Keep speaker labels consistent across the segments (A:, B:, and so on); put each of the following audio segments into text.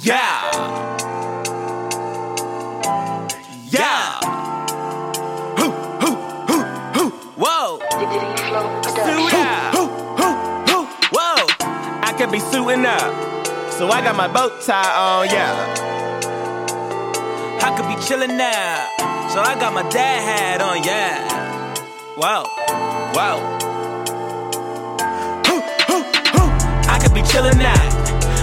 A: Yeah. Yeah. Hoo, hoo, hoo, hoo. Whoa. Suit up. Hoo, hoo, hoo, hoo. Whoa. I could be suiting up. So I got my bow tie on, yeah. I could be chilling now. So I got my dad hat on, yeah. Whoa. Whoa. Hoo, hoo, hoo. I could be chillin' out.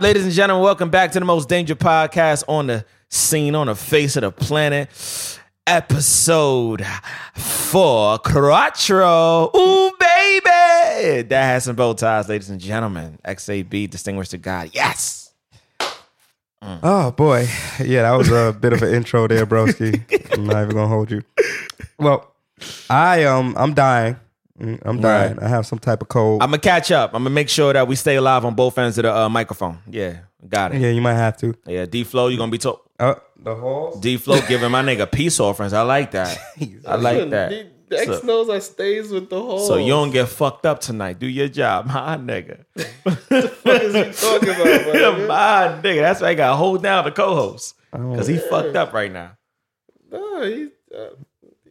B: Ladies and gentlemen, welcome back to the most dangerous podcast on the scene, on the face of the planet. Episode four, Crotro. Ooh, baby. That has some bow ties, ladies and gentlemen. XAB, distinguished to God. Yes.
C: Oh boy, yeah, that was a bit of an intro there, broski. I'm not even gonna hold you. Well, I um, I'm dying. Mm, I'm dying. I have some type of cold.
B: I'm going to catch up. I'm going to make sure that we stay alive on both ends of the uh, microphone. Yeah, got it.
C: yeah, you might have to.
B: Yeah, D Flow, you're going to be talk.
C: Uh, the halls.
B: D Flow giving my nigga peace offerings. I like that. I like that.
D: The X
B: So-
D: knows I stays with the whole.
B: So you don't get fucked up tonight. Do your job, my nigga.
D: What is he talking about, my nigga?
B: my nigga. That's why I got to hold down the co-host because he fucked up right now.
D: Nah, he, uh,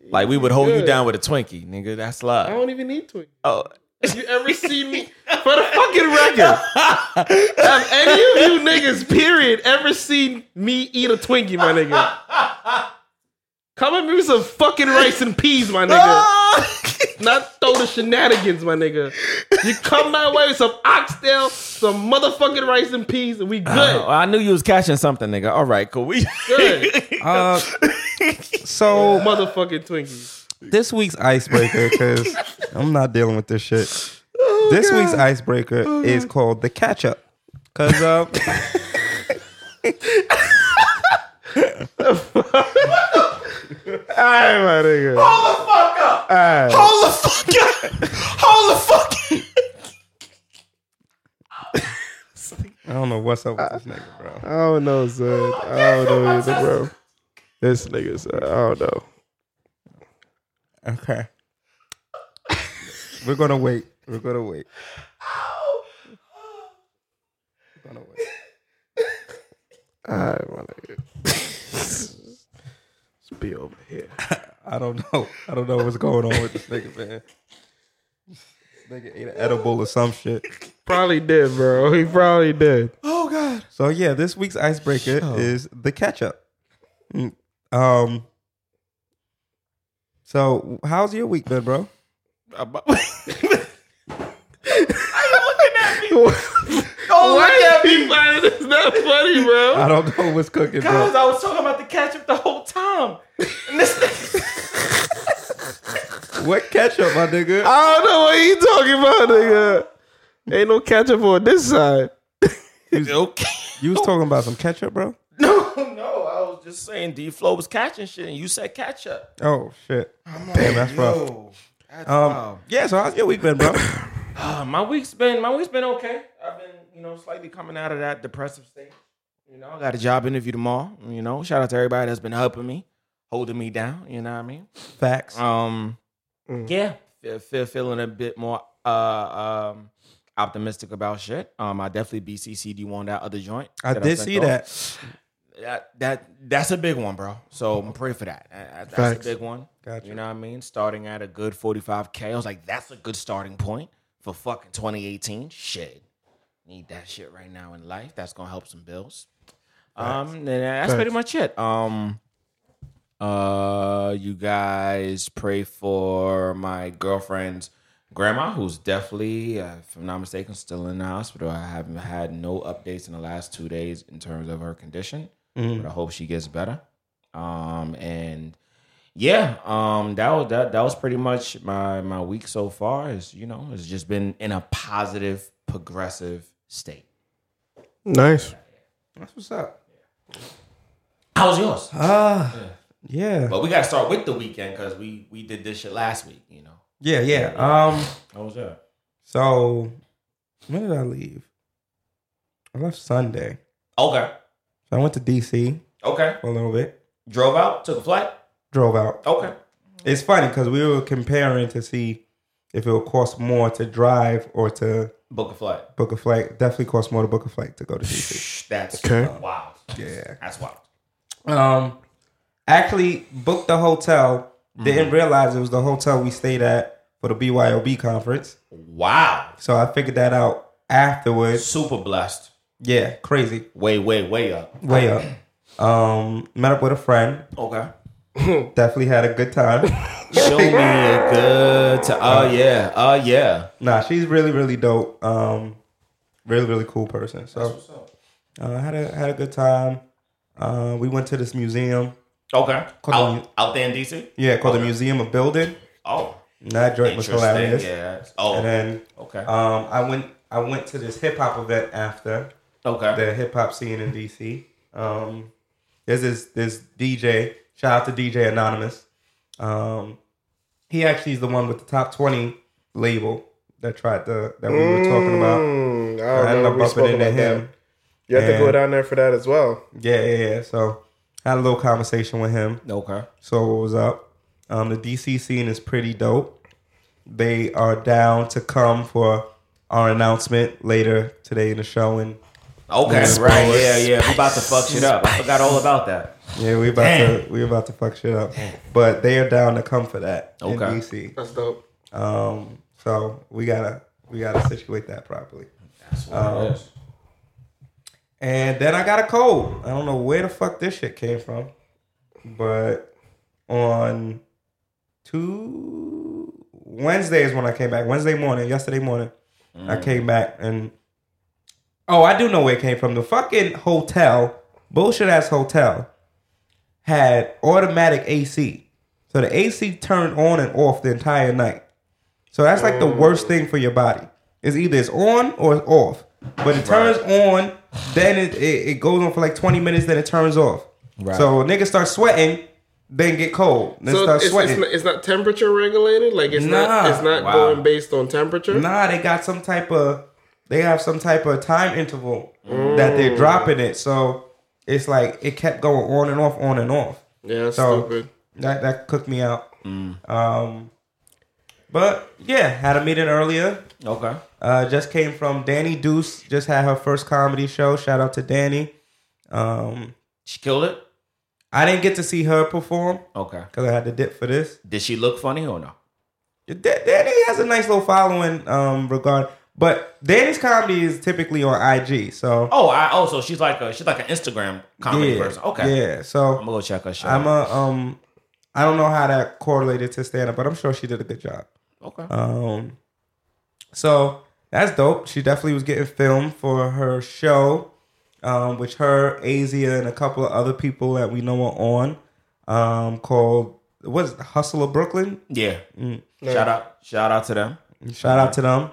B: Like we would hold you
D: Good.
B: down with a Twinkie, nigga. That's
D: I
B: love.
D: don't even need to.
B: Oh,
D: You ever seen me for the fucking record? Have any of you niggas, period, ever seen me eat a Twinkie, my nigga? Come and me some fucking rice and peas, my nigga. Not throw the shenanigans, my nigga. You come my way with some oxtail, some motherfucking rice and peas, and we
B: Oh,
D: good.
B: I knew you was catching something, nigga. All right, cool. We
D: Good.
C: Uh, so
D: Motherfucking Twinkies.
C: this week's icebreaker, because I'm not dealing with this shit.
D: Oh,
C: this week's icebreaker is called the catch up, because uh,
D: All right, my nigga.
B: hold the fuck up. Hold the fuck up. Hold the fuck.
C: I don't know what's up with this nigga, bro.
D: Uh, I don't know, son. I don't know either, bro. This nigga's, I don't know.
C: Okay, we're gonna wait. We're gonna wait. We're gonna wait.
D: All right, my nigga. Let's be over here.
C: I don't know. I don't know what's going on with this nigga, man. This nigga ate an edible or some shit.
D: Probably did, bro. He probably did.
C: Oh god. So yeah, this week's icebreaker is the catch up. Mm, Um. So how's your week been, bro?
D: Why is he finding this not funny, bro?
C: I don't know what's cooking,
B: Because
C: bro.
B: I was talking about the ketchup the whole time. And this nigga.
C: What catch up, my nigga?
D: I don't know what he talking about, nigga. Ain't no ketchup on this side.
C: you was talking about some catch up, bro.
B: No, no. I was just saying D Flow was catching shit, and you said ketchup.
C: Oh shit! Damn, that's rough. Um, yeah. So how's your week been, bro?
B: Uh, my week's been my week's been okay. I've been you know slightly coming out of that depressive state. You know, I got a job interview tomorrow. You know, shout out to everybody that's been helping me, holding me down. You know what I mean?
C: Facts.
B: Um,
D: Mm.
B: yeah, feel, feel feeling a bit more uh um optimistic about shit. Um, I definitely BCC'd you on that other joint.
C: I
B: that
C: did
B: sent
C: see
B: off.
C: that.
B: that that that's a big one, bro. So I'm pray for that. That- That's
C: Facts.
B: a big one.
C: Gotcha.
B: You know what I mean? Starting at a good 45k, I was like, that's a good starting point for fucking 2018. Shit, need that shit right now in life. That's gonna help some bills. Um, and that's pretty much it. Um, uh, you guys pray for my girlfriend's grandma, who's definitely, uh, if I'm not mistaken, still in the hospital. I haven't had no updates in the last two days in terms of her condition, but I hope she gets better. Um, and yeah, um, that was that, that was pretty much my my week so far. Is you know, it's just been in a positive progressive state.
D: Nice.
C: That's what's up.
B: How's yours?
C: Ah, yeah.
B: But we gotta start with the weekend because we we did this shit last week. You know.
C: yeah, yeah. Um,
B: How was that?
C: so when did I leave? I left Sunday.
B: Okay.
C: So I went to DC
B: Okay.
C: for a little bit.
B: Drove out. Took a flight.
C: Drove out.
B: Okay.
C: It's funny because we were comparing to see if it would cost more to drive or to
B: Book a flight.
C: book a flight. Definitely cost more to book a flight to go to DC.
B: That's
D: Okay.
B: wild.
C: Yeah.
B: That's wild.
C: Um, actually booked the hotel. Didn't realize it was the hotel we stayed at for the BYOB conference.
B: Wow.
C: So I figured that out afterwards.
B: Super blessed.
C: Yeah, crazy.
B: Way way way up.
C: Way up. Um, met up with a friend.
B: Okay.
C: Definitely had a good time.
B: Show me a good. T- oh yeah. Oh yeah.
C: Nah, she's really, really dope. Um, really, really cool person. So uh, had a had a good time. Uh, we went to this museum.
B: Okay.
C: on
B: Out,
C: you.
B: out there in DC.
C: Yeah, called the Museum of Building.
B: Oh.
C: And that joint was
B: Interesting.
C: hilarious.
B: Yeah. Oh.
C: And then
B: okay.
C: um, I went I went to this hip hop event after
B: okay.
C: the hip hop scene in DC. Um, there's this this DJ. Shout out to DJ Anonymous. Um, he actually is the one with the top twenty label that tried to that we were talking about.
D: Mm, I
C: I
D: don't
C: ended
D: know.
C: up
D: We spoke
C: bumping into
D: about
C: him.
D: that. You have to
C: Yeah.
D: go down there for that as well.
C: Yeah, yeah, yeah. So had a little conversation with him.
B: Okay.
C: So what was up? Um, the DC scene is pretty dope. They are down to come for our announcement later today in the show, and
B: Okay. Right. Yeah. Yeah. We about to fuck shit up. I forgot all about that.
C: yeah, we about to we about to fuck shit up. But they are down to come for that in
B: Okay.
C: DC.
D: That's dope.
C: Um, so we gotta we gotta situate that properly. Um,
B: That's what it is.
C: And then I got a cold. I don't know where the fuck this shit came from. But on two Wednesday is when I came back. Wednesday morning, yesterday morning, I came back and oh, I do know where it came from. The fucking hotel, bullshit ass hotel, had automatic AC. So the AC turned on and off the entire night. So that's like the worst thing for your body. It's either it's on or it's off. But it turns on, then it, it, it goes on for like 20 minutes, then it turns off.
B: Right.
C: So niggas start sweating, then get cold, then
D: So
C: start
D: it's, it's,
C: sweating.
D: not, it's not temperature regulated. Like it's not
C: Nah.
D: it's not
B: Wow.
D: going based on temperature.
C: Nah, they got some type of they have some type of time interval that they're
D: Mm.
C: dropping it. So it's like it kept going on and off, on and off.
D: Yeah, that's
C: So
D: stupid.
C: that that cooked me out.
D: Mm.
C: Um, but yeah, had a meeting earlier.
B: Okay.
C: Uh, just came from Danny Deuce. Just had her first comedy show. Shout out to Danny. Um,
B: She killed it.
C: I didn't get to see her perform
B: Okay.
C: because I had to dip for this.
B: Did she look funny or no?
C: Da- Danny has a nice little following um regard, but Danny's comedy is typically on IG. So
B: Oh, I oh, so she's like a she's like an Instagram comedy
C: yeah,
B: person. Okay.
C: yeah. So
B: I'm gonna go check her show.
C: I'm a um, I don't know how that correlated to stand up, but I'm sure she did a good job.
B: okay.
C: Um, so that's dope. She definitely was getting filmed for her show, um, which her Azia and a couple of other people that we know are on, um, called what's it, Hustle of Brooklyn.
B: yeah.
C: mm.
B: Shout out. Shout out to them.
C: Shout out to them,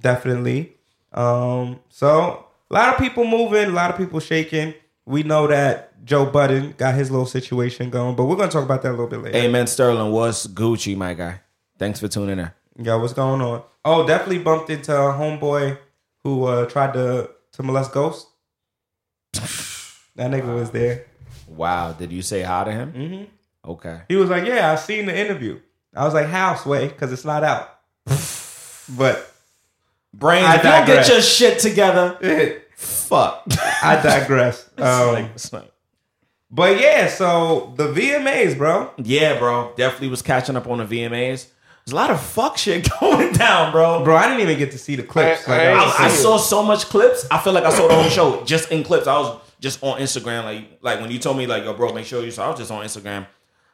C: definitely. Um, so a lot of people moving, a lot of people shaking. We know that Joe Budden got his little situation going, but we're gonna talk about that a little bit later.
B: Amen Sterling. What's Gucci, my guy? Thanks for tuning in.
C: Yo, what's going on? Oh, definitely bumped into a homeboy who uh, tried to to molest Ghost. That nigga was there.
B: Wow. Did you say hi to him? Mm-hmm. Okay.
C: He was like, "Yeah, I seen the interview." I was like, "How, Sway? Because it's not out." but
B: Brain,
C: I
B: if you don't get
C: digress.
B: your shit together,
C: I
B: fuck.
C: digress. Um,
B: It's like-
C: But yeah, so the VMAs, bro.
B: yeah, bro. Definitely was catching up on the VMAs. There's a lot of fuck shit going down, bro.
C: Bro, I didn't even get to see the clips.
D: I-
C: Like,
D: I-
C: I was-
B: I, I saw so much clips. I feel like I saw the whole show just in clips. I was just on Instagram, like like when you told me like yo, bro, make sure you. So I was just on Instagram.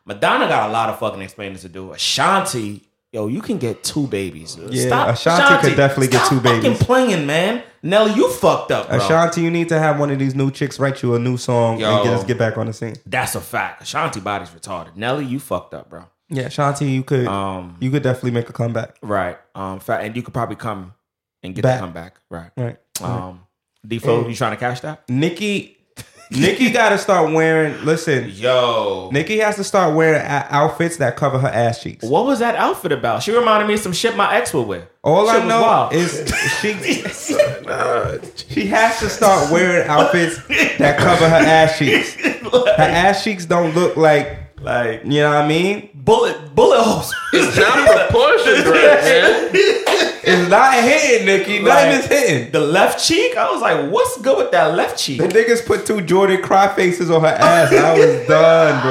B: Madonna got a lot of fucking explaining to do. Ashanti, yo, you can get two babies.
C: Yeah, Ashanti could definitely get
B: stop
C: two
B: fucking
C: babies.
B: Playing, man, Nelly, you fucked up, bro.
C: Ashanti, you need to have one of these new chicks write you a new song
B: Yo.
C: and get us get back on the scene.
B: That's a fact. Ashanti body's retarded. Nelly, you fucked up, bro.
C: Yeah, Ashanti, you could
B: Um,
C: you could definitely make a comeback.
B: right. Um, fat, and you could probably come and get
C: Back.
B: the comeback. Right.
C: Right.
B: Um, Defoe, you trying to cash that?
C: Nikki, Nikki got to start wearing. Listen,
B: Yo.
C: Nikki has to start wearing o- outfits that cover her ass cheeks.
B: What was that outfit about? She reminded me of some shit my ex would wear.
C: All
B: Shit
C: I
B: was
C: know
B: wild.
C: is she she has to start wearing outfits that cover her ass cheeks. Her ass cheeks don't look like
B: like
C: you know what I mean.
B: bullet bullet holes.
D: It's not proportioned right, man.
C: It's not hitting, Nikki. Not
B: Like-
C: even hitting.
B: the left cheek. I was like, what's good with that left cheek?
C: The niggas put two Jordan cry faces on her ass. I was done,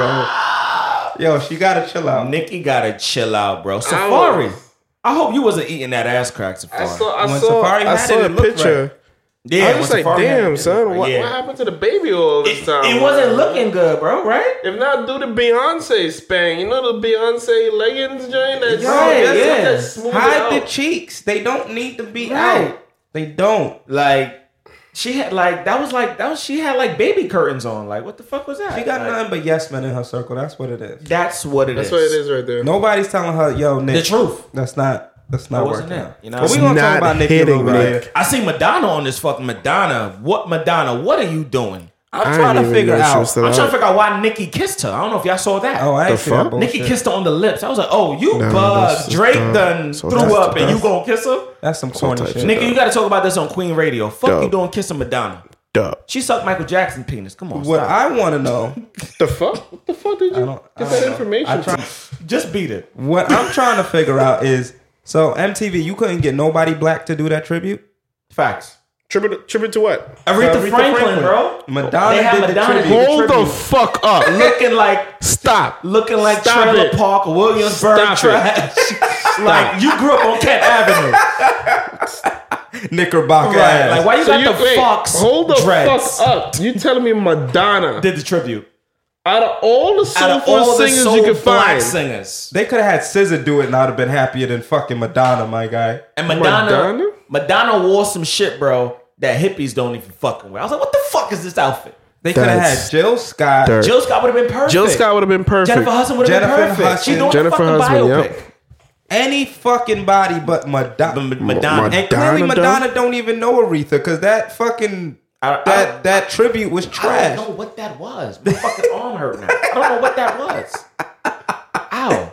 C: bro. Yo, she gotta chill out.
B: Nikki gotta chill out, bro. Safari. I hope you wasn't eating that ass crack, Safari.
D: I saw, I
C: When
D: saw,
C: Safari
D: I
C: had
D: saw
C: it, it
D: the
C: looked right.
D: picture.
B: yeah,
D: I was
B: when
D: like,
B: Safari had
D: damn,
B: it,
D: son, what,
B: yeah.
D: what happened to the baby all this time?
B: It
D: man?
B: wasn't looking good, bro. Right?
D: If not, do the Beyonce span. You know the Beyonce leggings joint? That's
B: Right,
D: that's
B: yeah.
D: That smooth out.
C: Hide the cheeks. They don't need to be
B: Right.
C: out. They don't.
B: Like she had like that was like that was she had like baby curtains on. Like what the fuck was that?
C: She got
B: Like,
C: nothing but yes men in her circle. That's what it is.
B: That's what it
D: That's
B: is.
D: what it is right there.
C: Nobody's telling her, yo, Nick.
B: The truth.
C: That's not. That's
B: That
C: not working.
B: wasn't it. You know. what
C: But
B: I
C: we
B: mean?
C: gonna talk
E: not
C: about Nicki a
E: hitting,
C: little bit
E: Nick.
C: later.
B: I see Madonna on this fucking Madonna. What Madonna? What are you doing? I'm
E: I
B: trying
E: didn't
B: to
E: even
B: figure
E: know she
B: out.
E: was still
B: I'm trying to
E: out.
B: figure out why Nikki kissed her. I don't know if y'all saw that.
C: Oh, I ain't
E: The
C: see that
E: fuck?
C: bullshit.
B: Nikki kissed her on the lips. I was like, oh, you
E: No, that's
B: bug.
E: just
B: Drake
E: dumb.
B: done
E: So that's
B: threw up and
E: dumb.
B: you gonna kiss her?
C: That's some corny
E: type
C: shit.
E: shit.
B: Nikki, you gotta talk about this on Queen Radio. Fuck you
E: Dope.
B: doing kissing Madonna.
E: Duh.
B: She sucked Michael Jackson's penis. Come on.
C: What
B: stop.
C: I want to know,
D: The fuck? What the fuck did you
C: I don't, I don't
D: get that
C: know. I
D: information
C: try-
D: from?
B: Just beat it.
C: what I'm trying to figure out is, so MTV, you couldn't get nobody black to do that tribute.
B: Facts.
D: Tribute, tribute to what?
B: Aretha,
C: Aretha
B: Franklin,
C: Franklin.
B: bro.
C: Madonna
B: They had
C: did the
B: Madonna
C: tribute.
B: do
D: Hold the fuck up.
B: looking like
D: Stop.
B: looking like
D: Stop
B: Trailer
D: it.
B: Park Williamsburg
D: Stop it.
B: trash. like you grew up on Kent Avenue.
C: Knickerbocker
B: Right. Like
C: ass.
B: why you
D: So
B: got
D: you,
B: the
D: wait,
B: fox
D: hold the
B: dreads?
D: fuck up. You telling me Madonna,
B: Did the tribute.
D: out of all the
B: Out of all
D: soulful
B: the
D: singers
B: soul
D: you could
B: black
D: find,
B: singers.
C: They could have had Scissor do it, and I'd have been happier than fucking Madonna, my guy.
B: And Madonna, Madonna,
D: Madonna?
B: wore some shit, bro, that hippies don't even fucking wear. I was like, what the fuck is this outfit?
C: They could have
E: That's
C: had Jill Scott.
E: dirt.
B: Jill Scott would have been perfect.
D: Jill Scott would have been perfect.
B: Jennifer Hudson would have been
C: Jennifer
B: perfect. She
C: Hudson.
B: doing
E: Jennifer
B: a fucking
E: Hudson,
B: biopic.
E: yep.
C: Any fucking body but
B: But
C: Madonna.
B: Ma- Madonna,
E: Ma-
C: And clearly
E: Madonna
C: Madonna don't even know Aretha because that fucking
B: I- I-
C: that that tribute was
B: I
C: trash.
B: don't know what that was. My fucking arm hurt now. I don't know what that was. Ow. I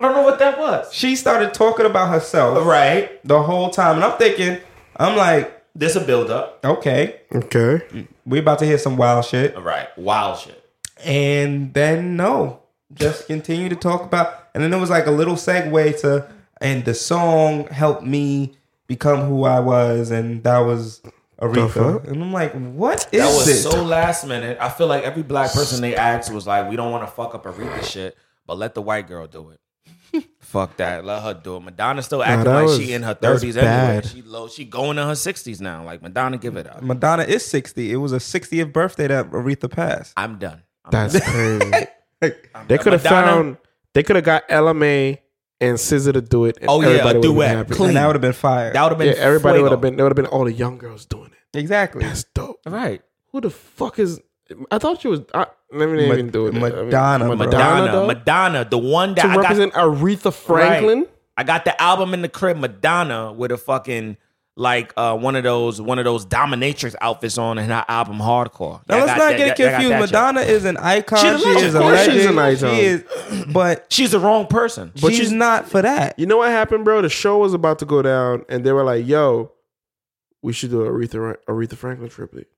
B: don't know what that was.
C: She started talking about herself
B: Right.
C: the whole time, and I'm thinking, I'm like,
B: This a buildup.
C: okay,
E: Okay.
C: we about to hear some wild shit,
B: Right. Wild shit.
C: and then no, just continue to talk about, and then it was like a little segue to, and the song helped me become who I was, and that was Aretha,
E: fuck?
C: and I'm like, what
B: That
C: is
B: was
C: this?
B: so last minute. I feel like every black person they asked was like, "We don't want to fuck up Aretha shit, but let the white girl do it." fuck that. Let her do it. Madonna's still acting
E: that
B: like
E: was-
B: she in her
E: that was
B: thirties anyway.
E: bad.
B: She low. She going in her sixties now. Like Madonna, give it up.
C: Madonna is 60. It was her 60th birthday that Aretha passed.
B: I'm done. I'm
E: That's crazy. they
D: Uh,
E: could have
B: Madonna-
E: found. They could have got LMA and SZA to do it. And
B: Oh, yeah, a
E: everybody would've been
B: duet.
E: happy.
B: Clean.
C: And that would have been fire.
B: That would have been
E: Yeah, everybody
B: fuego.
E: would have been. There would have been all the young girls doing it.
C: exactly.
E: That's dope.
B: right.
E: Who the fuck is? I thought she was. I, let me
C: Ma-
E: not even do it. I mean,
C: Madonna, bro.
B: Madonna,
E: though?
B: Madonna, the one that
E: to
B: I got,
E: represent Aretha Franklin.
B: Right. I got the album in the crib, Madonna, with a fucking like uh, one of those one of those dominatrix outfits on, and her album Hardcore.
C: Now,
B: I
C: let's
B: got
C: not
B: that-
C: get it
B: that- I got
C: confused.
B: that shit.
C: Madonna is an icon.
B: She's a
C: she
B: legend.
C: is a
B: Of
E: course
C: legend.
E: she's an icon.
C: She is, but
B: She's the wrong person.
C: she's
E: she's-
C: not for that.
E: You know what happened, bro? The show was about to go down, and they were like, "Yo, we should do a Aretha Aretha Franklin tribute."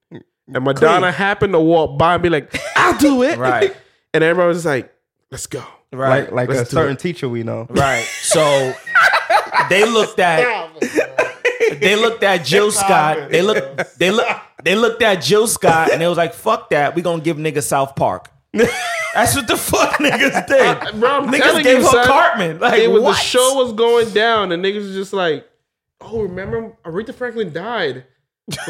E: And Madonna happened to walk by and be like, "I'll do it."
B: Right.
E: And everybody was like, "Let's go."
C: Like, like a
E: Let's do
C: certain
E: it.
C: teacher we know.
B: Right. So they looked at they looked at Jill Scott. They look they look they looked at Jill Scott and they was like, fuck that, we gonna give niggas South Park. That's what the fuck niggas did.
D: Uh, Bro, I'm
B: niggas
D: telling
B: gave
D: you,
B: her
D: son,
B: Cartman. Like
D: it was
B: what?
D: the show was going down, and niggas was just like, "Oh, remember Aretha Franklin died?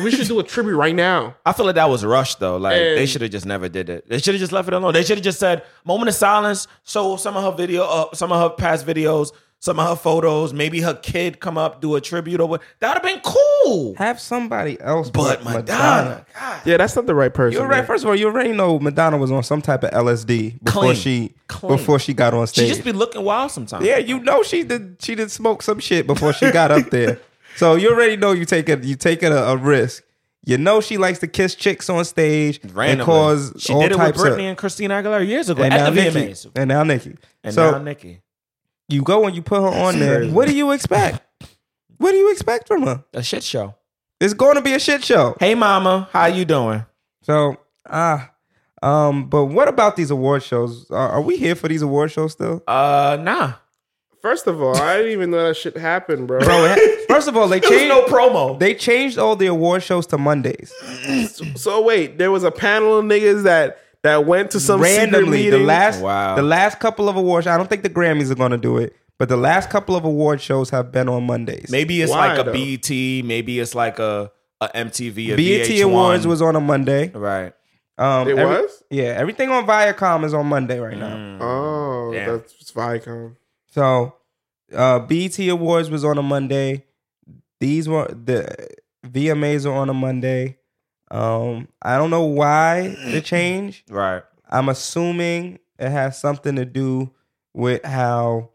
D: We should do a tribute right now."
B: I feel like that was rushed though. Like they
D: And-
B: should have just never did it. They should have just left it alone. They should have just said moment of silence. Show some of her video, uh, some of her past videos, some of her photos. Maybe her kid come up do a tribute or what. That'd have been cool.
C: Have somebody else
B: But
C: but Madonna.
B: Madonna, God,
E: Yeah, that's not the right person.
C: You're right.
E: man.
C: First of all, you already know Madonna was on some type of LSD before
B: Clean.
C: she
B: Clean.
C: before she got on
B: she
C: stage.
B: just be looking wild sometimes.
C: yeah, you know she did she did smoke some shit before she got up there. So you already know you taking you taking a, a risk. You know she likes to kiss chicks on stage and
B: Randomly.
C: cause
B: she
C: all
B: did it with
C: types
B: Britney
C: of
B: and Christina Aguilera years ago
C: and now
B: at the
C: Nicki
B: VMAs.
C: and now Nicki.
B: And
C: so
B: now Nicki.
C: you go and you put her on there.
B: crazy.
C: What do you expect? What do you expect from her?
B: A shit show.
C: It's going to be a shit show.
B: Hey mama, how you doing?
C: So ah, um, but what about these award shows? Are, are we here for these award shows still?
B: Uh nah.
E: First of all, I didn't even know that shit happened, bro.
C: Bro, it- first of all, they changed.
B: promo.
C: they changed all the award shows to Mondays.
E: so wait, there was a panel of niggas that that went to some secret
C: randomly
E: meeting.
C: the last
B: Wow.
C: the last couple of award shows. I don't think the Grammys are going to do it, but the last couple of award shows have been on Mondays.
B: Maybe it's
E: Why,
B: like a
E: though?
B: BET, maybe it's like a, a MTV, a
C: BET
B: VH1.
C: E Awards was on a Monday.
B: right.
C: Um,
E: It
C: every-
E: was?
C: Yeah, everything on Viacom is on Monday
E: Mm.
C: right now.
E: oh,
B: Yeah.
E: that's Viacom.
C: So, uh, BET Awards was on a Monday. These were the VMAs are on a Monday. Um, I don't know why the change.
B: Right.
C: I'm assuming it has something to do with how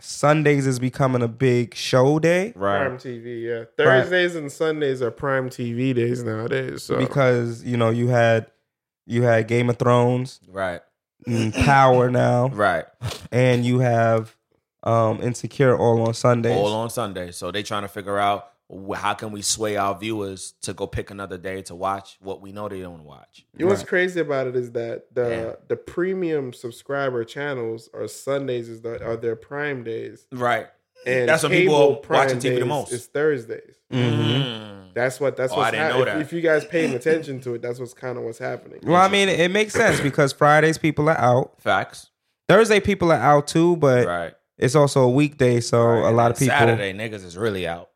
C: Sundays is becoming a big show day
B: Right.
E: Prime TV, yeah. Thursdays and Sundays are Prime TV days nowadays. So
C: because you know you had you had Game of Thrones,
B: Right.
C: and Power now,
B: Right.
C: and you have um, Insecure all on Sundays.
B: All on Sunday. So they trying to figure out wh- how can we sway our viewers to go pick another day to watch what we know they don't watch.
E: You know what's crazy about it is that the
B: Yeah.
E: the premium subscriber channels are Sundays is the, are their prime days,
B: Right.
E: and
B: That's when people
E: cable
B: are watching TV the
E: days
B: most. Mm.
E: is Thursdays. Mm.
C: Mhm.
E: That's what that's
B: Oh,
E: what's
B: I didn't
E: hap-
B: know
E: if-
B: that.
E: If, you guys paying attention to it, that's what's kind of what's happening.
C: Well, I mean, it makes sense because Fridays people are out.
B: Facts.
C: Thursday people are out too, but
B: Right.
C: it's also a weekday, so a lot of people.
B: Saturday niggas is really out.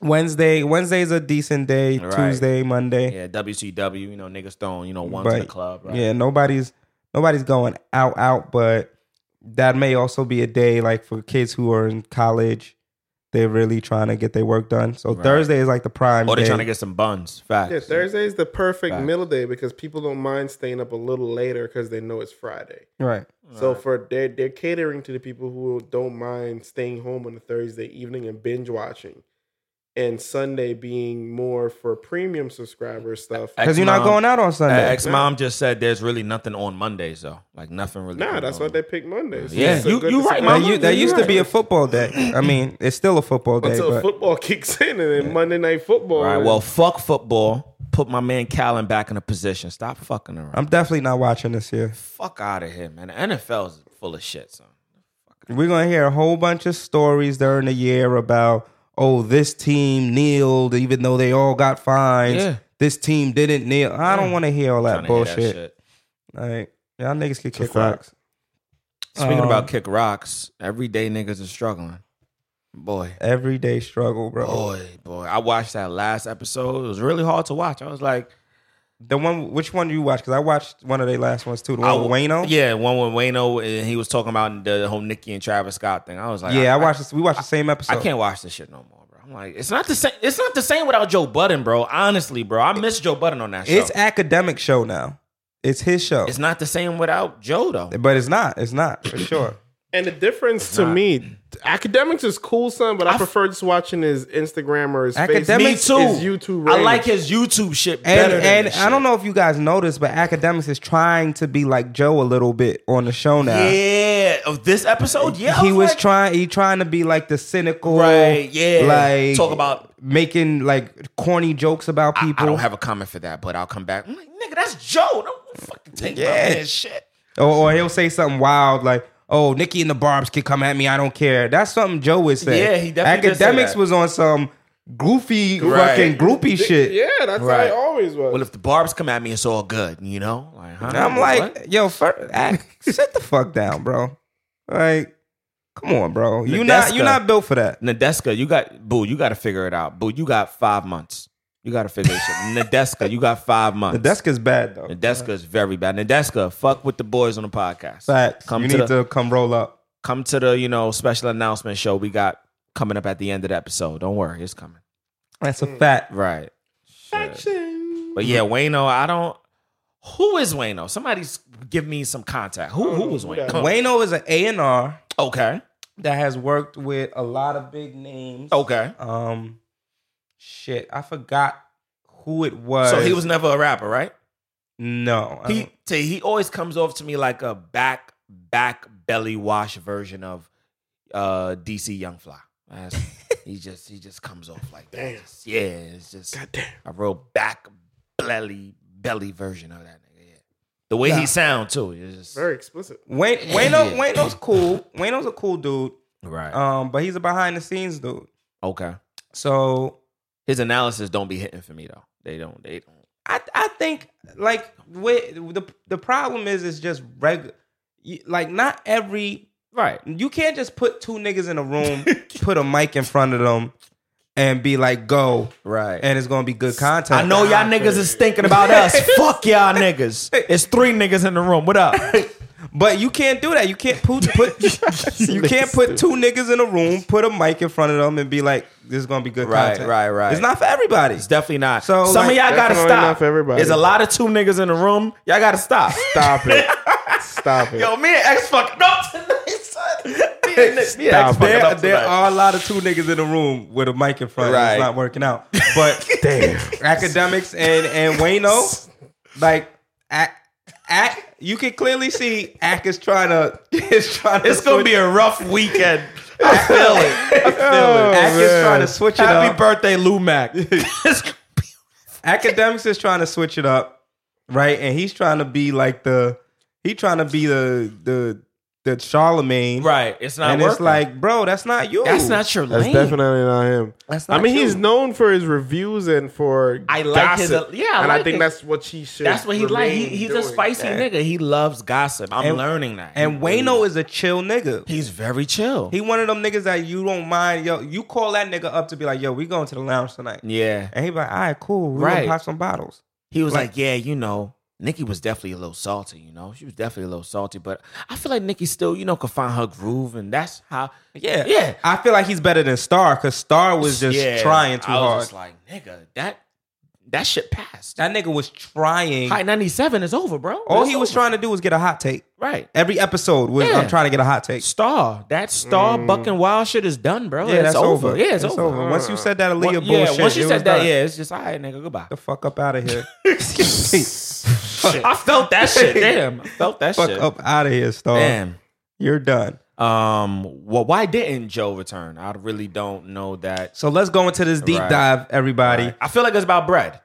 C: Wednesday, Wednesday's a decent day.
B: Right.
C: Tuesday, Monday,
B: yeah, WCW, you know, niggas throwing, you know, ones in
C: Right.
B: the club. Right?
C: yeah, nobody's nobody's going out out, but that may also be a day like for kids who are in college. They're really trying to get their work done. So
B: Right.
C: Thursday is like the prime.
B: Or they
C: day.
B: trying to get some buns. Facts.
E: Yeah, Thursday is the perfect
B: Facts.
E: middle day because people don't mind staying up a little later because they know it's Friday.
C: right.
E: So for they're they're catering to the people who don't mind staying home on a Thursday evening and binge watching, and Sunday being more for premium subscriber stuff.
C: Because you're not
B: Ex-mom-
C: going out on Sunday.
B: Ex mom just said there's really nothing on Mondays though, like nothing really.
E: Nah,
B: going
E: that's
B: on.
E: why they pick Mondays.
B: Yeah,
E: It's a
B: you-
E: good
B: you
E: decision.
B: right,
C: that
B: Mama,
C: u- that
B: you
C: used to
B: right.
C: be a football day. I mean, it's still a football day.
E: until
C: but
E: football kicks in and then Monday night football.
B: All right.
E: is-
B: Well, fuck football. Put my man Callen back in a position. Stop fucking around.
C: I'm definitely not watching this year.
B: fuck out of here, man. The NFL is full of shit, son.
C: We're gonna hear a whole bunch of stories during the year about oh this team kneeled even though they all got fines.
B: Yeah. Mm.
C: This team didn't kneel. I don't want to hear all that
B: Tryna hear
C: bullshit. Like y'all niggas can kick
E: fact.
C: rocks.
B: Speaking
C: Um,
B: about kick rocks, everyday niggas are struggling. Boy,
C: Everyday struggle, bro.
B: boy, boy. I watched that last episode. It was really hard to watch. I was like,
C: The one, which one do you watch? Because I watched one of their last ones too. The
B: I
C: one Oh, with Wayno.
B: Yeah, one with Wayno, and he was talking about the whole Nicki and Travis Scott thing. I was like,
C: yeah. I, watched. this, we watched the same episode.
B: I can't watch this shit no more, bro. I'm like, it's not the same. It's not the same without Joe Budden, bro. Honestly, bro, I miss Joe Budden on that show.
C: It's
B: It's,
C: academic show now. It's his show,
B: not the same without Joe though.
C: but it's not. It's not for sure.
E: and the difference to me, academics is cool, son, but I, prefer just watching his Instagram or his
B: Me
C: Academics
E: Facebook.
B: too.
E: his YouTube.
B: I
E: range.
B: like his YouTube shit
C: And
B: better. than
C: and
B: this
C: I
B: shit.
C: don't know if you guys noticed, but academics is trying to be like Joe a little bit on the show now.
B: Yeah, of this episode, yeah, I
C: he was
B: like,
C: trying. He trying to be like the cynical,
B: Right, yeah.
C: Like
B: Talk about-
C: making like corny jokes about
B: I-
C: people,
B: I don't have a comment for that, but I'll come back. I'm like, nigga, that's Joe. Don't fucking take my
C: Yeah.
B: man's shit.
C: or, or he'll say something wild like. Oh, Nikki and the Barb's can come at me. I don't care. That's something Joe would say.
B: Yeah, he definitely did say
C: Academics
B: that.
C: was on some goofy
B: Right.
C: fucking groupie shit.
E: Yeah, that's
B: Right.
E: how I always was.
B: Well, if the barbs come at me, it's all good, you know. Like, huh?
C: And I'm like, yo, fir- ah, sit the fuck down, bro. Like, come on, bro. You not you
B: Nadeska.
C: not built for that.
B: Nadeska, you got boo. You got to figure it out. Boo, you got five months. You got to figure this shit. Nadeska, you got five months.
C: The desk is bad though.
B: Nadeska is very bad. Nadeska, fuck with the boys on the podcast.
C: Facts.
B: Come
C: you
B: to
C: need
B: the-
C: to come roll up.
B: Come to the you know special announcement show we got coming up at the end of the episode. Don't worry, it's coming.
C: That's
B: Mm.
C: a fact.
B: Right. But yeah, Wayno, I don't. Who is Wayno? Somebody's give me some contact. Who who was Wayno?
C: Wayno is an A and R
B: Okay.
C: that has worked with a lot of big names.
B: Okay.
C: Um, shit, I forgot who it was.
B: So he was never a rapper, right?
C: no. Um, I
B: He
C: don't-
B: t- he always comes off to me like a back back belly wash version of uh DC Young Fly. That's- he just he just comes off like that.
E: Damn.
B: Just- yeah, it's just
E: God damn.
B: a real back belly belly version of that nigga. Yeah. The way he
C: Nah.
B: sound too. It's just
E: Very explicit.
C: Wayne Wayno Wayno's cool. Wayno's a cool dude.
B: right.
C: Um, but he's a behind the scenes dude.
B: Uh, okay.
C: So
B: His analysis don't be hitting for me though. They don't. They don't.
C: I I think like with, the the problem is it's just regular. Like not every
B: Right.
C: you can't just put two niggas in a room, put a mic in front of them, and be like go,
B: Right.
C: and it's gonna be good content.
B: I know y'all niggas is thinking about us. Fuck y'all niggas. It's three niggas in the room. What up?
C: But you can't do that. You can't put, put you can't put two niggas in a room, put a mic in front of them, and be like, "This is gonna be good."
B: Right,
C: content.
B: right, right.
C: It's not for everybody.
B: It's definitely not.
C: So,
B: some
C: like,
B: of y'all gotta
E: definitely
B: stop.
E: not for everybody.
B: There's a lot of two niggas in the room. Y'all gotta stop.
E: Stop it. Stop it.
B: Yo, me and X fucking up tonight, son. Me and, Nick- me and
E: Stop
B: X fucking
C: There,
B: up
C: there
B: tonight.
C: are a lot of two niggas in a room with a mic in front. and
B: Right.
C: It's not working out. But damn, academics and and Wayno, like act, act, you can clearly see Ack is trying to is trying to.
B: It's gonna
C: switch-
B: be a rough weekend. I feel it. I feel it.
C: Ack is trying to switch it
B: Happy
C: up.
B: birthday, Lou Mac. It's-
C: academics is trying to switch it up, right? And he's trying to be like the he trying to be the the the Charlemagne,
B: right. It's not
C: And
B: working.
C: it's like, bro, that's not you.
B: that's not your
E: That's
B: lane.
E: definitely not him.
C: That's not
E: I mean,
C: you.
E: he's known for his reviews and for
B: I like his- uh,
E: gossip.
B: yeah, I
E: and I
B: like
E: think
B: his-
E: that's what he should.
B: That's what he like. He,
E: remain
B: he's a
E: doing.
B: spicy nigga. He loves gossip. I'm
C: And-
B: learning that.
C: And Wayno is a chill nigga.
B: he's very chill.
C: He one of them niggas that you don't mind. Yo, you call that nigga up to be like, yo, we going to the lounge tonight.
B: yeah.
C: And he be like, all right, cool. We right.
B: Right.
C: gonna pop some bottles.
B: He was
C: Like-
B: like, yeah, you know, Nikki was definitely a little salty, you know. She was definitely a little salty, but I feel like Nikki still, you know, could find her groove, and that's how.
C: Yeah.
B: Yeah.
C: I feel like he's better than Star because Star was just
B: Yeah,
C: trying too
B: I was
C: hard.
B: Just like, nigga, that that shit passed.
C: that nigga was trying.
B: High ninety seven is over, bro.
C: All
B: It's
C: he was
B: over.
C: trying to do was get a hot take.
B: right.
C: Every episode was
B: Yeah.
C: I'm trying to get a hot take.
B: Star, that star bucking wild shit is done, bro.
C: Mm. Yeah,
B: it's
C: that's
B: over.
C: over.
B: Yeah, it's, over.
C: Once you said that Aaliyah
B: Once- yeah,
C: bullshit,
B: once you
C: it
B: said
C: was
B: that,
C: done.
B: yeah, it's just all right, nigga. Goodbye.
C: the fuck up out of here,
B: I felt that shit. Damn, I felt that
C: fuck
B: shit.
C: up out of here, Star.
B: Damn.
C: You're done.
B: Um. Well, why didn't Joe return? I really don't know that.
C: So let's go into this deep
B: Right.
C: dive, everybody.
B: I feel like it's about bread.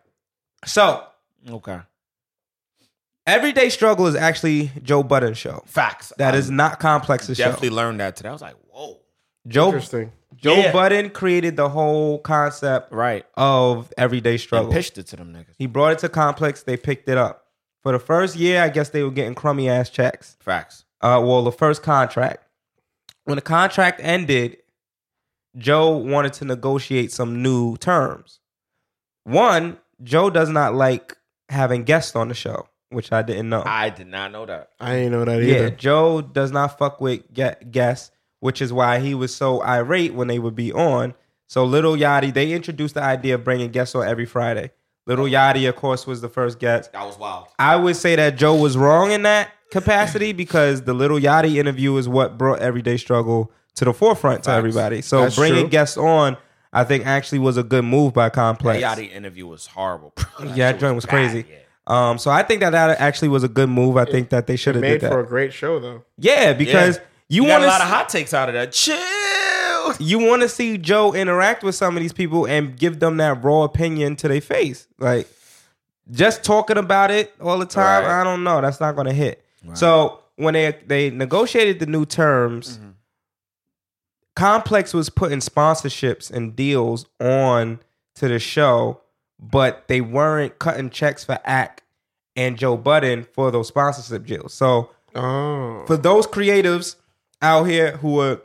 C: So
B: Okay.
C: everyday struggle is actually Joe Budden's show.
B: Facts.
C: That
B: I
C: is not complex's show.
B: definitely learned that today. I was like, whoa.
C: Joe
E: Interesting.
C: Joe
B: Yeah.
C: Budden created the whole concept
B: Right.
C: of everyday
B: And
C: struggle.
B: pitched it to them niggas.
C: He brought it to complex. They picked it up. For the first year, I guess they were getting crummy ass checks.
B: Facts.
C: uh, well, the first contract. When the contract ended, Joe wanted to negotiate some new terms. One, Joe does not like having guests on the show, which I didn't know.
B: I did not know that.
E: I ain't know that
C: yeah,
E: either.
C: Joe does not fuck with get guests, which is why he was so irate when they would be on. So Little Yachty, they introduced the idea of bringing guests on every Friday. Little Yachty, of course, was the first guest.
B: That was wild.
C: I would say that Joe was wrong in that capacity because the Little Yachty interview is what brought Everyday Struggle to the forefront to
B: Facts.
C: everybody. So
E: That's
C: bringing
E: true.
C: guests on, I think actually was a good move by Complex.
B: Yeah, the interview was horrible. Bro.
C: yeah,
B: shit
C: that joint was
B: bad,
C: crazy.
B: yeah.
C: Um, so I think that that actually was a good move. I think that they should have did
E: Made
C: that.
E: for a great show though.
C: yeah, because
B: Yeah.
C: you,
B: You got
C: want
B: a lot of
C: to
B: hot takes out of that. Chill.
C: you want to see Joe interact with some of these people and give them that raw opinion to their face, like just talking about it all the time.
B: Right.
C: I don't know. That's not going to hit. So when they they negotiated the new terms, Complex was putting sponsorships and deals on to the show, but they weren't cutting checks for Act and Joe Budden for those sponsorship deals. So
E: Oh,
C: for those creatives out here who are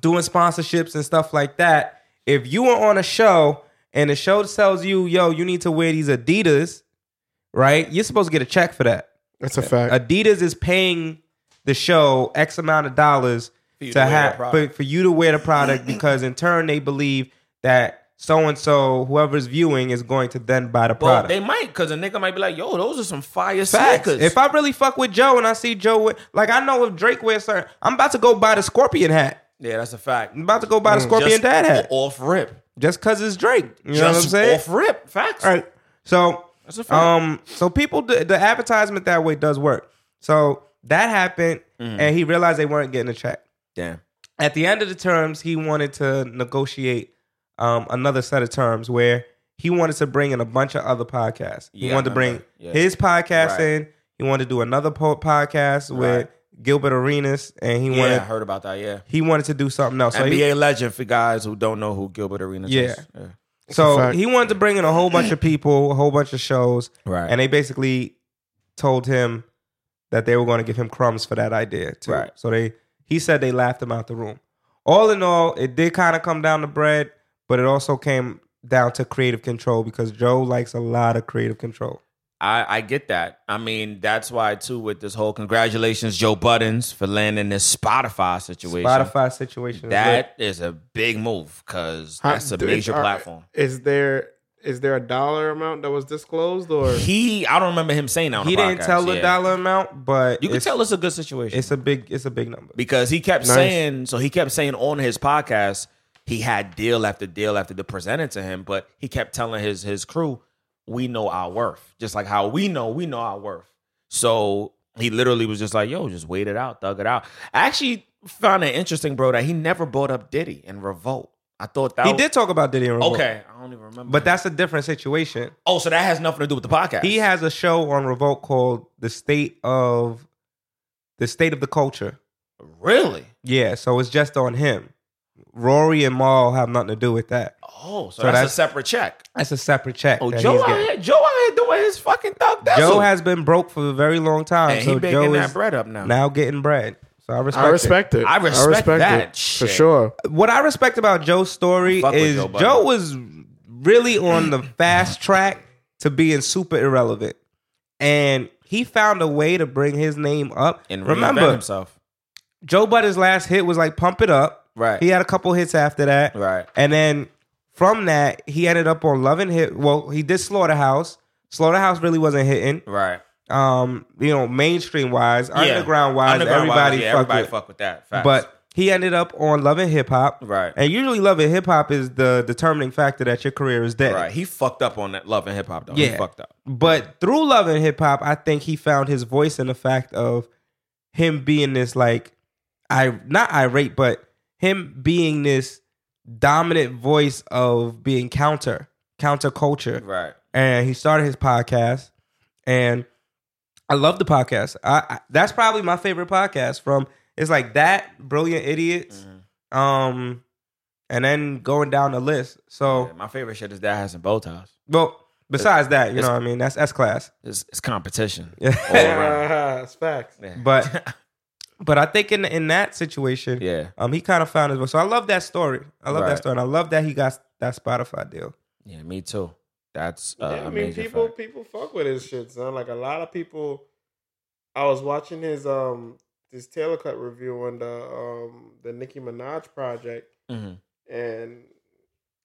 C: doing sponsorships and stuff like that, if you are on a show and the show tells you, yo, you need to wear these Adidas, right? You're supposed to get a check for that.
E: that's a fact.
C: Adidas is paying the show X amount of dollars
B: you
C: to
B: to wear
C: have
B: the product.
C: for, for you to wear the product because in turn they believe that so and so, whoever's viewing, is going to then buy the
B: Well,
C: product.
B: they might, because a nigga might be like, yo, those are some fire
C: Facts.
B: sneakers.
C: If I really fuck with Joe and I see Joe, with, like I know if Drake wears certain, I'm about to go buy the Scorpion hat.
B: Yeah, that's a fact.
C: I'm about to go buy the Scorpion
B: Mm, Just
C: Dad hat
B: Off rip.
C: just because it's Drake. You know what I'm
B: Just
C: saying?
B: Off rip. Facts.
C: All right. So,
B: That's a fact.
C: um, so people, do, the advertisement that way does work. So that happened,
B: Mm-hmm.
C: and he realized they weren't getting a check.
B: Damn.
C: At the end of the terms, he wanted to negotiate um, another set of terms where he wanted to bring in a bunch of other podcasts. He
B: Yeah, I
C: wanted to bring
B: remember. Yeah.
C: his podcast
B: Right.
C: in. He wanted to do another po- podcast with Gilbert Arenas, and he
B: Yeah, I
C: wanted
B: heard about that. Yeah.
C: he wanted to do something else. So he-
B: NBA legend for guys who don't know who Gilbert Arenas
C: Yeah.
B: is. Yeah.
C: So
E: a fact.
C: he wanted to bring in a whole bunch of people, a whole bunch of shows,
B: Right.
C: and they basically told him that they were going to give him crumbs for that idea too.
B: Right.
C: So they he said they laughed him out the room. All in all, it did kind of come down to bread, but it also came down to creative control because Joe likes a lot of creative control.
B: I, I get that. I mean, that's why too with this whole congratulations, Joe Buttons, for landing this Spotify situation.
C: Spotify situation. is
B: That is a big move because that's a
E: How-
B: major
E: are-
B: platform.
E: Is there is there a dollar amount that was disclosed or
B: He, I don't remember him saying that.
C: lit.
B: On
C: he
B: the
C: didn't
B: podcast,
C: tell the
B: yeah.
C: dollar amount, but
B: You can
C: it's,
B: tell it's a good situation
C: it's a big it's a big number.
B: because he kept
E: Nice.
B: saying. So he kept saying on his podcast he had deal after deal after the presented to him, but he kept telling his his crew, "We know our worth, just like how we know we know our worth." So he literally was just like, "Yo, just wait it out, thug it out." I actually found it interesting, bro, that he never brought up Diddy and Revolt. I thought that
C: He
B: was-
C: did talk about Diddy and Revolt,
B: Okay, I don't even remember.
C: but that's a different situation.
B: oh, so that has nothing to do with the podcast.
C: He has a show on Revolt called "The State of the State of the Culture."
B: really?
C: Yeah, so it's just on him. Rory and Maul have nothing to do with that.
B: Oh, so, that's,
C: that's-
B: a separate check.
C: That's a separate check.
B: Oh,
C: that
B: Joe
C: he's
B: out
C: getting.
B: here, Joe out here doing his fucking thug.
C: Joe
B: Joe has
C: has been broke for a very long time,
B: and
C: so
B: he
C: Joe
B: baking
C: is
B: that bread up now.
C: now getting bread. So I respect.
E: I
C: it.
E: respect it.
B: I respect that
E: it for
B: shit.
E: sure.
C: What I respect about Joe's story
B: Fuck with
C: is
B: Joe Budden.
C: Joe, was really on the fast track to being super irrelevant, and he found a way to bring his name up.
B: and remember
C: remember,
B: himself.
C: Joe Budden's last hit was like "Pump It Up."
B: Right.
C: He had a couple hits after that.
B: Right.
C: And then from that, he ended up on Love and Hit. Well, he did Slaughterhouse. Slaughterhouse really wasn't hitting.
B: Right.
C: Um, you know, mainstream wise, underground wise, everybody,
B: yeah,
C: fucked
B: everybody
C: with.
B: fuck with that. Facts.
C: But he ended up on Love and Hip Hop.
B: Right.
C: And usually Love and Hip Hop is the determining factor that your career is dead.
B: right, he fucked up on that love and hip hop though.
C: Yeah.
B: He fucked up.
C: But through Love and Hip Hop, I think he found his voice in the fact of him being this like I not irate, but him being this dominant voice of being counter, counterculture.
B: Right.
C: And he started his podcast. And I love the podcast. I, I that's probably my favorite podcast from it's like that, Brilliant Idiots.
B: Mm-hmm.
C: Um and then going down the list. So
B: Yeah, my favorite shit is that has some bow ties.
C: well, besides that, you
B: it's-
C: know what I mean? That's S class.
B: It's, it's competition.
C: Yeah.
B: All around.
E: That's facts.
B: Yeah.
C: But- But I think in in that situation,
B: yeah,
C: um, he kind of found his way. So I love that story. I love that
B: Right.
C: story, and I love that he got that Spotify deal.
B: yeah, me too. That's uh,
E: yeah, I
B: a
E: mean,
B: major
E: people
B: fact.
E: people fuck with his shit, son. Like a lot of people. I was watching his um his Taylor cut review on the um the Nicki Minaj project,
B: Mhm.
E: and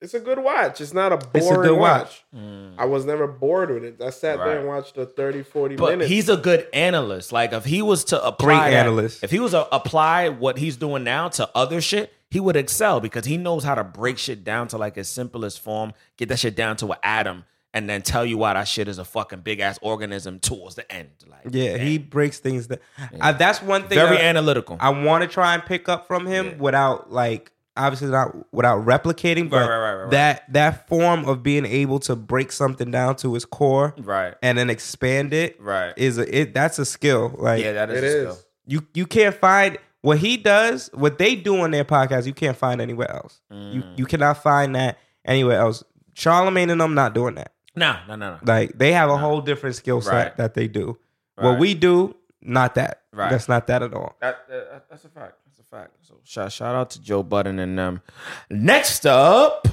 E: it's a good watch. It's not a boring
C: It's a good watch.
E: watch.
B: Mm.
E: I was never bored with it. I sat
B: Right.
E: there and watched the 30, 40
B: But
E: minutes.
B: he's a good analyst. Like if he was to apply
C: Great
B: that-
C: analyst.
B: if he was to apply what he's doing now to other shit, he would excel because he knows how to break shit down to like its simplest form, get that shit down to an atom, and then tell you why that shit is a fucking big ass organism towards the end. Like
C: Yeah, he breaks things that. I, that's one thing.
B: very
C: I,
B: analytical.
C: I want to try and pick up from him
B: Yeah.
C: without like obviously not without replicating, but
B: right, right, right, right.
C: that that form of being able to break something down to its core
B: right.
C: and then expand it
B: Right.
C: is a, it that's a skill. Like
B: yeah, that is
E: it
B: a
E: is.
B: skill.
C: you you can't find what he does, what they do on their podcast, you can't find anywhere else. You
B: Mm.
C: you cannot find that anywhere else. Charlemagne and them not doing that.
B: No, no, no, no.
C: Like they have a whole different skill set
B: Right.
C: that they do. What
B: Right.
C: we do, not that.
B: Right.
C: That's not that at all.
B: That, that- that's a fact. That's a fact. So shout, shout out to Joe Budden and them. Next up,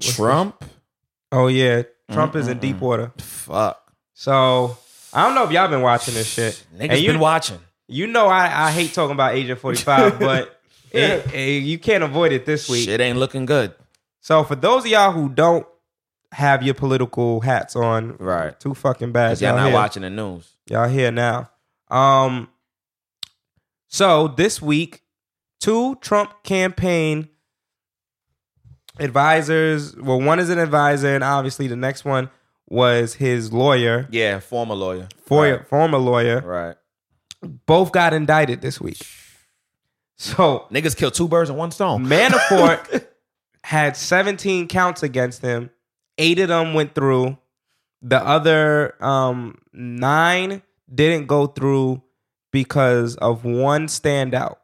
B: Trump.
C: Oh yeah, Trump is in deep water.
B: Fuck.
C: So I don't know if y'all been watching this shit.
B: Niggas
C: And you,
B: been watching.
C: you know I, I hate talking about Agent Forty Five, but it, it- you can't avoid it this week.
B: Shit ain't looking good.
C: So for those of y'all who don't have your political hats on,
B: Right.
C: too fucking bad.
B: Cause y'all
C: y'all
B: not
C: here.
B: watching the news.
C: Y'all here now. Um. So this week, two Trump campaign advisors. Well, one is an advisor, and obviously the next one was his lawyer,
B: Yeah, former lawyer.
C: for, former lawyer.
B: Right.
C: Both got indicted this week. So
B: Niggas kill two birds in one stone.
C: Manafort had 17 counts against him. Eight of them went through. The other um, nine didn't go through because of one standout.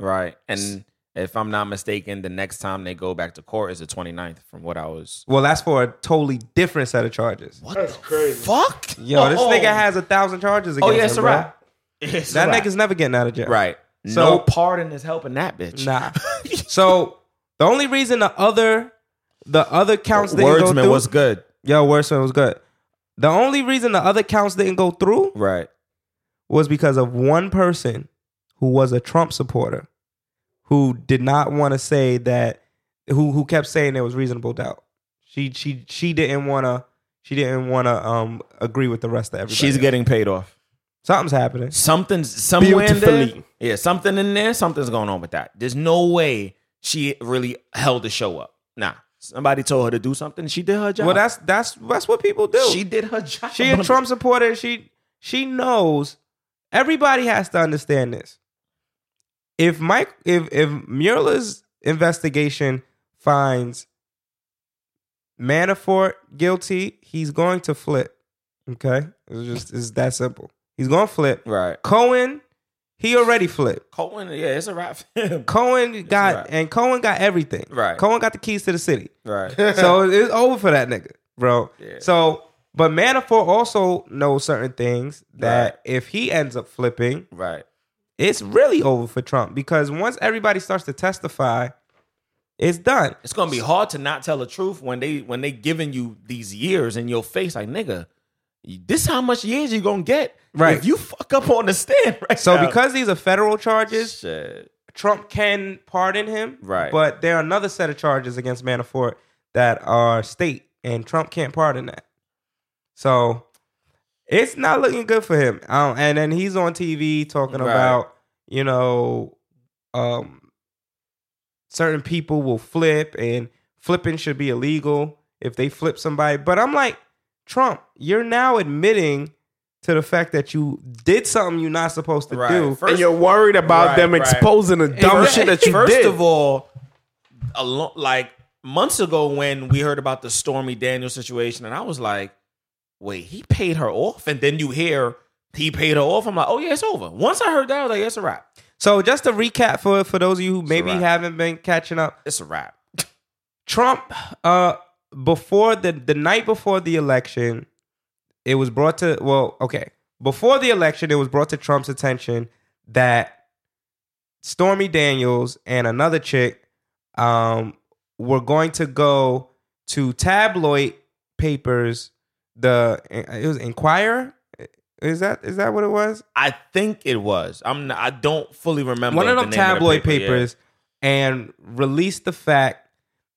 B: Right. And if I'm not mistaken, the next time they go back to court is the 29th, from what I was.
C: Well, that's for a totally different set of charges.
B: What
E: That's crazy.
B: fuck?
C: Yo, this nigga has a thousand charges against
B: Oh, yeah, it's
C: him,
B: a
C: bro.
B: wrap. It's a
C: That
B: wrap.
C: nigga's never getting out of jail.
B: Right.
C: So-
B: no pardon is helping that bitch.
C: Nah. so the only reason the other the other counts didn't go
B: Wordsman
C: through
B: was good.
C: yo wordsman was good. The only reason the other counts didn't go through
B: Right.
C: was because of one person who was a Trump supporter who did not want to say that who who kept saying there was reasonable doubt. She she she didn't want to she didn't want to um agree with the rest of everybody.
B: She's
C: else.
B: getting paid off.
C: something's happening.
B: Something's somewhere in there.
E: Beautifully.
B: Yeah, something in there. Something's going on with that. There's no way she really held the show up. Nah. Somebody told her to do something. She did her job.
C: Well, that's that's that's what people do.
B: she did her job.
C: She a Trump supporter. She she knows everybody has to understand this. If Mike if if Mueller's investigation finds Manafort guilty, he's going to flip. Okay? It's just it's that simple. He's going to flip.
B: Right.
C: Cohen, he already flipped.
B: Cohen, yeah, it's a wrap for him.
C: Cohen got
B: right.
C: and Cohen got everything.
B: Right.
C: Cohen got the keys to the city
B: Right.
C: so it's over for that nigga, bro.
B: Yeah.
C: So, but Manafort also knows certain things that
B: Right.
C: if he ends up flipping,
B: Right.
C: it's really over for Trump because once everybody starts to testify, it's done.
B: It's gonna be hard to not tell the truth when they when they giving you these years in your face, like nigga, this how much years you gonna get?
C: Right.
B: If you fuck up on the stand right
C: So,
B: now.
C: because these are federal charges,
B: shit.
C: Trump can pardon him,
B: Right.
C: But there are another set of charges against Manafort that are state, and Trump can't pardon that. So it's not looking good for him. Um, and then he's on TV talking
B: Right.
C: about you know, um, certain people will flip, and flipping should be illegal if they flip somebody. But I'm like, Trump, you're now admitting to the fact that you did something you're not supposed to
B: Right.
C: do.
B: First-
E: and you're worried about
B: Right,
E: them
B: right.
E: exposing the dumb
B: First-
E: shit that you
B: First
E: did.
B: of all, a lo- like months ago when we heard about the Stormy Daniels situation, and I was like, wait, he paid her off, and then you hear he paid her off. I'm like, oh yeah, it's over. Once I heard that, I was like, it's a wrap.
C: So just to recap for for those of you who maybe
B: wrap.
C: haven't been catching up,
B: It's a wrap.
C: Trump uh before the the night before the election, it was brought to well, okay. Before the election, it was brought to Trump's attention that Stormy Daniels and another chick um were going to go to tabloid papers, the it was Inquirer? Is that is that what it was?
B: I think it was. I'm. Not, I don't fully remember.
C: one of
B: the name
C: them
B: the
C: tabloid
B: paper, yeah.
C: papers and released the fact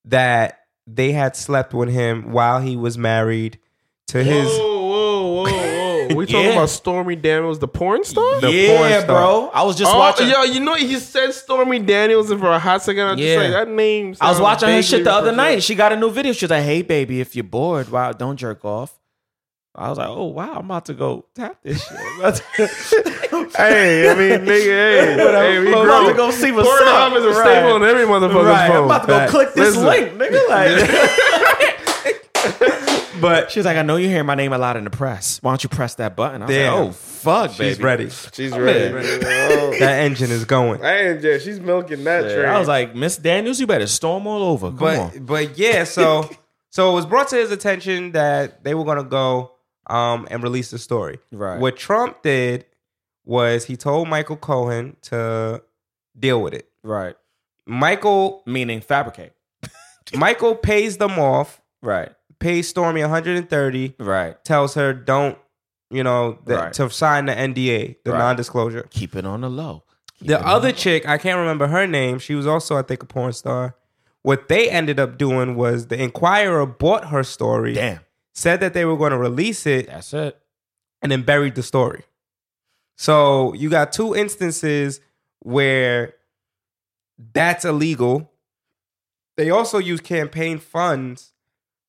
C: that they had slept with him while he was married to his
E: whoa, whoa, whoa, whoa. We
B: Yeah.
E: talking about Stormy Daniels, the porn star?
C: the porn
B: yeah,
C: star.
B: bro. I was just
E: oh,
B: watching.
E: yo, you know he said Stormy Daniels, and for a hot second, I was
B: Yeah.
E: just like, that name.
B: I was
E: sounds
B: watching her
E: vaguely
B: shit the other
E: familiar.
B: night. She got a new video. She was like, "Hey, baby, if you're bored, wow, don't jerk off." I was like, "Oh wow, I'm about to go tap this shit. I'm about to-
E: Hey, I mean, nigga, hey, hey, we
B: I'm about to
E: grow.
B: go see what's up.
E: Pornhub is a staple on every motherfucker's
B: Right. I'm
E: phone.
B: about to go click this
E: Listen.
B: link, nigga. Like,
C: But
B: she's like, "I know you hear my name a lot in the press. Why don't you press that button?" I was
C: Damn.
B: like, "Oh fuck, baby."
C: she's ready.
E: She's ready. Oh,
C: That engine is going.
E: I ain't just. She's milking that train.
B: I was like, "Miss Daniels, you better storm all over." Come
C: but
B: on.
C: but yeah, so so it was brought to his attention that they were gonna go um and release the story.
B: Right.
C: What Trump did was he told Michael Cohen to deal with it.
B: Right.
C: Michael
B: Meaning fabricate.
C: Michael pays them off,
B: Right.
C: pays Stormy 130,
B: Right.
C: tells her don't you know that,
B: Right.
C: to sign the NDA, the
B: Right.
C: non-disclosure.
B: Keep it on the low.
C: The other chick, I can't remember her name. She was also, I think, a porn star. What they ended up doing was the Inquirer bought her story,
B: Damn.
C: said that they were going to release it,
B: That's it.
C: and then buried the story. So you got two instances where That's illegal. They also use campaign funds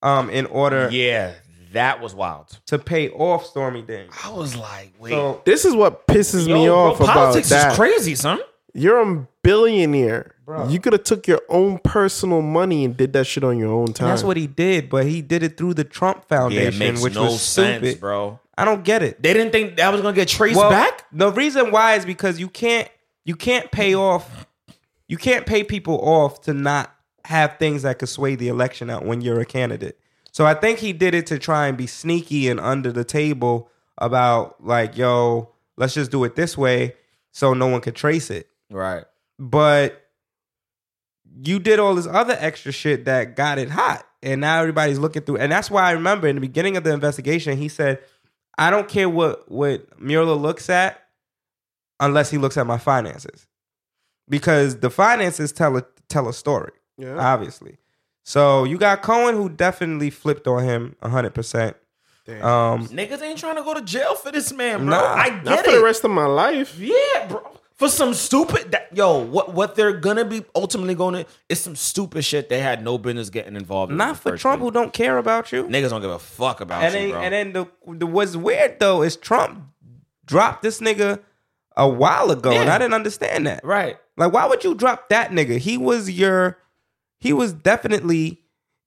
C: um, in order
B: Yeah, that was wild.
C: to pay off Stormy Daniels.
B: I was like, wait,
C: So
E: This is what pisses
B: yo,
E: me
B: bro,
E: off about
B: politics
E: that.
B: is crazy, son.
E: You're a billionaire.
C: Bro.
E: You could have took your own personal money and did that shit on your own time.
C: that's what he did, but he did it through the Trump Foundation, which was stupid.
B: bro.
C: I don't get it.
B: They didn't think that was gonna get traced
C: Well,
B: back.
C: The reason why is because you can't you can't pay off you can't pay people off to not have things that could sway the election out when you're a candidate. So I think he did it to try and be sneaky and under the table about like, yo, let's just do it this way so no one could trace it.
B: Right.
C: But you did all this other extra shit that got it hot. And now everybody's looking through. And that's why I remember in the beginning of the investigation, he said, I don't care what what Mueller looks at unless he looks at my finances. Because the finances tell a tell a story,
E: Yeah.
C: obviously. So you got Cohen who definitely flipped on him 100%.
E: Damn.
C: Um
B: Niggas ain't trying to go to jail for this man, bro.
C: Nah,
B: I
E: Not
B: get
E: for the
B: it.
E: rest of my life.
B: yeah, bro. For some stupid that, yo, what what they're gonna be ultimately gonna is some stupid shit they had no business getting involved in. in
C: not
B: the
C: for
B: first
C: Trump
B: place.
C: who don't care about you.
B: Niggas don't give a fuck about
C: and
B: you,
C: then,
B: bro.
C: and then the, the what's weird though is Trump dropped this nigga a while ago, and
B: Yeah.
C: I didn't understand that.
B: right.
C: Like, why would you drop that nigga? He was your, he was definitely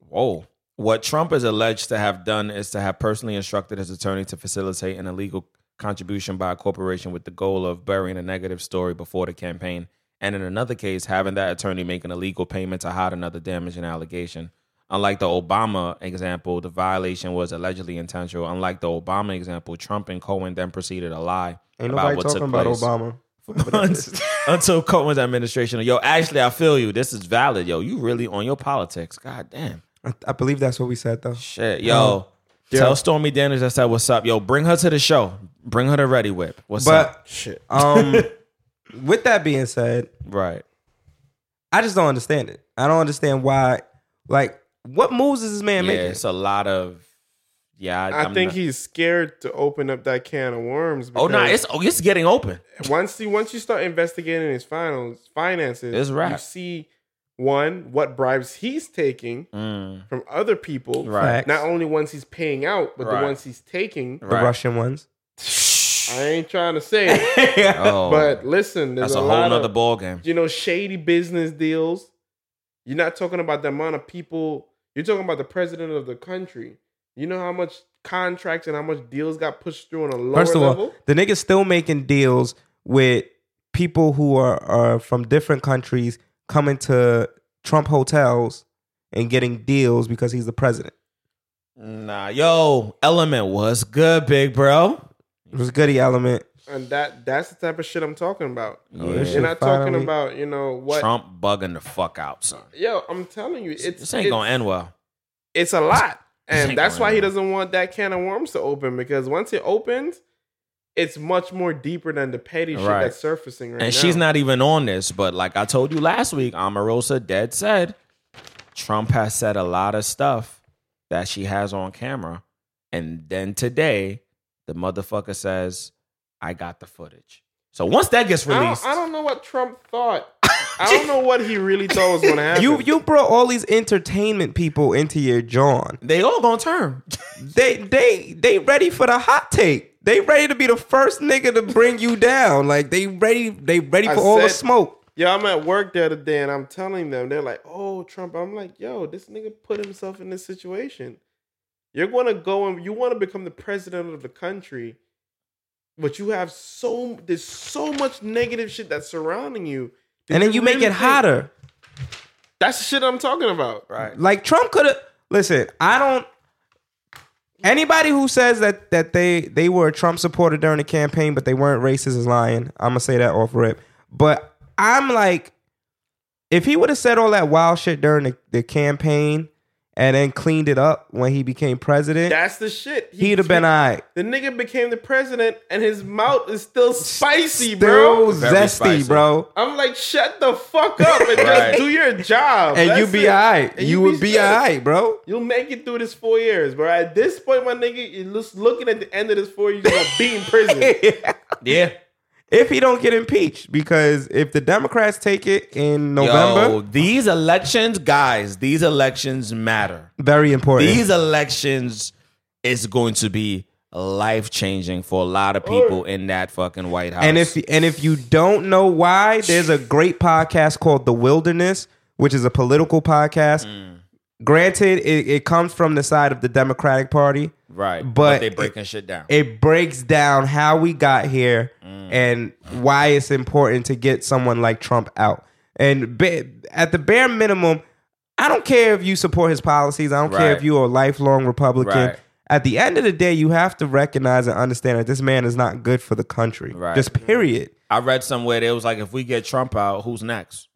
B: Whoa. What Trump is alleged to have done is to have personally instructed his attorney to facilitate an illegal contribution by a corporation with the goal of burying a negative story before the campaign. And in another case, having that attorney make an illegal payment to hide another damaging allegation. Unlike the Obama example, the violation was allegedly intentional. Unlike the Obama example, Trump and Cohen then proceeded to lie
C: ain't
B: about
C: nobody
B: what
C: talking
B: took
C: about
B: place
C: Obama.
B: months until Cohen's administration. Yo, actually, I feel you. This is valid. Yo, you really on your politics. God damn.
C: I, I believe that's what we said though.
B: Shit. Yo, tell Stormy Daniels I said what's up. Yo, bring her to the show. Bring her to Ready Whip. What's up?
C: But
E: Shit.
C: um, with that being said,
B: Right.
C: I just don't understand it. I don't understand why. Like, what moves is this man
B: Yeah,
C: making?
B: it's a lot of. Yeah,
E: I
B: I'm
E: think
B: not-
E: he's scared to open up that can of worms.
B: Oh no,
E: because-
B: it's oh, it's getting open.
E: once you once you start investigating his finals finances,
B: It's wrap.
E: you see one what bribes he's taking
B: Mm,
E: from other people,
B: Right.
C: Facts.
E: Not only ones he's paying out, but
B: Right.
E: the ones he's taking.
C: the
B: right.
C: Russian ones.
E: I ain't trying to say, it,
B: Oh,
E: but listen, there's
B: that's a,
E: a,
B: whole
E: lot
B: nother
E: of
B: ball game.
E: you know shady business deals. You're not talking about the amount of people. You're talking about the president of the country. You know how much contracts and how much deals got pushed through on a lower
C: First of
E: level.
C: all, the nigga's still making deals with people who are, are from different countries coming to Trump hotels and getting deals because he's the president.
B: Nah, yo, Element was good, big bro.
C: It was Goody Element.
E: and that that's the type of shit I'm talking about.
B: Oh, yeah.
C: This
E: You're
C: shit
E: not talking
C: finally-
E: about, you know, what
B: Trump bugging the fuck out, son.
E: yo, I'm telling you, it's
B: this ain't
E: it's,
B: gonna end well.
E: it's a lot.
B: This
E: And
B: ain't
E: that's
B: gonna
E: why he
B: end.
E: doesn't want that can of worms to open because once it opens, it's much more deeper than the petty shit
B: Right.
E: that's surfacing right now.
B: and she's not even on this, but like I told you last week, Omarosa dead said Trump has said a lot of stuff that she has on camera. And then today, the motherfucker says, I got the footage. So once that gets
E: I
B: released,
E: don't, I don't know what Trump thought. I don't know what he really thought was gonna happen.
C: You you brought all these entertainment people into your John.
B: they all gonna turn.
C: They they they ready for the hot take. They ready to be the first nigga to bring you down. Like they ready they ready for
E: I
C: all the
E: said-
C: smoke.
E: Yo, I'm at work the other day and I'm telling them, they're like, oh, Trump. I'm like, yo, this nigga put himself in this situation. You're going to go and you want to become the president of the country, but you have so, there's so much negative shit that's surrounding you. Did
C: And then you make
E: really
C: it
E: think-
C: hotter.
E: That's the shit I'm talking about.
B: Right.
C: Like Trump could have. Listen, I don't. Anybody who says that that they they were a Trump supporter during the campaign, but they weren't racist, is lying. I'm gonna say that off rip. But I'm like, if he would have said all that wild shit during the, the campaign and then cleaned it up when he became president,
E: That's the shit. He
C: he'd have been all right.
E: The nigga became the president and his mouth is still spicy,
C: Still
E: bro.
B: Very
C: zesty,
B: spicy.
C: bro.
E: I'm like, shut the fuck up and
B: Right.
E: just do your job.
C: And you
E: That's
C: be
E: it.
C: all right.
E: And
C: You
E: you
C: would
E: be
C: be all
E: straight.
C: right, bro.
E: You'll make it through this four years, bro. At this point, my nigga, you're just looking at the end of this four years, you're gonna be in prison.
C: yeah.
B: Yeah.
C: if he don't get impeached. Because if the Democrats take it in November,
B: Yo, these elections, guys, these elections matter.
C: very important.
B: These elections is going to be life changing for a lot of people in that fucking White House.
C: and if and if you don't know why, there's a great podcast called The Wilderness, which is a political podcast.
B: Mm.
C: Granted, it, it comes from the side of the Democratic Party.
B: right, but,
C: but
B: they breaking shit down.
C: It breaks down how we got here
B: Mm.
C: and why it's important to get someone like Trump out. And ba- at the bare minimum, I don't care if you support his policies. I don't care
B: Right.
C: if you are a lifelong Republican.
B: Right.
C: At the end of the day, you have to recognize and understand that this man is not good for the country.
B: Right. Mm-hmm.
C: Just period.
B: I read somewhere that it was like if we get Trump out, who's next?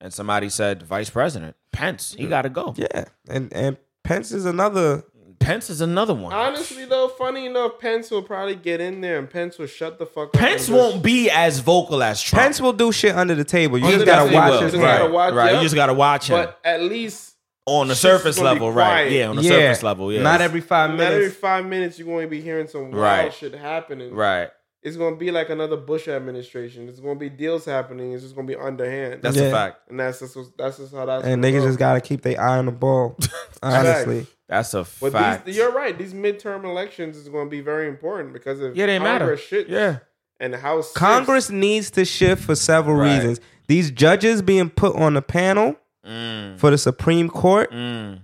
B: And somebody said Vice President Pence. He got to go.
C: Yeah. And and Pence is another
B: Pence is another one.
E: Honestly, though, funny enough, Pence will probably get in there and Pence will shut the fuck up.
B: Pence
E: and just-
B: won't be as vocal as Trump.
C: Pence will do shit under the table. You
E: Under
C: just
E: the
C: gotta
E: table.
C: watch
E: You
C: his
E: just
C: back.
E: gotta
B: right,
E: watch
B: right.
E: him.
B: You just gotta watch him
E: But at least
B: on the
E: shit's
B: surface
E: gonna be
B: level, right?
E: quiet.
B: Yeah, on the
C: yeah.
B: surface level. Yeah,
C: Not every five
E: not every
C: minutes.
E: five minutes you're going to be hearing some wild
B: Right.
E: shit happening.
B: right.
E: It's going to be like another Bush administration. It's going to be deals happening. It's just going to be underhand.
B: That's a
C: Yeah.
B: fact.
E: and that's just what's- that's just how that's
C: and
E: gonna
C: niggas
E: go.
C: just gotta keep their eye on the ball. Honestly.
B: That's a
E: But
B: fact.
E: these, you're right. These midterm elections is going to be very important because of
B: Yeah, they matter.
E: Shit,
B: Yeah.
E: and how
C: Congress needs to shift for several
B: Right.
C: reasons. These judges being put on the panel
B: Mm,
C: for the Supreme Court,
B: mm.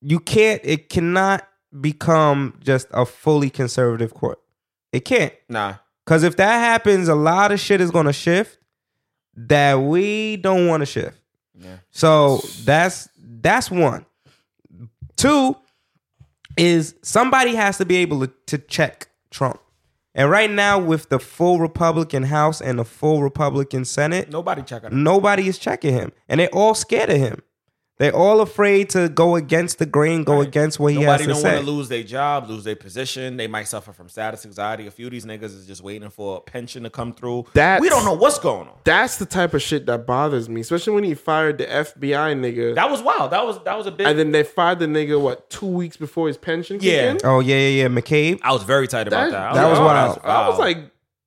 C: you can't, it cannot become just a fully conservative court. It can't.
B: Nah.
C: Because if that happens, a lot of shit is going to shift that we don't want to shift.
B: Yeah.
C: So that's that's one. Two is somebody has to be able to, to check Trump. And right now, with the full Republican House and the full Republican Senate,
B: Nobody check it.
C: nobody is checking him, and they're all scared of him. They're all afraid to go against the grain, go against what he
B: Nobody
C: has
B: don't
C: to
B: want
C: say.
B: to lose their job, lose their position. They might suffer from status anxiety. A few of these niggas is just waiting for a pension to come through.
E: That's-
B: we don't know what's going on.
E: That's the type of shit that bothers me, especially when he fired the FBI nigga,
B: That was wild. That was that was a big.
E: and then they fired the nigga what two weeks before his pension. kicked
B: Yeah.
E: in?
C: oh yeah, yeah, yeah, McCabe.
B: I was very tight about that. I
C: that was
B: like, oh,
C: wild.
B: that's
E: I was like,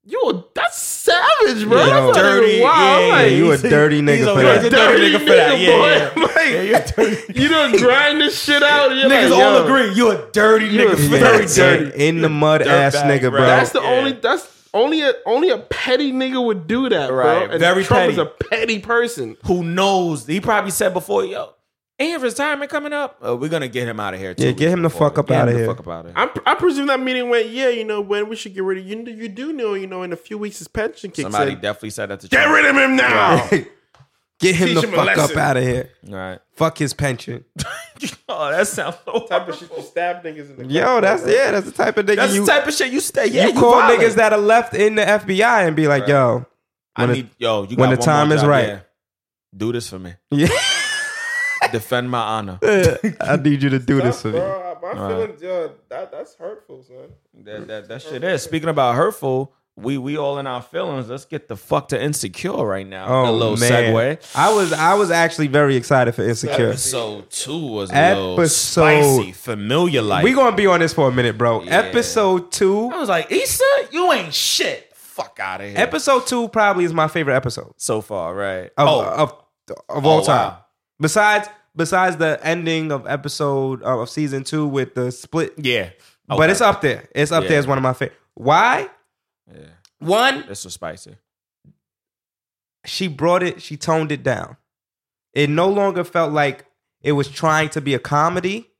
E: yo, that's savage, bro.
C: Yeah.
E: that's
B: Dirty,
E: dirty. Wow,
B: yeah,
E: like,
C: you a dirty nigga
B: he's
C: for
B: a-
C: that.
B: he's a
E: dirty nigga for that.
B: Yeah,
E: boy. Like,
B: you're dirty.
E: you don't grind this shit out. and You're
B: Niggas
E: like,
B: all
E: yo,
B: agree. You a dirty
E: You
B: nigga.
E: a
B: Very
E: dirty
B: dirty.
C: in the mud ass
B: dirtbag,
C: nigga,
B: bro.
C: bro.
E: That's the
B: Yeah.
E: only. That's only a only a petty nigga would do that,
B: Right.
E: bro. And
B: Very
E: Trump
B: petty.
E: is a petty person.
B: Who knows? He probably said before, yo, ain't retirement coming up. Uh, we're gonna get him out of here. two
C: Yeah, get
B: weeks
C: him the
B: before.
C: fuck up
B: Get him
C: outta
B: the
C: here.
B: Fuck up out of here.
E: I'm, I presume that meeting went. Yeah, you know when we should get rid of you. You do know, you know, in a few weeks his pension kicks
B: Somebody
E: in.
B: definitely said that to
E: Get
B: Trump.
E: rid of him now.
C: Get him
E: Teach
C: the
E: him a
C: fuck up
E: lesson.
C: out of here.
B: All right.
C: Fuck his pension.
B: oh, that sounds so
E: type of shit you stab niggas in the
C: Yo, that's yeah, that's the type of nigga
B: That's
C: you
B: the type of shit you stay. Yeah,
C: you, call niggas that are left in the FBI and be like, yo,
B: I
C: when it-
B: need yo. You
C: when
B: got
C: the
B: one
C: time
B: more
C: is
B: job,
C: right.
B: yeah. Do this for me.
C: yeah,
B: Defend my honor.
C: I need you to do this for me.
E: Bro, my feelings, yo, that, that's hurtful, son.
B: That, that, that shit is. Speaking about hurtful, we we all in our feelings. Let's get the fuck to insecure right now.
C: Oh
B: a little
C: man,
B: segue.
C: I was I was actually very excited for Insecure.
B: Episode two was a little
C: Episode-
B: spicy, familiar like.
C: We gonna be on this for a minute, bro.
B: Yeah. Oh,
C: Episode two.
B: I was like, Issa, you ain't shit. Fuck out of here.
C: Episode two probably is my favorite episode
B: so far, right?
C: of
B: oh,
C: of, of
B: Oh,
C: all
B: wow.
C: time. Besides besides the ending of episode uh, of season two with the split
B: yeah.
C: But it's up there. It's up
B: Yeah.
C: there as one of my favorite. Why?
B: Yeah.
C: One,
B: This was spicy.
C: she brought it, she toned it down. It no longer felt like it was trying to be a comedy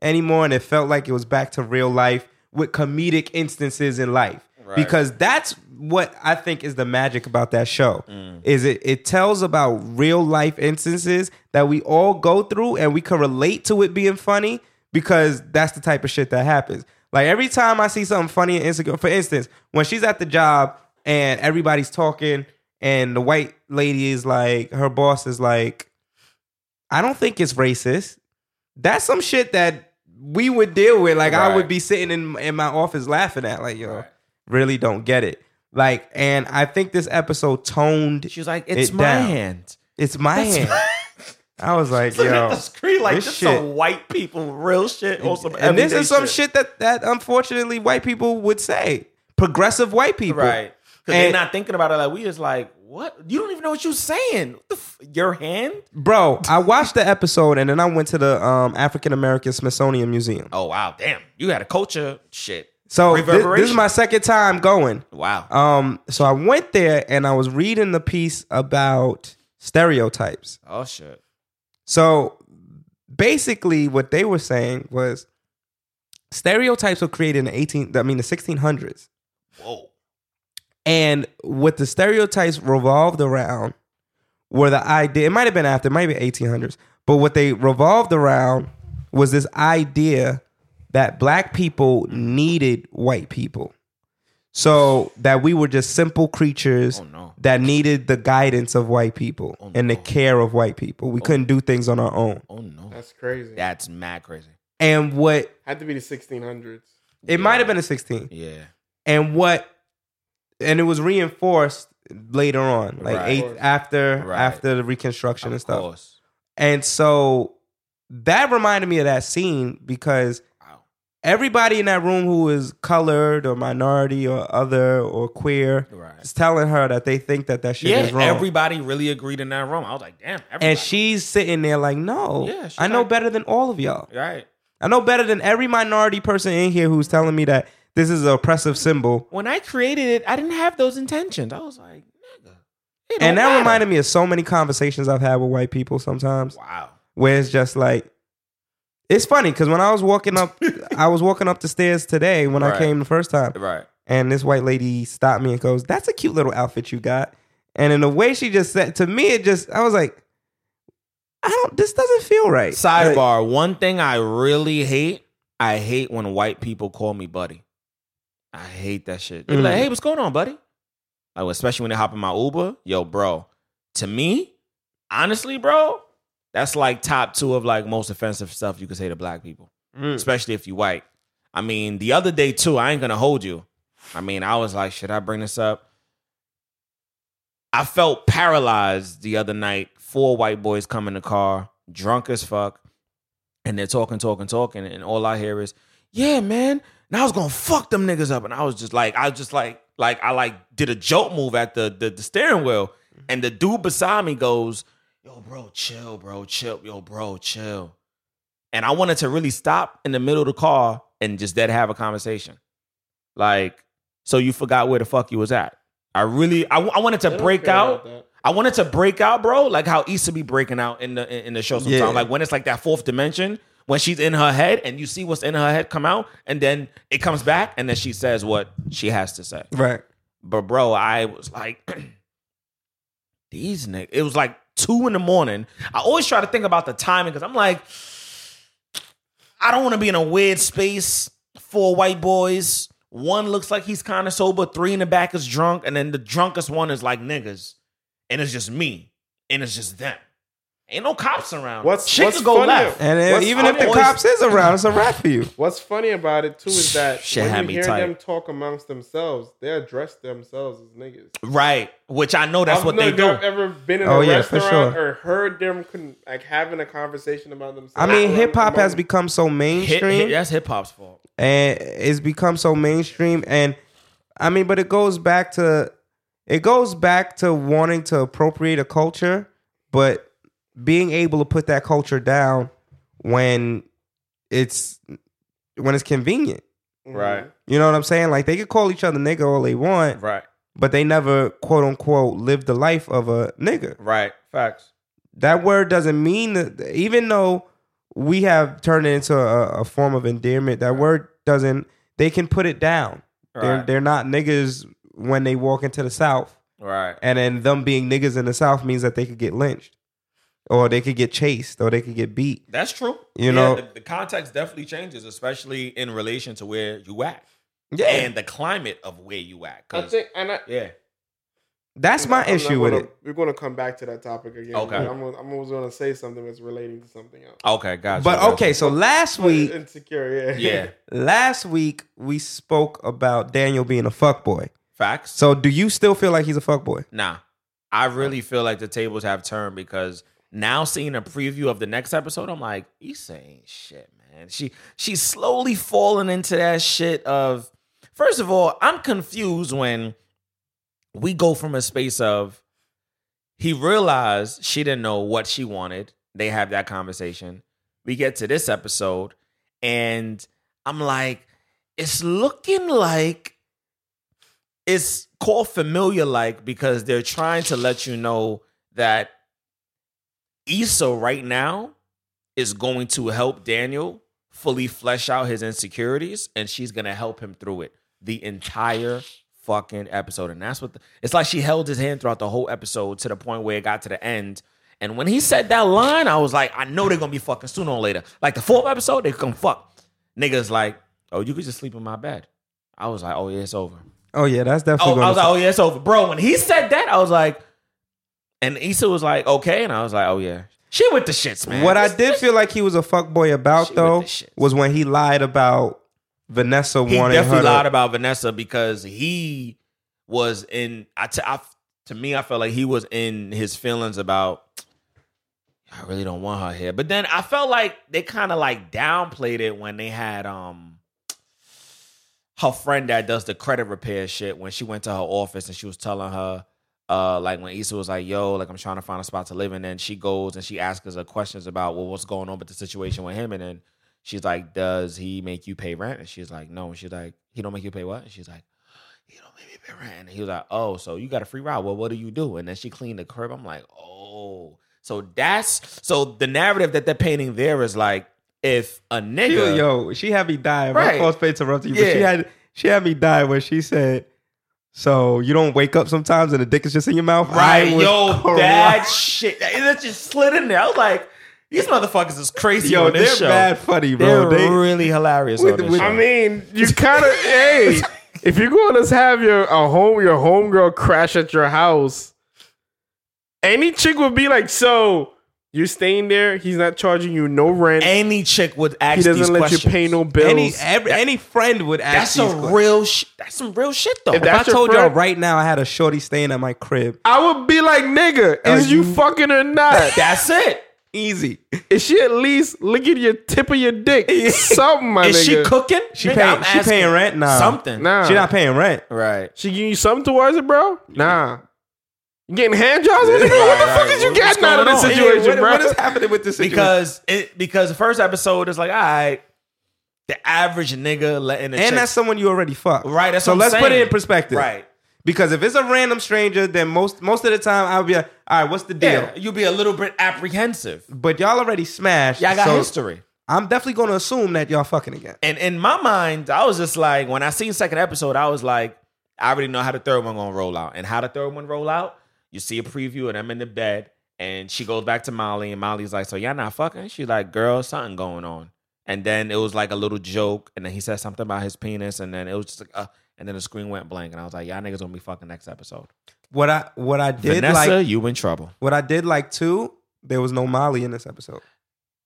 C: anymore, and it felt like it was back to real life with comedic instances in life.
B: Right.
C: Because that's what I think is the magic about that show. Is it it tells about real life instances that we all go through and we can relate to it being funny because that's the type of shit that happens. Like every time I see something funny in Instagram, for instance, when she's at the job and everybody's talking and the white lady is like, her boss is like, I don't think it's racist. That's some shit that we would deal with. Like I
B: Right.
C: would be sitting in in my office laughing at, like, yo, really don't get it. Like, and I think this episode toned
B: She was like, it's
C: It
B: my
C: down.
B: hand.
C: it's my hand. I was like,
B: Look at
C: yo.
B: the screen like
C: this
B: this
C: shit-
B: some white people real shit on some
C: And this
B: everyday
C: is some shit that that unfortunately white people would say. Progressive white people.
B: Right. Because they're
C: And-
B: not thinking about it like we just like, what? You don't even know what you're saying. What the f- your hand?
C: Bro, I watched the episode and then I went to the um, African American Smithsonian Museum.
B: Oh wow, damn. You had a culture shit.
C: So thi- this,
B: Reverberation.
C: is my second time going.
B: Wow.
C: Um, so I went there and I was reading the piece about stereotypes.
B: oh shit.
C: So basically, what they were saying was stereotypes were created in the eighteen, I mean the sixteen hundreds,
B: Whoa.
C: and what the stereotypes revolved around were the idea. It might have been after, it might be eighteen hundreds, but what they revolved around was this idea that black people needed white people. So that we were just simple creatures
B: Oh no.
C: that needed the guidance of white people
B: Oh,
C: and the
B: no.
C: care of white people. We couldn't do things on our own.
B: Oh no.
E: That's crazy.
B: That's mad crazy.
C: And what
E: Had to be the 1600s.
C: It might have been a 16.
B: Yeah.
C: And what and it was reinforced later on, like
B: Right.
C: eight after
B: Right.
C: after the reconstruction and
B: Of
C: stuff.
B: course.
C: And so that reminded me of that scene because
B: Wow.
C: everybody in that room who is colored or minority or other or queer
B: Right.
C: is telling her that they think that that shit
B: Yeah,
C: is wrong.
B: everybody really agreed in that room. I was like, damn, everybody.
C: and she's sitting there like, no,
B: Yeah, she's
C: I know
B: like-
C: better than all of y'all.
B: right.
C: I know better than every minority person in here who's telling me that this is an oppressive symbol
B: When I created it, I didn't have those intentions. I was like, nigga. it don't
C: And that
B: matter.
C: reminded me of so many conversations I've had with white people sometimes,
B: Wow.
C: where it's just like, it's funny because when I was walking up, I was walking up the stairs today when I
B: Right.
C: came the first time,
B: Right.
C: and this white lady stopped me and goes, "That's a cute little outfit you got," and in the way she just said to me, it just I was like, I don't, this doesn't feel right. Like,
B: Sidebar. one thing I really hate, I hate when white people call me buddy. I hate that shit. They be like,
C: Mm.
B: hey, what's going on, buddy? Like, especially when they hop in my Uber. Yo, bro. To me, honestly, bro, that's like top two of like most offensive stuff you could say to black people.
C: Mm.
B: Especially if you white. I mean, the other day too, I ain't gonna hold you. I mean, I was like, should I bring this up? I felt paralyzed the other night. Four white boys come in the car, drunk as fuck, and they're talking, talking, talking, and all I hear is, "Yeah, man." And I was gonna fuck them niggas up, and I was just like, I was just like, like I like did a joke move at the the, the steering wheel,
E: Mm-hmm.
B: and the dude beside me goes, "Yo, bro, chill, bro, chill, yo, bro, chill." And I wanted to really stop in the middle of the car and just dead have a conversation, like, so you forgot where the fuck you was at. I really, I, I wanted to
E: They don't
B: break
E: care
B: out.
E: about that.
B: I wanted to break out, bro. Like how Issa be breaking out in the in the show sometimes.
C: Yeah.
B: Like when it's like that fourth dimension, when she's in her head and you see what's in her head come out, and then it comes back, and then she says what she has to say.
C: right?
B: But bro, I was like, these niggas. It was like two in the morning. I always try to think about the timing because I'm like, I don't want to be in a weird space. Four white boys. One looks like he's kind of sober. Three in the back is drunk, and then the drunkest one is like niggas, and it's just me, and it's just them. Ain't no cops around.
E: What's-
B: Shit
E: what's
B: could go
E: funny-
B: left.
C: And then
E: What's-
C: even if the
B: always-
C: cops is around, it's a wrap for you.
E: What's funny about it too is that
B: Shit
E: when
B: had
E: you
B: me
E: hear
B: tight.
E: them talk amongst themselves, they address themselves as niggas.
B: Right, which I know that's
E: I've
B: what they
E: never-
B: do.
E: I've ever been in
C: Oh,
E: a
C: yeah, for
E: restaurant
C: sure.
E: or heard them con- like having a conversation about themselves. Mm-hmm.
C: I mean,
E: around
C: hip hop
E: the
C: has
E: moment.
C: become so
B: Hit-
C: mainstream.
B: hit- that's hip hop's fault.
C: and it's become so mainstream and i mean but it goes back to it goes back to wanting to appropriate a culture but being able to put that culture down when it's when it's convenient
E: right.
C: you know what i'm saying like they could call each other nigga all they want
B: Right,
C: but they never quote unquote live the life of a nigga
B: right, facts.
C: that word doesn't mean that even though we have turned it into a, a form of endearment that word doesn't they can put it down they're,
B: Right,
C: they're not niggas when they walk into the south
B: right.
C: and then them being niggas in the south means that they could get lynched or they could get chased or they could get beat
B: That's true.
C: You know-
B: the, the context definitely changes, especially in relation to where you at
C: yeah
B: and the climate of where you at.
E: I
B: 'cause-
E: think, and I,
B: yeah,
C: that's my
E: I'm not
C: issue with
E: gonna-
C: it
E: We're going to come back to that topic again.
B: Okay.
E: I'm, gonna- I'm always going to say something that's relating to something else.
B: okay, gotcha.
C: but
B: gotcha.
C: okay so last week
E: insecure. Yeah.
B: yeah,
C: last week we spoke about daniel being a fuckboy
B: facts.
C: so do you still feel like he's a fuckboy
B: nah, I really feel like the tables have turned because now seeing a preview of the next episode, I'm like, Issa ain't shit, man. She she's slowly falling into that shit of. First of all, I'm confused when we go from a space of he realized she didn't know what she wanted. They have that conversation. We get to this episode, and I'm like, it's looking like it's called familiar like because they're trying to let you know that Issa right now is going to help Daniel fully flesh out his insecurities and she's going to help him through it the entire fucking episode. And that's what the, it's like she held his hand throughout the whole episode to the point where it got to the end. And when he said that line, I was like, I know they're gonna be fucking sooner or later. Like the fourth episode, they come fuck. Niggas like, oh, you could just sleep in my bed. I was like, oh yeah, it's over.
C: Oh yeah, that's definitely.
B: Oh,
C: going
B: I was like, oh yeah, it's over, bro. When he said that, I was like, and Issa was like, okay, and I was like, oh yeah, she with the shits, man.
C: What I
B: This-
C: did feel like he was a fuckboy about
B: She with
C: though
B: the shits.
C: was when he lied about Vanessa
B: he
C: wanting
B: definitely
C: her. To,
B: lied about Vanessa because he was in. I, t- I to me, I felt like he was in his feelings about. I really don't want her here, but then I felt like they kind of like downplayed it when they had um her friend that does the credit repair shit when she went to her office and she was telling her. Uh, like when Issa was like, "Yo, like I'm trying to find a spot to live," in," and then she goes and she asks us her questions about well, what's going on with the situation with him, and then She's like, "Does he make you pay rent?" And she's like, "No." And she's like, "He don't make you pay what?" And she's like, "He don't make me pay rent." And he was like, "Oh, so you got a free ride? Well, what do you do?" And then she cleaned the curb. I'm like, "Oh, so that's so the narrative that they're painting there is like if a
C: She
B: nigga,
C: was- yo, she had me die. My
B: Right.
C: fault to interrupt you, but she
B: Yeah.
C: had she had me die when she said, "So you don't wake up sometimes and the dick is just in your mouth."
B: right,
C: I was
B: yo,
C: crying.
B: that shit, that, that just slid in there." I was like, "These motherfuckers is crazy
C: Yo,
B: on
C: they're
B: this show.
C: bad funny, bro.
B: they're
C: They-
B: really hilarious
C: With-
B: on this
C: with-
B: show."
E: I mean,
D: You kind of hey, if you're going to have your a home your homegirl crash at your house, any chick would be like, "So you're staying there? He's not charging you no rent.
B: any chick would ask
D: he
B: these
D: doesn't let
B: questions.
D: you pay no bills.
C: any every, any friend would
B: That's
C: ask. these
B: some
C: questions.
B: real. Sh- that's some real shit though.
D: If
C: If I
D: That's your
C: told y'all
D: friend?
C: right now, I had a shorty staying at my crib.
D: I would be like, "Nigga,
C: Are
D: is you,
C: you-
D: fucking or not?
B: That's it.
C: Easy.
D: is she at least licking your tip of your dick? Something, my
B: Is
D: nigga.
B: she cooking?
C: She
B: Nigga,
C: paying-
B: I'm
C: she
B: asking
C: paying rent? Nah.
B: Something.
D: nah,
C: She not paying rent.
B: Right.
D: She give you something towards it, bro? Nah. You getting hand jobs? What the, what the
B: Right,
D: fuck
B: right.
D: is you
B: What's
D: getting out of
B: going
D: this
B: on? Yeah,
D: situation,
C: what-
D: bro?
C: what is happening with this situation?
B: Because it because the first episode is like, all right, the average nigga letting a
C: and
B: chick-
C: that's someone you already fucked.
B: Right, that's
C: so
B: what I'm
C: let's put it
B: saying.
C: in perspective.
B: right.
C: Because if it's a random stranger, then most most of the time I'll be like, all right, what's the deal?
B: Yeah, you'll be a little bit apprehensive.
C: But y'all already smashed.
B: Yeah, I got
C: so
B: history.
C: I'm definitely going to assume that y'all fucking again.
B: And in my mind, I was just like, when I seen second episode, I was like, I already know how the third one gonna roll out. And how the third one roll out, you see a preview and I'm in the bed and she goes back to Molly and Molly's like, so y'all not fucking? She's like, girl, something going on. And then it was like a little joke and then he said something about his penis and then it was just like, uh, and then the screen went blank and I was like, y'all niggas gonna be fucking next episode.
C: What I what I did
B: Vanessa,
C: like
B: you in trouble.
C: what I did like too. There was no Molly in this episode.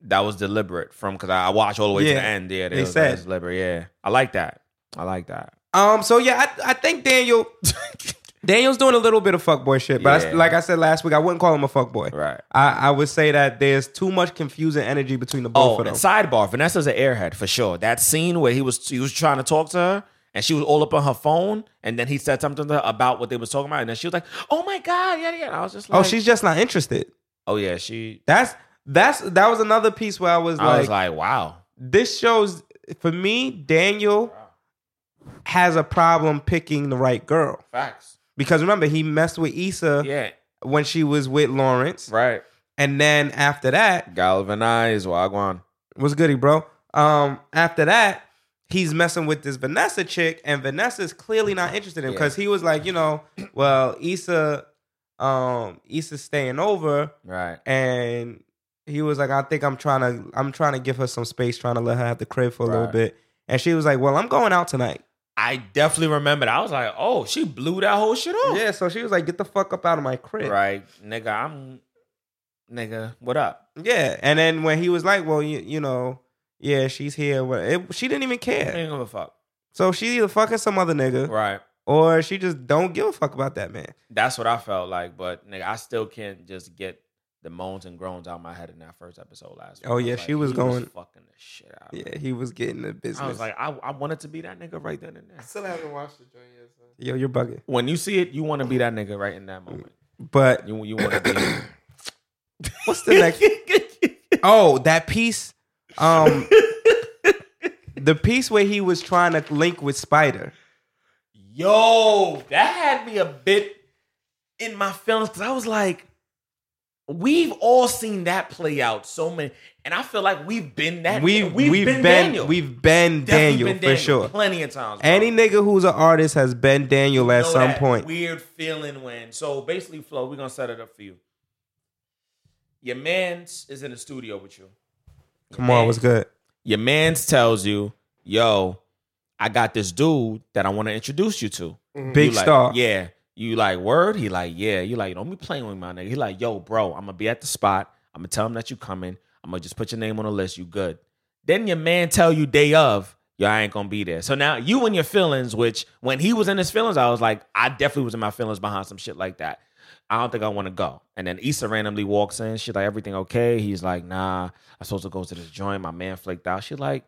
B: That was deliberate from because I, I watched all the way to
C: Yeah,
B: the end. Yeah,
C: they
B: they was,
C: said.
B: that was deliberate. Yeah, I like that. I like that.
C: Um. So yeah, I, I think Daniel Daniel's doing a little bit of fuckboy shit, but I-
B: Yeah.
C: like I said last week, I wouldn't call him a fuckboy.
B: Right.
C: I, I would say that there's too much confusing energy between the both
B: Oh,
C: of them.
B: and sidebar: Vanessa's an airhead for sure. That scene where he was he was trying to talk to her, and she was all up on her phone, and then he said something to her about what they was talking about, and then she was like, "Oh my god, yeah, yeah." And I was just like,
C: oh, she's just not interested.
B: oh yeah, she."
C: That's that's that was another piece where I was
B: I
C: like,
B: was like, "Wow,
C: this shows for me Daniel has a problem picking the right girl
B: facts."
C: because remember he messed with Issa
B: Yeah,
C: when she was with Lawrence,
B: right.
C: and then after that
B: Galvanized Wagwan.
C: was goody, bro. Um, after that he's messing with this Vanessa chick, and Vanessa's clearly not interested in him
B: Yeah.
C: because he was like, you know, well Issa, um, Issa's staying over,
B: Right.
C: and he was like, "I think I'm trying to, I'm trying to give her some space, trying to let her have the crib for a little
B: Right.
C: bit." And she was like, "Well, I'm going out tonight."
B: I definitely remembered. I was like, "Oh, she blew that whole shit off."
C: Yeah, so she was like, "Get the fuck up out of my crib."
B: Right, nigga. I'm, nigga. What up?
C: Yeah, and then when he was like, "Well, you, you know, yeah, she's here," well, it, she didn't even
B: I
C: care.
B: ain't give a fuck.
C: So she either fucking some other nigga,
B: Right.
C: or she just don't give a fuck about that man.
B: That's what I felt like, but nigga, I still can't just get the moans and groans out of my head in that first episode last week.
C: Oh,
B: I was
C: yeah,
B: like,
C: she was
B: he
C: going-
B: fucking the shit out. of me.
C: Yeah, he was getting the business.
B: I was like, I, I wanted to be that nigga right then and there.
E: I still haven't watched the joint yet. So.
C: Yo, you're bugging.
B: When you see it, you want to be that nigga right in that moment.
C: But
B: You you want to be.
C: what's the next? Oh, that piece. Um, the piece where he was trying to link with Spider.
B: Yo, that had me a bit in my feelings because I was like, we've all seen that play out so many, and I feel like we've been that.
C: We've
B: we've, been, Daniel.
C: We've been
B: Definitely
C: Daniel
B: been
C: for sure.
B: Plenty of times. bro.
C: Any nigga who's an artist has been Daniel at
B: know
C: some
B: that
C: point.
B: Weird feeling when. So basically, Flo, we're gonna set it up for you. Your man's is in the studio with you.
C: Come on, what's good?
B: Your man's tells you, "Yo, I got this dude that I want to introduce you to." you
C: Big
B: like,
C: star.
B: Yeah. You like word? He like, yeah. You like, don't be playing with my nigga. He like, yo, bro, I'm gonna be at the spot. I'm gonna tell him that you coming. I'm gonna just put your name on the list. You good. Then your man tell you day of, yo, I ain't gonna be there. So now you and your feelings, which when he was in his feelings, I was like, I definitely was in my feelings behind some shit like that. I don't think I want to go. And then Issa randomly walks in. She like, everything okay? He's like, nah, I supposed to go to this joint. My man flaked out. She like,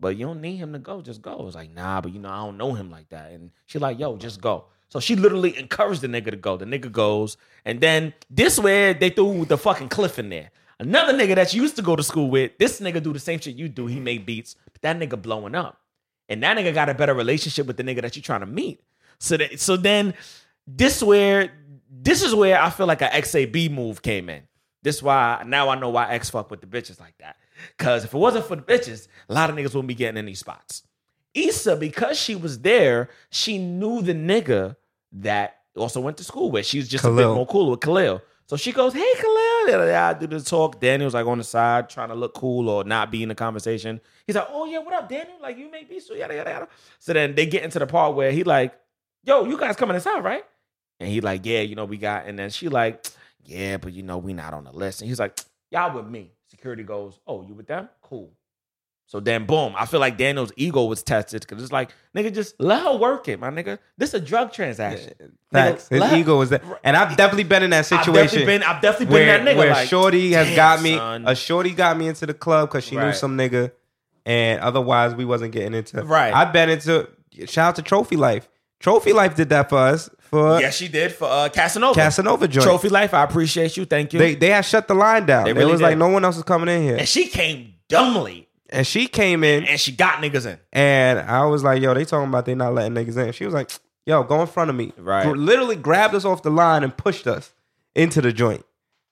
B: but you don't need him to go. Just go. I was like, nah, but you know, I don't know him like that. And she like, yo, just go. So she literally encouraged the nigga to go. The nigga goes, and then this where they threw the fucking cliff in there. Another nigga that you used to go to school with, this nigga do the same shit you do. He make beats, but that nigga blowing up, and that nigga got a better relationship with the nigga that you trying to meet. So that, so then this where this is where I feel like a XAB move came in. This why now I know why X fuck with the bitches like that. Cause if it wasn't for the bitches, a lot of niggas wouldn't be getting in these spots. Issa, because she was there, she knew the nigga that also went to school with. She was just a bit
C: Khalil.
B: more cool with Khalil. So she goes, hey Khalil, da, da, da. I do the talk. Daniel's like on the side trying to look cool or not be in the conversation. He's like, oh yeah, what up, Daniel? Like you may be so yada yada yada. So then they get into the part where he like, yo, you guys coming inside, right? And he like, yeah, you know, we got. And then she like, yeah, but you know, we not on the list. And he's like, y'all with me. Security goes, oh, you with them? Cool. So then, boom. I feel like Daniel's ego was tested because it's like, nigga, just let her work it, my nigga. This a drug transaction.
C: Facts.
B: Nigga,
C: His
B: let-
C: ego was there, and I've definitely been in that
B: I've
C: situation.
B: definitely been, I've definitely
C: where,
B: been that nigga.
C: where
B: like,
C: Shorty has
B: "Damn,
C: got me.
B: son."
C: A Shorty got me into the club because she knew
B: Right.
C: some nigga, and otherwise we wasn't getting into.
B: Right.
C: I've been into. Shout out to Trophy Life. Trophy Life did that for us for
B: yeah, she did for uh, Casanova.
C: Casanova joint.
B: Trophy life. I appreciate you. Thank you.
C: They they had shut the line down.
B: They
C: It
B: really
C: was
B: did.
C: like no one else is coming in here,
B: and she came dumbly
C: and she came in,
B: and she got niggas in.
C: and I was like, "Yo, they talking about they not letting niggas in." She was like, "Yo, go in front of me."
B: Right.
C: Gr- Literally grabbed us off the line and pushed us into the joint,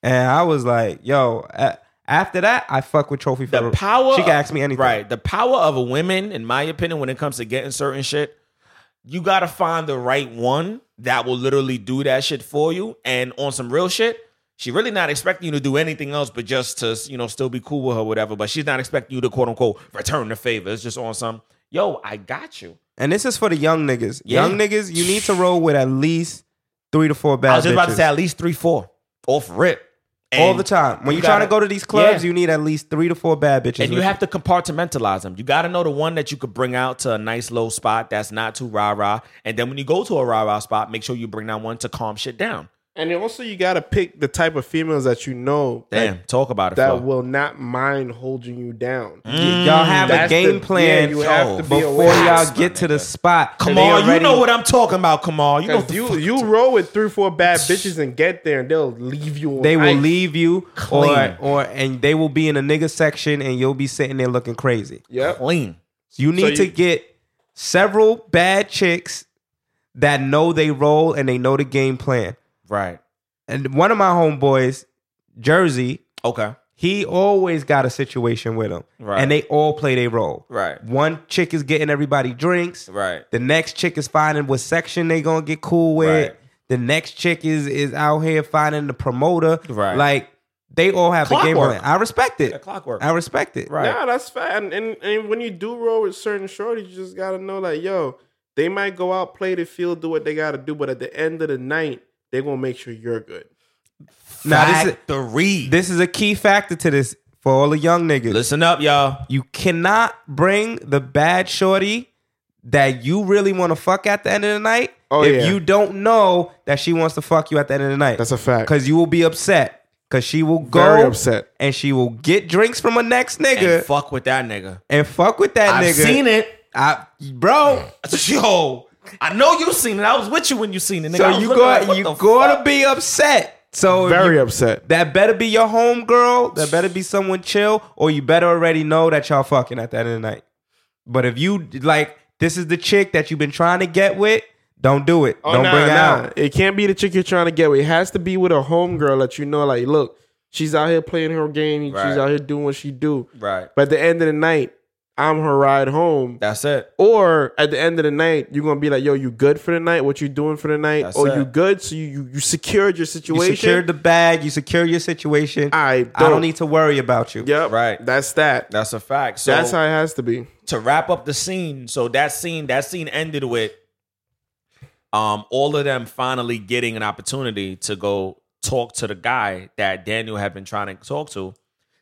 C: and I was like, "Yo." a- after that, I fuck with Trophy.
B: the
C: for
B: power
C: She can
B: of-
C: ask me anything.
B: Right. The power of a woman, in my opinion, when it comes to getting certain shit, you gotta find the right one that will literally do that shit for you. And on some real shit, she really not expecting you to do anything else but just to, you know, still be cool with her, whatever. But she's not expecting you to quote unquote return the favor. It's just on some, yo, I got you.
C: And this is for the young niggas.
B: Yeah.
C: Young niggas, you need to roll with at least three to four bad
B: I was just about to
C: bitches.
B: say at least three, four. Off rip.
C: all
B: And
C: the time. When
B: you
C: you trying to
B: gotta-
C: go to these clubs,
B: Yeah.
C: you need at least three to four bad bitches.
B: And you
C: with
B: have to compartmentalize them. You got to know the one that you could bring out to a nice low spot that's not too rah rah. And then when you go to a rah rah spot, make sure you bring that one to calm shit down.
E: And also, you gotta pick the type of females that you know that,
B: Damn, talk about it.
E: that
B: Flo.
E: will not mind holding you down.
C: Y- y'all Mm. have a
E: That's
C: game
E: the-
C: plan Oh,
E: yeah, you have to be
C: before
E: aware.
C: y'all
B: That's my
C: get to the
B: nigga.
C: spot.
B: Kamal,
C: They
B: you
C: already-
B: know what I'm talking about, Kamal. You know what
E: If
B: the
E: you
B: fuck-
E: you roll with three four bad bitches and get there, and they'll leave you. On
C: They will
E: ice.
C: leave you,
B: Clean.
C: or or and they will be in a nigga section, and you'll be sitting there looking crazy.
E: Yep.
B: clean.
C: You need to
E: you-
C: get several bad chicks that know they roll and they know the game plan.
B: Right.
C: And one of my homeboys, Jersey,
B: Okay.
C: he always got a situation with him.
B: Right.
C: And they all play their role.
B: Right.
C: One chick is getting everybody drinks.
B: Right.
C: The next chick is finding what section they gonna get cool with.
B: Right.
C: The next chick is is out here finding the promoter.
B: Right.
C: Like they all have the game plan.
B: Clockwork.
C: I respect it.
B: Yeah, clockwork.
C: I respect it.
B: Right.
E: Nah, that's fine. And, and and when you do roll with certain shorties, you just gotta know like, yo, they might go out, play the field, do what they gotta do, but at the end of the night, they gonna make sure you're good.
C: Now this is
B: Factory.
C: this is a key factor to this for all the young niggas.
B: Listen up, y'all.
C: You cannot bring the bad shorty that you really want to fuck at the end of the night
E: Oh,
C: if
E: yeah.
C: you don't know that she wants to fuck you at the end of the night.
E: That's a fact.
C: Because you will be upset. Because she will go
E: Very upset.
C: and she will get drinks from a next nigga
B: And
C: and,
B: fuck with that nigga.
C: fuck with that
B: I've
C: nigga.
B: seen it.
C: I, bro,
B: Yo, I know you seen it. I was with you when you seen it. Nigga. I
C: So
B: was
C: you
B: looking like,
C: go,
B: what
C: you
B: the
C: gonna be upset. So if
E: Very
C: you-
E: upset.
C: That better be your homegirl. That better be someone chill, or you better already know that y'all fucking at the end of the night. But if you like, this is the chick that you've been trying to get with. Don't do it.
F: Oh,
C: don't
F: nah,
C: bring her
F: nah.
C: out.
E: It can't be the chick you're trying to get with. It has to be with a homegirl that you know, like, look, she's out here playing her game.
B: Right.
E: She's out here doing what she do.
B: Right.
E: But at the end of the night, I'm her ride home.
B: That's it.
E: Or at the end of the night, you're gonna be like, yo, you good for the night? What you doing for the night?
B: That's
E: or
B: it.
E: you good? So you, you you secured your
C: You
E: situation.
C: secured the bag. You secured your situation. I,
E: I don't,
C: don't need to worry about you.
E: Yep.
B: Right.
E: That's that.
B: That's a fact. So
E: That's how it has to be.
B: to wrap up the scene, so that scene, that scene ended with um all of them finally getting an opportunity to go talk to the guy that Daniel had been trying to talk to.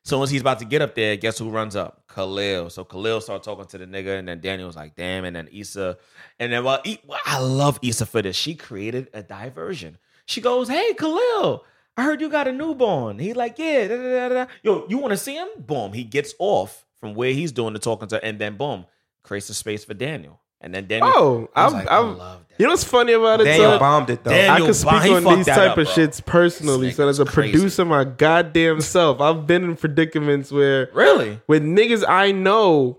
B: So as he's about to get up there, guess who runs up? Khalil. So Khalil started talking to the nigga, and then Daniel was like, damn, and then Issa. And then well, E- well, I love Issa for this. She created a diversion. She goes, Hey, Khalil, I heard you got a newborn. He's like, Yeah, da, da, da, da. yo, you want to see him? Boom. He gets off from where he's doing the talking to, and then boom, creates a space for Daniel. And then Daniel
E: Oh,
B: I was
E: I'm,
B: like, I
E: I'm,
B: love that.
E: you know what's funny about it?
C: Daniel
E: Tom?
C: bombed it though.
B: Damn.
E: I
B: Daniel
E: can speak
B: Bond, he
E: on
B: fucked
E: these
B: that
E: type
B: up,
E: of
B: bro.
E: shits personally.
B: This
E: So as a
B: nigga's crazy.
E: producer, my goddamn self, I've been in predicaments where
B: Really?
E: with niggas I know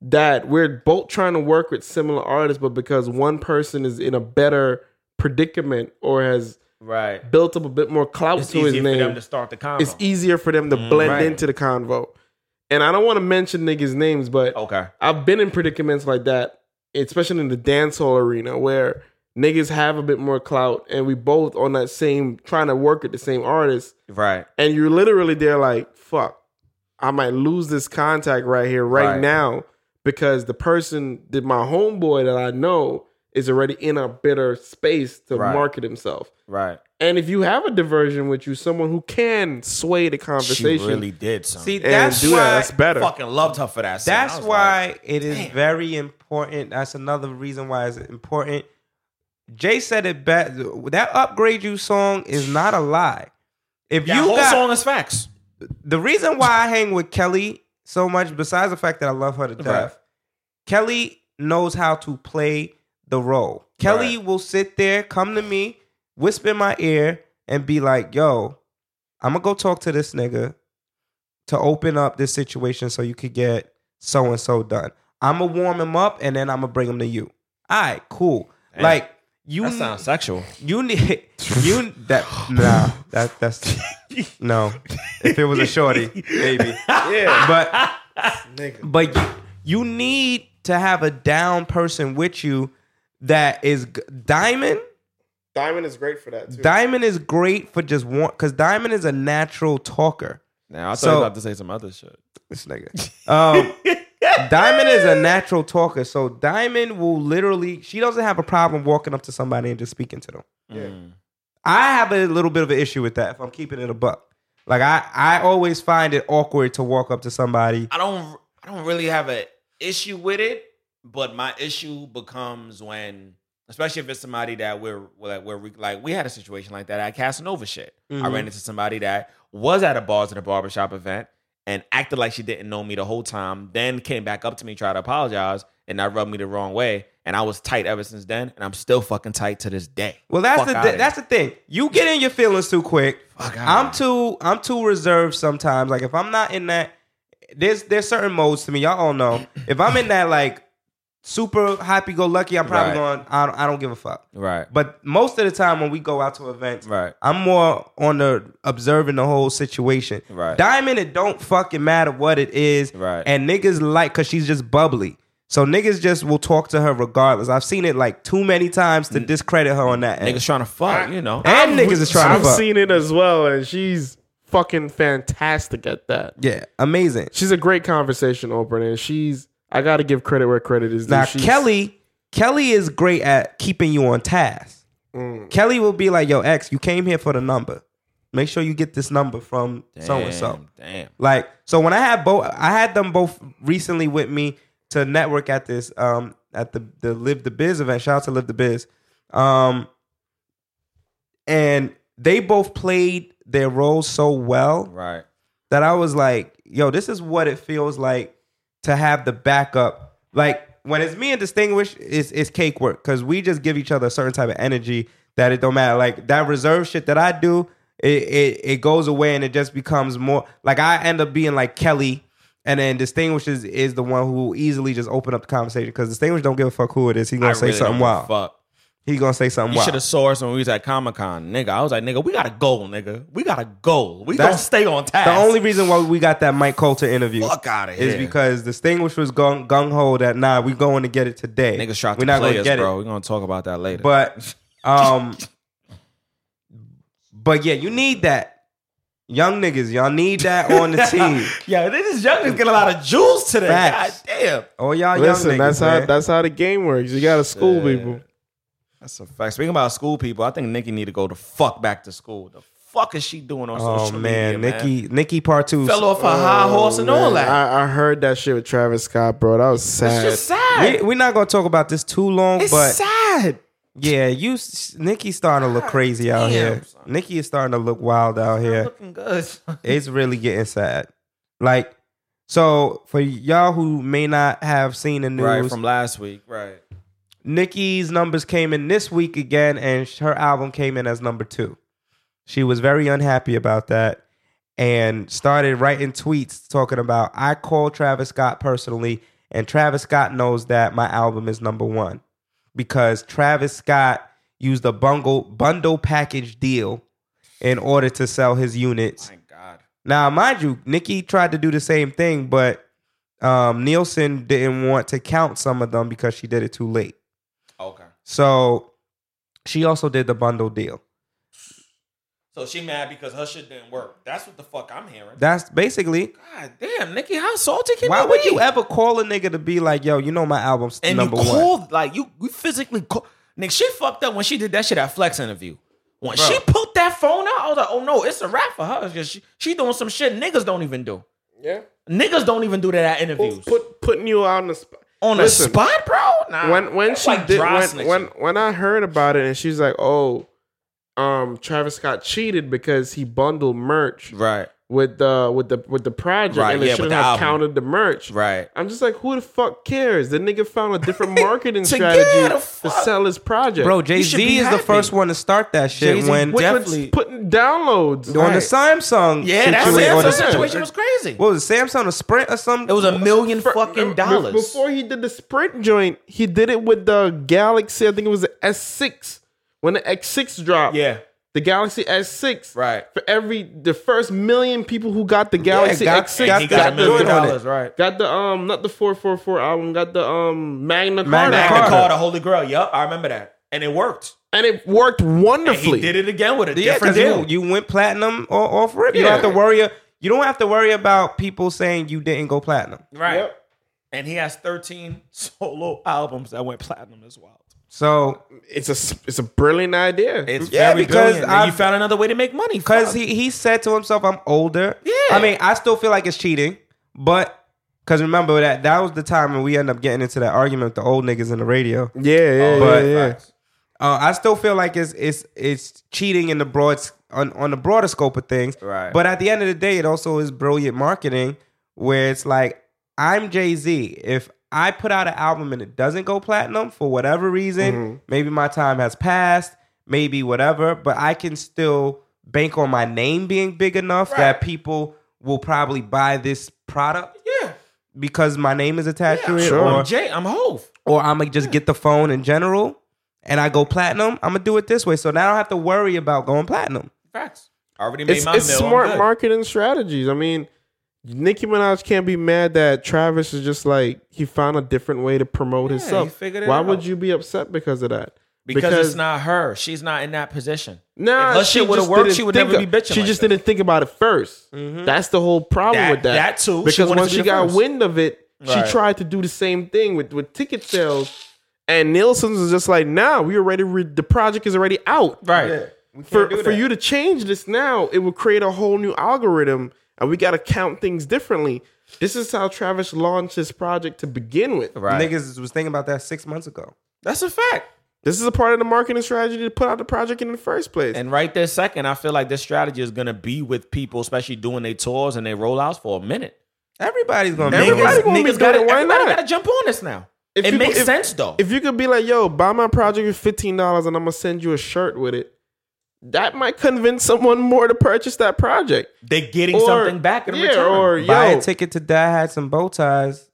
E: that we're both trying to work with similar artists, but because one person is in a better predicament or has
B: Right.
E: built up a bit more clout
B: It's
E: to his
B: easier for them
E: name,
B: to start the convo.
E: it's e- easier for them to
B: Mm,
E: blend
B: right.
E: into the convo. And I don't want to mention niggas' names, but
B: Okay.
E: I've been in predicaments like that, especially in the dance hall arena where niggas have a bit more clout and we both on that same trying to work at the same artist.
B: Right.
E: And you're literally there like, fuck, I might lose this contact right here, right,
B: Right.
E: now, because the person that my homeboy that I know is already in a better space to
B: Right.
E: market himself.
B: Right.
E: And if you have a diversion with you, someone who can sway the conversation.
B: She really did. Son.
C: See,
E: and
C: that's
E: do
C: why.
E: that. That's better.
B: fucking loved her for that. Scene. I
C: That's
B: was
C: why it is
B: damn.
C: very important. That's another reason why it's important. Jay said it best. That upgrade you song is not a lie. If
B: Like, that
C: you
B: whole
C: got
B: song is facts.
C: the reason why I hang with Kelly so much, besides the fact that I love her to death,
B: Right.
C: Kelly knows how to play the role. Kelly will sit there, come to me, whisper in my ear, and be like, yo, I'm gonna go talk to this nigga to open up this situation so you could get so and so done. I'm gonna warm him up and then I'm gonna bring him to you. All right, cool.
B: Damn.
C: Like you,
B: That sounds sexual.
C: you need you that nah that that's no. If it was a shorty, maybe.
F: Yeah,
C: But
F: nigga.
C: but you, you need to have a down person with you that is g- diamond.
F: Diamond is great for that too.
C: Diamond is great for just one because diamond is a natural talker.
B: Now I thought
C: So-
B: you were about to say some other shit.
C: This nigga. Um, Diamond is a natural talker, so Diamond will literally. She doesn't have a problem walking up to somebody and just speaking to them.
B: Mm.
C: I have a little bit of an issue with that. If I'm keeping it a buck, like I, I always find it awkward to walk up to somebody.
B: I don't. I don't really have an issue with it, but my issue becomes when, especially if it's somebody that we're like we're like we had a situation like that at Casanova shit. I
C: Mhm.
B: ran into somebody that was at a bars at a barbershop event and acted like she didn't know me the whole time. Then came back up to me, tried to apologize, and that rubbed me the wrong way. And I was tight ever since then, and I'm still fucking tight to this day.
C: Well, that's
B: Fuck
C: the
B: outta
C: th-
B: here.
C: that's the thing. You get in your feelings too quick.
B: Fuck outta
C: I'm
B: here.
C: too I'm too reserved sometimes. Like if I'm not in that, there's there's certain modes to me. Y'all all know. If I'm in that like super happy go lucky, I'm probably
B: Right.
C: going. I don't, I don't give a fuck.
B: right,
C: But most of the time when we go out to events,
B: right,
C: I'm more on the observing the whole situation.
B: Right.
C: Diamond, it don't fucking matter what it is.
B: Right.
C: And niggas like cause she's just bubbly. So niggas just will talk to her regardless. I've seen it like too many times to discredit her on that. end.
B: Niggas trying to fuck, you know.
C: and niggas is trying
E: I've
C: to fuck.
E: seen it as well, and she's fucking fantastic at that.
C: yeah, amazing.
E: She's a great conversation opener, and she's I gotta give credit where credit is due.
C: Now
E: She's-
C: Kelly, Kelly is great at keeping you on task. Kelly will be like, "Yo, ex, you came here for the number. Make sure you get this number from so and so."
B: Damn.
C: Like, so when I had both, I had them both recently with me to network at this um at the the Live the Biz event. Shout out to Live the Biz. Um, and they both played their roles so well
B: Right.
C: that I was like, yo, this is what it feels like to have the backup. Like when it's me and distinguished, it's it's cake work because we just give each other a certain type of energy that it don't matter. Like that reserve shit that I do, it it, it goes away and it just becomes more like I end up being like Kelly. And then distinguishes is the one who will easily just open up the conversation because distinguished don't give a fuck who it is. He gonna
B: I
C: say
B: really don't
C: something
B: give a
C: wild.
B: Fuck.
C: He gonna say something
B: You should
C: wild.
B: have saw us when we was at Comic Con, nigga. I was like, nigga, we got a goal, nigga. We got a goal. We
C: That's-
B: gonna stay on task.
C: The only reason why we got that Mike Coulter interview
B: fuck out of here
C: is because distinguished was gung gung ho that nah we going to get it today.
B: niggas shot the
C: We're not gonna
B: players,
C: get it.
B: bro. We're gonna talk about that later.
C: But um but yeah, you need that. Young niggas, y'all need that on the team.
B: yeah, this is young niggas get a lot of jewels today.
C: Facts.
B: God damn.
C: Oh y'all
E: Listen,
C: young niggas.
E: that's how
C: man.
E: that's how the game works. You gotta school people.
B: That's a fact. Speaking about school people, I think Nikki need to go the fuck back to school. The fuck is she doing on
C: Oh
B: social media,
C: man,
B: man?
C: Nikki Nikki part two.
B: fell off her high horse and all
E: Man,
B: that.
E: I, I heard that shit with Travis Scott, bro. That was
B: It's
E: sad.
B: just sad.
C: We, we're not gonna talk about this too long,
B: it's
C: but
B: sad.
C: yeah, you s- Nikki's starting to look crazy out
B: damn,
C: here.
B: son.
C: Nikki is starting to look wild out here.
B: Looking good.
C: it's really getting sad. Like, so for y'all who may not have seen the news,
B: Right from last week. Right.
C: Nicki's numbers came in this week again, and sh- her album came in as number two. She was very unhappy about that and started writing tweets talking about I called Travis Scott personally, and Travis Scott knows that my album is number one because Travis Scott used a bungle bundle package deal in order to sell his units.
B: Thank God.
C: Now, mind you, Nikki tried to do the same thing, but um, Nielsen didn't want to count some of them because she did it too late.
B: Okay.
C: So she also did the bundle deal.
B: So she mad because her shit didn't work. That's what the fuck I'm hearing.
C: That's basically
B: God damn, Nikki, how salty can
C: why
B: you
C: would
B: be?
C: you ever call a nigga to be like, yo, you know my album's
B: and
C: number
B: you
C: one.
B: called like you you physically called. Nick, she fucked up when she did that shit at Flex interview. When she put that phone out, I was like, oh no, it's a wrap for her. 'Cause She, she doing some shit niggas don't even do.
E: Yeah.
B: Niggas don't even do that at interviews.
E: Put, put- putting you out on the spot.
B: On
E: Listen,
B: a spot, bro? Nah.
E: When when
B: That's
E: she
B: like
E: did
B: dry
E: when,
B: snitching.
E: when when I heard about it and she's like, oh, um, Travis Scott cheated because he bundled merch
B: Right,
E: with the with the with the project
B: Right,
E: and they
B: yeah, with
E: shouldn't
B: the
E: have
B: album.
E: counted the merch.
B: right.
E: I'm just like, who the fuck cares? The nigga found a different marketing
B: To-
E: strategy
B: yeah, the
E: to
B: fuck.
E: sell his project.
C: Bro,
B: You
C: Jay
B: should be
C: Z is the
B: happy.
C: first one to start that shit
B: Jay-Z
C: when
B: went-
E: With- with
B: definitely-
E: putting downloads
C: on the
E: Right.
C: Samsung
B: Yeah, that
C: situation.
B: Samsung
C: or the-
B: situation was crazy.
C: What was it, Samsung or Sprint or something?
B: It was a million fucking
E: Be-
B: dollars.
E: Before he did the sprint joint, he did it with the Galaxy. I think it was the S6 when the X6 dropped.
B: yeah,
E: the Galaxy S6.
B: right.
E: For every the first million people who got the Galaxy
C: got-
E: X6,
C: got
B: he
C: the
B: got a
E: the,
B: million
C: good on it.
B: dollars, right.
E: got the um not the 444 album, got the um Magna,
C: Magna
E: Carta,
B: Magna
C: Carta.
B: Carta, Holy Grail. Yup, I remember that. And it worked.
E: and it worked
B: And he
E: wonderfully.
B: did it again with a
C: Yeah,
B: different
C: because
B: deal.
C: you, you went platinum or off rip. You
E: Yeah.
C: don't have to worry. You don't have to worry about people saying you didn't go platinum.
B: Right.
E: Yep.
B: And he has 13 solo albums that went platinum as well.
C: So
E: It's a s- it's a brilliant idea.
B: It's
C: Yeah,
B: very
C: because
B: brilliant. And you
C: I've-
B: found another way to make money.
C: because
B: Fuck.
C: he he said to himself, "I'm older."
B: Yeah.
C: I mean, I still feel like it's cheating, but because remember that that was the time when we end up getting into that argument with the old niggas in the radio.
E: yeah,
B: Oh,
E: yeah,
C: but-
E: yeah, yeah.
C: Uh, I still feel like it's it's it's cheating in the broad on, on the broader scope of things.
B: Right.
C: But at the end of the day, it also is brilliant marketing where it's like, I'm Jay Z. If I put out an album and it doesn't go platinum for whatever reason,
B: Mm-hmm.
C: maybe my time has passed, maybe whatever, but I can still bank on my name being big enough that people will probably buy this product
B: yeah.
C: because my name is attached
B: Yeah,
C: to it.
E: sure.
C: Or
B: I'm Jay. I'm Hove.
C: or I'm gonna just get the phone in general and I go platinum, I'm gonna do it this way. So now I don't have to worry about going platinum.
B: Facts. I already made
E: It's,
B: my
E: it's
B: mill. I'm
E: smart
B: good.
E: marketing strategies. I mean, Nicki Minaj can't be mad that Travis is just like he found a different way to promote
B: Yeah, he
E: himself.
B: figured it
E: Why
B: out.
E: would you be upset because of that?
B: Because, it's not her. She's not in that position.
E: Nah,
B: If her
E: she
B: shit would've
E: just
B: worked,
E: didn't
B: she would
E: think
B: never
E: of-
B: be bitching
E: She
B: like
E: just
B: that. Mm-hmm.
E: didn't think about it 1st That's the whole problem
B: That-
E: with that.
B: that too. She
E: Because
B: wanted to
E: once
B: be
E: she
B: the
E: got
B: first.
E: wind of it,
B: Right.
E: she tried to do the same thing with, with ticket sales. And Nielsen's is just like, nah, we already re- the project is already out.
B: Right.
E: For for you to change this now, it will create a whole new algorithm, and we got to count things differently. This is how Travis launched his project to begin with.
B: Right.
C: Niggas was thinking about that six months ago.
B: That's a fact.
E: This is a part of the marketing strategy to put out the project in the first place.
B: And right this second, I feel like this strategy is going to be with people, especially doing their tours and their rollouts for a minute.
C: Everybody's gonna
E: Everybody
C: be
E: gonna be
B: niggas
E: doing
B: gotta-
E: it, why
B: everybody
E: not?
B: gotta jump on this now.
E: if
B: it
E: you-
B: makes
E: if-
B: sense though.
E: If you could be like, yo, buy my project for fifteen dollars and I'm gonna send you a shirt with it, that might convince someone more to purchase that project.
B: They're getting
E: or-
B: something back in
E: yeah,
B: return.
E: or
C: Buy
E: yo,
C: a ticket to die had some bow ties.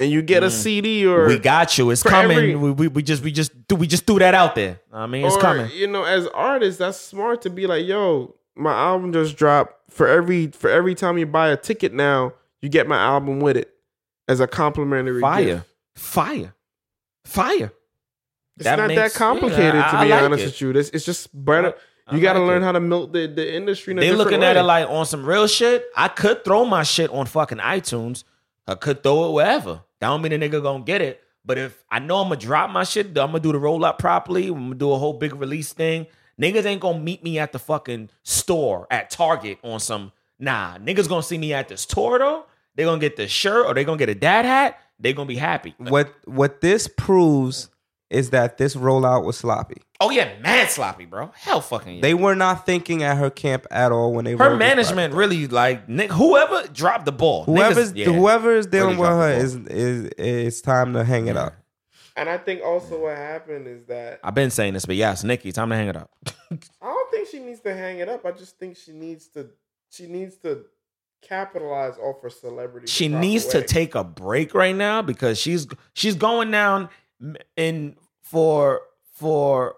E: and you get a CD or
B: we got you. It's
E: for
B: coming.
E: every-
B: we, we, we just we just we just threw that out there. I mean, it's
E: or,
B: coming.
E: You know, as artists, that's smart to be like, yo, my album just dropped. For every for every time you buy a ticket now, you get my album with it as a complimentary
B: Fire,
E: gift.
B: fire, fire.
E: It's
B: That
E: not
B: makes-
E: that complicated
B: yeah, I-
E: to
B: I
E: be
B: like
E: honest
B: it.
E: with you. This it's just better.
B: I
E: You got to
B: like
E: learn
B: it.
E: how to milk the, the industry. In a
B: They
E: different
B: looking
E: way.
B: at it like on some real shit. I could throw my shit on fucking iTunes. I could throw it wherever. That don't mean the nigga gonna get it. But if I know I'm gonna drop my shit, I'm gonna do the roll up properly. I'm gonna do a whole big release thing. Niggas ain't gonna meet me at the fucking store at Target on some. Nah, niggas gonna see me at this tour though. They gonna get the shirt or they gonna get a dad hat. They gonna be happy.
C: What what this proves is that this rollout was sloppy.
B: Oh yeah, mad sloppy, bro. Hell fucking yeah.
C: They were not thinking at her camp at all when they
B: her
C: wrote this project.
B: management really like Nick. Whoever dropped the ball,
C: Whoever's
B: Niggas- yeah.
C: whoever is dealing
B: Really dropped the
C: with her is is it's time to hang it up.
E: And I think also what happened is that
B: I've been saying this, but yes, Nikki, time to hang it up.
E: I don't think she needs to hang it up. I just think she needs to she needs to capitalize off her celebrity. the
B: She
E: proper
B: needs to
E: way.
B: take a break right now because she's she's going down in for for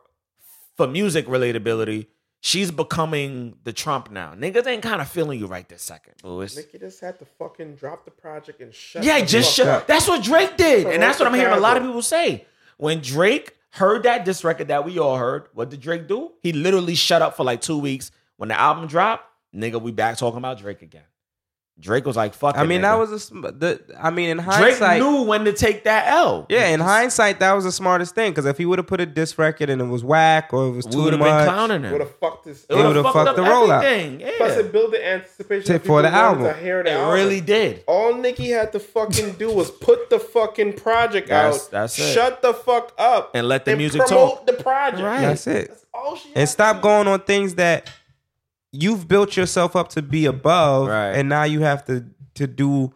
B: for music relatability. She's becoming the Trump now. Niggas ain't kind of feeling you right this second, Louis.
E: Nikki just had to fucking drop the project and shut.
B: Yeah,
E: the
B: just
E: fuck
B: shut.
E: up.
B: That's what Drake did, and that's what I'm hearing a lot of
E: Chicago.
B: people say. When Drake heard that diss record that we all heard, what did Drake do? He literally shut up for like two weeks. When the album dropped, nigga, we back talking about Drake again. Drake was like, "Fuck." it,
C: I mean, that
B: nigga.
C: was a sm- the. I mean, in
B: Drake
C: hindsight,
B: knew when to take that L.
C: yeah, in hindsight, that was the smartest thing because if he would have put a disc record and it was whack or it was
B: we
C: too
B: would
C: much,
B: have been clowning him.
E: What the fuck this?
C: It would've fucked the rollout.
B: everything.
E: Plus,
B: Yeah,
E: it built the anticipation
C: Tip
E: of people
C: for the
E: wanting
C: album.
E: To hear the
B: it
E: album.
B: really did.
E: All Nikki had to fucking do was put the fucking project
B: That's-
E: out.
B: that's it.
E: Shut the fuck up
B: And let the music
E: promote the project.
B: Right.
C: that's it.
E: That's all she had
C: And
E: to
C: stop
E: do.
C: going on things that you've built yourself up to be above,
B: Right.
C: and now you have to to do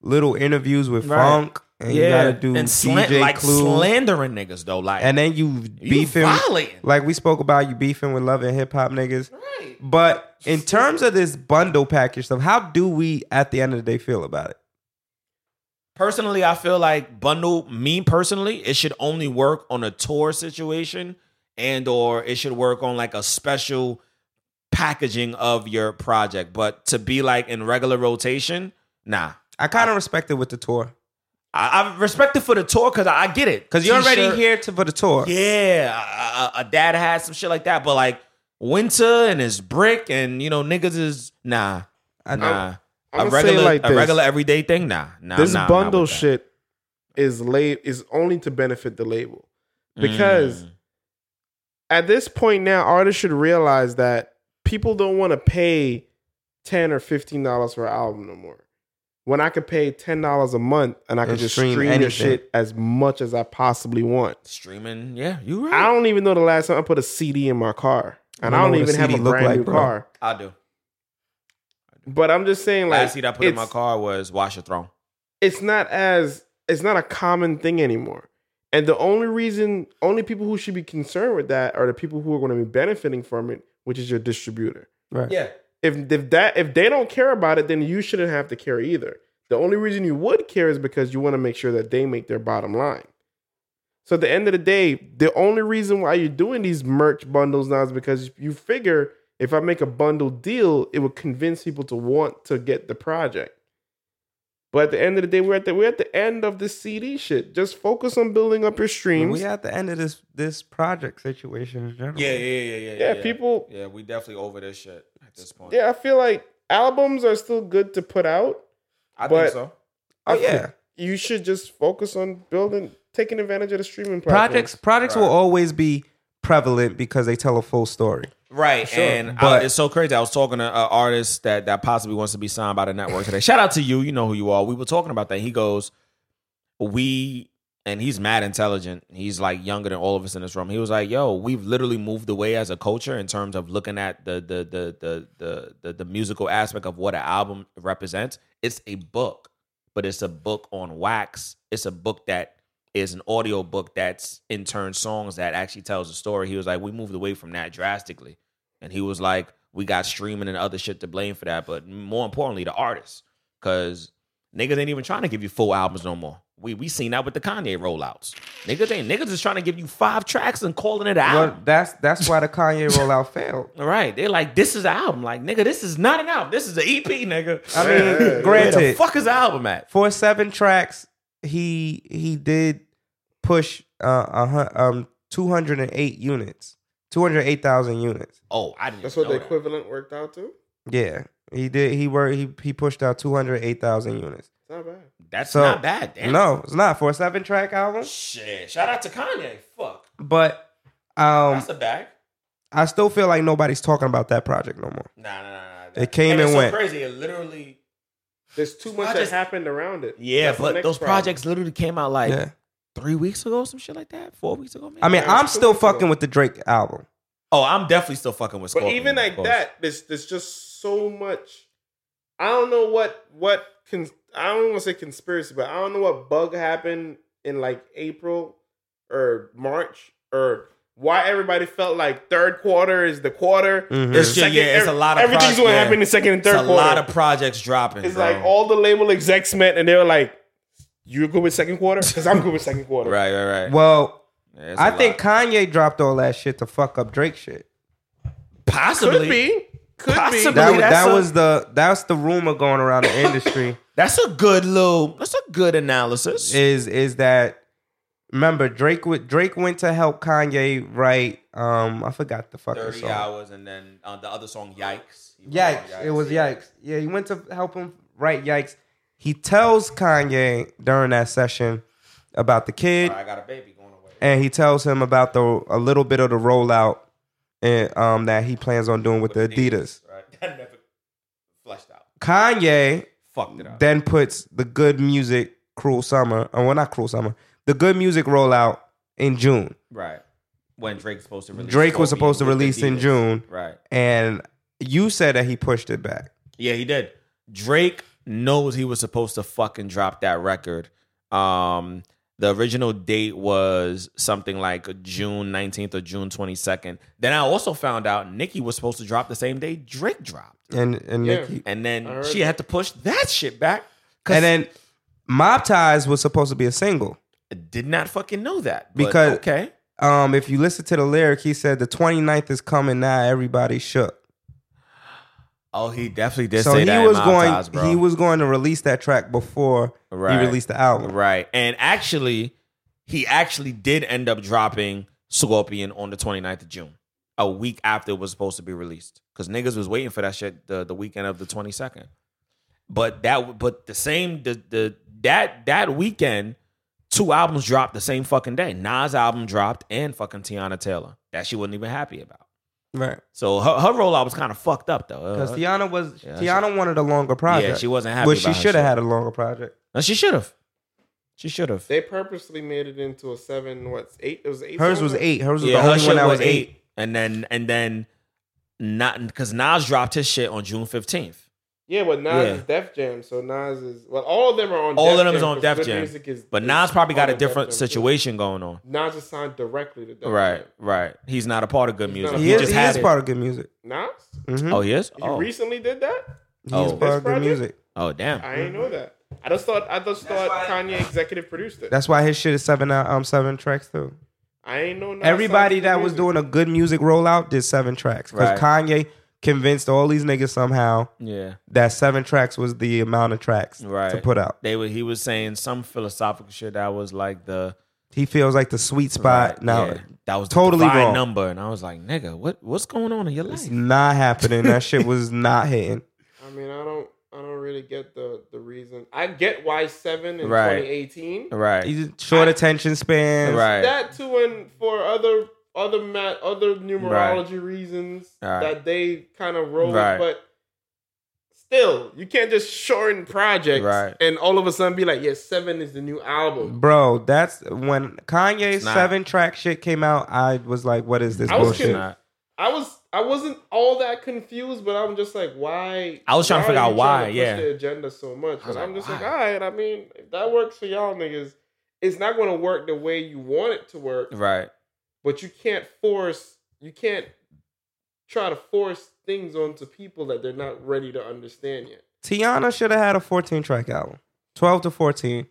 C: little interviews with
B: Right.
C: Funk, and you
B: Yeah,
C: gotta do
B: and slan-
C: DJ
B: like
C: Clue,
B: slandering niggas though, like
C: and then you
B: you
C: beefing
B: violating.
C: like we spoke about you beefing with love and hip hop niggas.
B: Right.
C: But in terms of this bundle package stuff, how do we at the end of the day feel about it?
B: personally, I feel like bundle me personally, it should only work on a tour situation and or it should work on like a special packaging of your project. But to be like in regular rotation, nah.
C: I kind of respect it with the tour
B: I, I respect it for the tour because I, I get it.
C: because you're already
B: T-shirt,
C: here to, for the tour.
B: Yeah, a, a- a dad had some shit like that, but like winter and it's brick and you know niggas is nah,
C: I know.
B: nah.
E: I'm
B: a
E: gonna say it
B: regular,
E: like
B: a
E: this.
B: regular everyday thing, nah, nah.
E: this
B: nah, I'm not
E: bundle
B: with that.
E: shit is late is only to benefit the label because
B: Mm.
E: at this point now artists should realize that people don't want to pay 10 or 15 dollars for an album no more when i could pay 10 dollars a month and i could
C: And
E: just
C: stream
E: stream, your
C: anything.
E: shit as much as i possibly want
B: streaming, yeah, you right.
E: i don't even know the last time i put a cd in my car and
C: I
E: i
C: don't
E: don't
C: know what a
E: even have a
C: CD look
E: brand
C: like,
E: new
C: bro.
E: car
B: I do.
E: but i'm just saying like
B: Last seat I put in my
E: it's-
B: car was Wash Your Throne.
E: it's not as it's not a common thing anymore. And the only reason, only people who should be concerned with that are the people who are going to be benefiting from it, which is your distributor.
C: Right.
B: Yeah.
E: If if that if they don't care about it, then you shouldn't have to care either. The only reason you would care is because you want to make sure that they make their bottom line. So at the end of the day, the only reason why you're doing these merch bundles now is because you figure if I make a bundle deal, it would convince people to want to get the project. But at the end of the day, we're at the we're at the end of this CD shit. Just focus on building up your streams.
C: We at the end of this this project situation in general.
B: Yeah, yeah, yeah, yeah,
E: yeah, people
B: Yeah, we definitely over this shit at this point.
E: yeah, I feel like albums are still good to put out.
B: I
E: think but-
B: so.
C: Oh yeah.
E: you should just focus on building, taking advantage of the streaming platform.
C: Projects projects will
B: Right.
C: always be prevalent because they tell a full story.
B: Right,
E: Sure.
B: and I-
C: But-
B: it's so crazy. I was talking to an artist that that possibly wants to be signed by the network today. Shout out to you. You know who you are. We were talking about that. He goes, we and he's mad intelligent. He's like younger than all of us in this room. He was like, "Yo, we've literally moved away as a culture in terms of looking at the the the the the the, the musical aspect of what an album represents. It's a book, but it's a book on wax. It's a book that is an audio book that's in turn songs that actually tells a story. He was like, we moved away from that drastically, and he was like, we got streaming and other shit to blame for that, but more importantly, the artists, because niggas ain't even trying to give you full albums no more. We we seen that with the Kanye rollouts. Niggas ain't niggas is trying to give you five tracks and calling it an album.
C: Well, that's that's why the Kanye rollout failed.
B: All right, they're like, this is an album. Like, nigga, this is not an album. This is an EP, nigga.
C: I mean,
E: Yeah.
B: Where the
C: granted,
B: fuck is the album at?
C: for seven tracks, he he did push uh a hun- um two hundred and eight units, two hundred eight thousand units.
B: Oh, I didn't.
E: That's
B: even
E: what the
B: know that.
E: equivalent worked out to.
C: Yeah, he did. He were he he pushed out two hundred eight thousand units.
E: It's not bad.
B: That's
C: So,
B: not bad. Damn.
C: No, it's not for a seven track album,
B: Shit. Shout out to Kanye. Fuck.
C: but um,
B: That's a bag.
C: I still feel like nobody's talking about that project no more.
B: Nah, nah, nah, nah.
C: It came
B: it's
C: and
B: so
C: went.
B: crazy. It literally.
E: There's too much
B: Projects-
E: that happened around it.
B: Yeah,
E: That's the
B: but
E: next
B: those
E: problem.
B: projects literally came out like
C: yeah,
B: three weeks ago, some shit like that, four weeks ago. Maybe.
C: I mean,
E: Yeah,
C: I'm
E: it's
C: still
E: two weeks ago.
C: fucking with the Drake album.
B: oh, I'm definitely still fucking with.
E: But
B: Scorpion,
E: even
B: of
E: like
B: course.
E: that, there's there's just so much. I don't know what what can I don't want to say conspiracy, but I don't know what bug happened in like April or March or why everybody felt like third quarter is the quarter.
C: Mhm.
E: There's
B: Yeah, yeah, Mm-hmm. it's a lot of
E: everything's
B: proj-
E: going to
B: yeah.
E: happen in the second and
B: It's
E: third
B: a
E: quarter.
B: lot of projects dropping.
E: it's
B: bro.
E: like all the label execs met and they were like, "You're good with second quarter because I'm good with second quarter."
B: right, right, right.
C: Well,
B: Yeah, it's
C: I
B: a
C: think
B: lot.
C: Kanye dropped all that shit to fuck up Drake shit.
B: possibly
E: Could be, could
B: Possibly.
E: be.
C: That, was
B: That's
C: that
B: a-
C: was the that's the rumor going around the industry
B: that's a good little. That's a good analysis.
C: is is that remember Drake w- Drake went to help Kanye write um I forgot the fucking
B: Thirty
C: song.
B: hours, and then uh, the other song, yikes.
C: Yikes. It was yikes. Yeah, he went to help him write yikes. He tells Kanye during that session about the kid
B: I got a baby going away.
C: and he tells him about the a little bit of the rollout and um that he plans on doing with the Adidas.
B: Right. That never fleshed out.
C: Kanye
B: Fucked it up.
C: then puts the good music cruel summer or well not cruel summer the good music rollout in june
B: right. When Drake's supposed to release.
C: drake was supposed to
B: Scorpion with
C: release in
B: Adidas.
C: june
B: Right.
C: and you said that he pushed it back
B: Yeah, he did. Drake knows he was supposed to fucking drop that record. Um, the original date was something like June 19th or June 22nd. Then I also found out Nicki was supposed to drop the same day Drake dropped.
C: and and
E: Yeah.
C: Nicki,
B: And then
E: heard
B: she had to push that shit back. 'cause
C: and then mob ties was supposed to be a single
B: I did not fucking know that. but
C: Because-
B: okay.
C: um if you listen to the lyric he said the 29th is coming now everybody shook
B: Oh, he definitely did
C: so
B: say
C: he
B: that.
C: was
B: in Mob
C: going
B: Ties, bro.
C: he was going to release that track before
B: Right.
C: he released the album
B: Right. And actually, he actually did end up dropping Scorpion on the 29th of June, a week after it was supposed to be released. Because niggas was waiting for that shit the, the weekend of the 22nd. But that but the same the the that that weekend, two albums dropped the same fucking day. Nas album dropped and fucking Tiana Taylor. That she wasn't even happy about.
C: right
B: So her, her rollout was kind of fucked up though.
C: because
B: Uh,
C: tiana was
B: Yeah,
C: tiana wanted a longer project
B: yeah, she wasn't happy.
C: which she
B: about her
C: should have
B: shit.
C: had a longer project
B: No, uh, she should have. She should have.
E: They purposely made it into a seven. What's eight? It was eight.
C: Hers
E: songs?
C: was eight. Hers was
B: yeah,
C: the
B: her
C: only
B: shit
C: one that
B: was
C: was
B: eight. And then and then not because Nas dropped his shit on June fifteenth.
E: Yeah, but Nas
B: Yeah.
E: is Def Jam, so Nas is well. All of them are on.
B: All
E: Def
B: of them is
E: Jam,
B: on
E: 'cause
B: Def
E: Good
B: Jam.
E: Music is-
B: But
E: is
B: Nas probably got
E: on
B: a
E: Def
B: different
E: Jam, too.
B: situation going on.
E: Nas is signed directly to Def
B: Right,
E: Jam.
B: right. He's not a part of good
E: He's not
B: music.
E: a
C: He,
B: He,
C: is,
B: just
C: he
B: has
C: is part of good music.
E: Nas,
C: Mhm.
B: Oh, he is?
E: you
B: Oh,
E: recently did that?
C: He
B: oh.
C: is part
E: His
C: of good
E: project?
C: music.
B: oh damn.
E: I didn't know that. I just thought I just thought Kanye executive produced it.
C: That's why his shit is seven out- um seven tracks too.
E: I ain't know. Nas
C: Everybody
E: signed to
C: that
E: Good
C: was
E: Music.
C: doing a good music rollout did seven tracks because Kanye convinced all these niggas somehow
B: Yeah.
C: that seven tracks was the amount of tracks
B: Right.
C: to put out.
B: They were he was saying some philosophical shit that was like the
C: He feels like the sweet spot
B: like,
C: now.
B: yeah, that was
C: totally
B: totally the divine
C: wrong.
B: number. And I was like, nigga, what what's going on in your life?
C: It's not happening. That shit was not hitting.
E: I mean, I don't, I don't really get the the reason. I get why seven in
B: Right.
E: 2018.
B: Right.
C: He's short attention span.
B: Right.
E: That too, and for other other mat other numerology reasons
B: Right.
E: that they kind of rolled,
B: Right.
E: but still, you can't just shorten projects
B: Right.
E: and all of a sudden be like, "Yes, seven is the new album."
C: Bro, that's when Kanye's
B: It's not.
C: seven track shit came out. I was like, what is this
E: I was
C: bullshit?
E: kidding. I was, I wasn't all that confused, but I'm just like, why?
B: I was trying to figure
E: are
B: out
E: you
B: why,
E: trying to
B: yeah.
E: push the agenda so much.
B: was
E: But I'm
B: like,
E: just like, all
B: why?
E: right. I mean, if that works for y'all niggas, it's not going to work the way you want it to work.
B: Right.
E: But you can't force. You can't try to force things onto people that they're not ready to understand yet.
C: Tiana should have had a 14 track album, 12 to 14,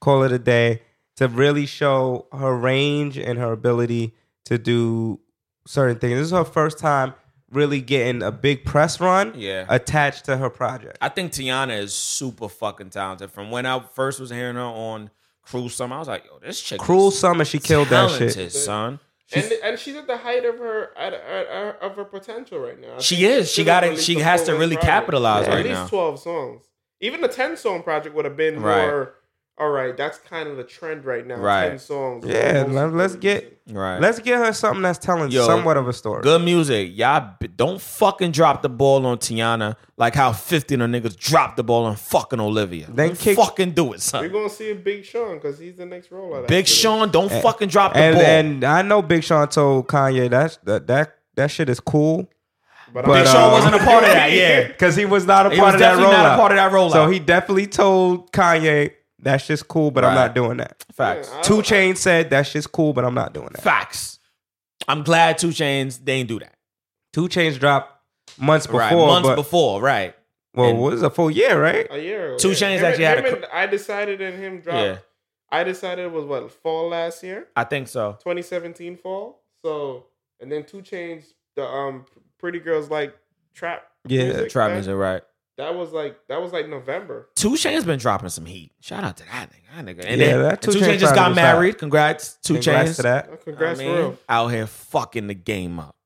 C: call it a day, to really show her range and her ability to do certain things. This is her first time really getting a big press run
B: Yeah.
C: attached to her project.
B: I think Tiana is super fucking talented. From when I first was hearing her on Cruel Summer, I was like, yo, this chick
C: Cruel
B: is
C: Summer, she killed that shit.
B: talented, son.
E: and and she's at the height of her at, at, at- of her potential right now. I
B: She
E: think
B: is. She
E: should've
B: gotta-
E: released
B: she
E: a
B: has to
E: full-length
B: really
E: project.
B: capitalize
E: at
B: right
E: least
B: now.
E: twelve songs. Even the ten song project would have been
B: Right.
E: more. All right, that's kind of the trend right now.
B: Right.
E: Ten songs.
C: Yeah,
E: Most
C: let- let's
E: people
C: get
B: Right.
C: let's get her something that's telling
B: Yo,
C: somewhat of a story.
B: Good music. Y'all b- don't fucking drop the ball on Tiana like how 15 of niggas dropped the ball on fucking Olivia.
C: Then
B: Don't
C: kick-
B: fucking do it,
E: We're
B: son.
E: gonna see a Big Sean because he's the next rollout.
B: Big
E: after this.
B: Sean, don't fucking drop the
C: and
B: ball.
C: and I know Big Sean told Kanye that's that that that shit is cool. but,
E: but,
B: Big
E: I'm-
B: Sean
C: uh,
B: wasn't a part of that, yeah.
C: Because he was not a
B: He
C: part
B: was
C: of that
B: definitely
C: rollout.
B: not a part of that rollout.
C: So he definitely told Kanye, that shit's cool, but I'm
B: Right.
C: not doing that.
B: Facts.
E: Yeah, I-
C: Two Chain said that shit's cool, but I'm not doing that.
B: Facts. I'm glad Two Chains they ain't do that.
C: Two Chains dropped months before.
B: right. Months
C: but,
B: before, right.
C: Well, what is a full year, right?
E: a year. ago,
B: Two
E: yeah.
B: Chainz
E: Him and-
B: actually had
E: him
B: a cr-
E: and I decided and him dropped.
B: Yeah.
E: I decided it was what fall last year,
B: I think so.
E: 2017 fall. So and then Two Chains, the um Pretty Girls like trap.
C: Yeah,
E: music,
B: Trap
E: that-
B: music, right.
E: That was like that was like November.
B: Two Chain's been dropping some heat. Shout out to that nigga. That nigga. And
C: Yeah,
B: then
C: that
B: Two,
C: Two
B: Chainz
C: Chainz
B: just got
C: probably was
B: married. Congrats, Two
C: Congrats
B: Chainz.
C: to that.
E: Uh, Congrats
B: I
E: for
B: mean,
E: real.
B: out here fucking the game up.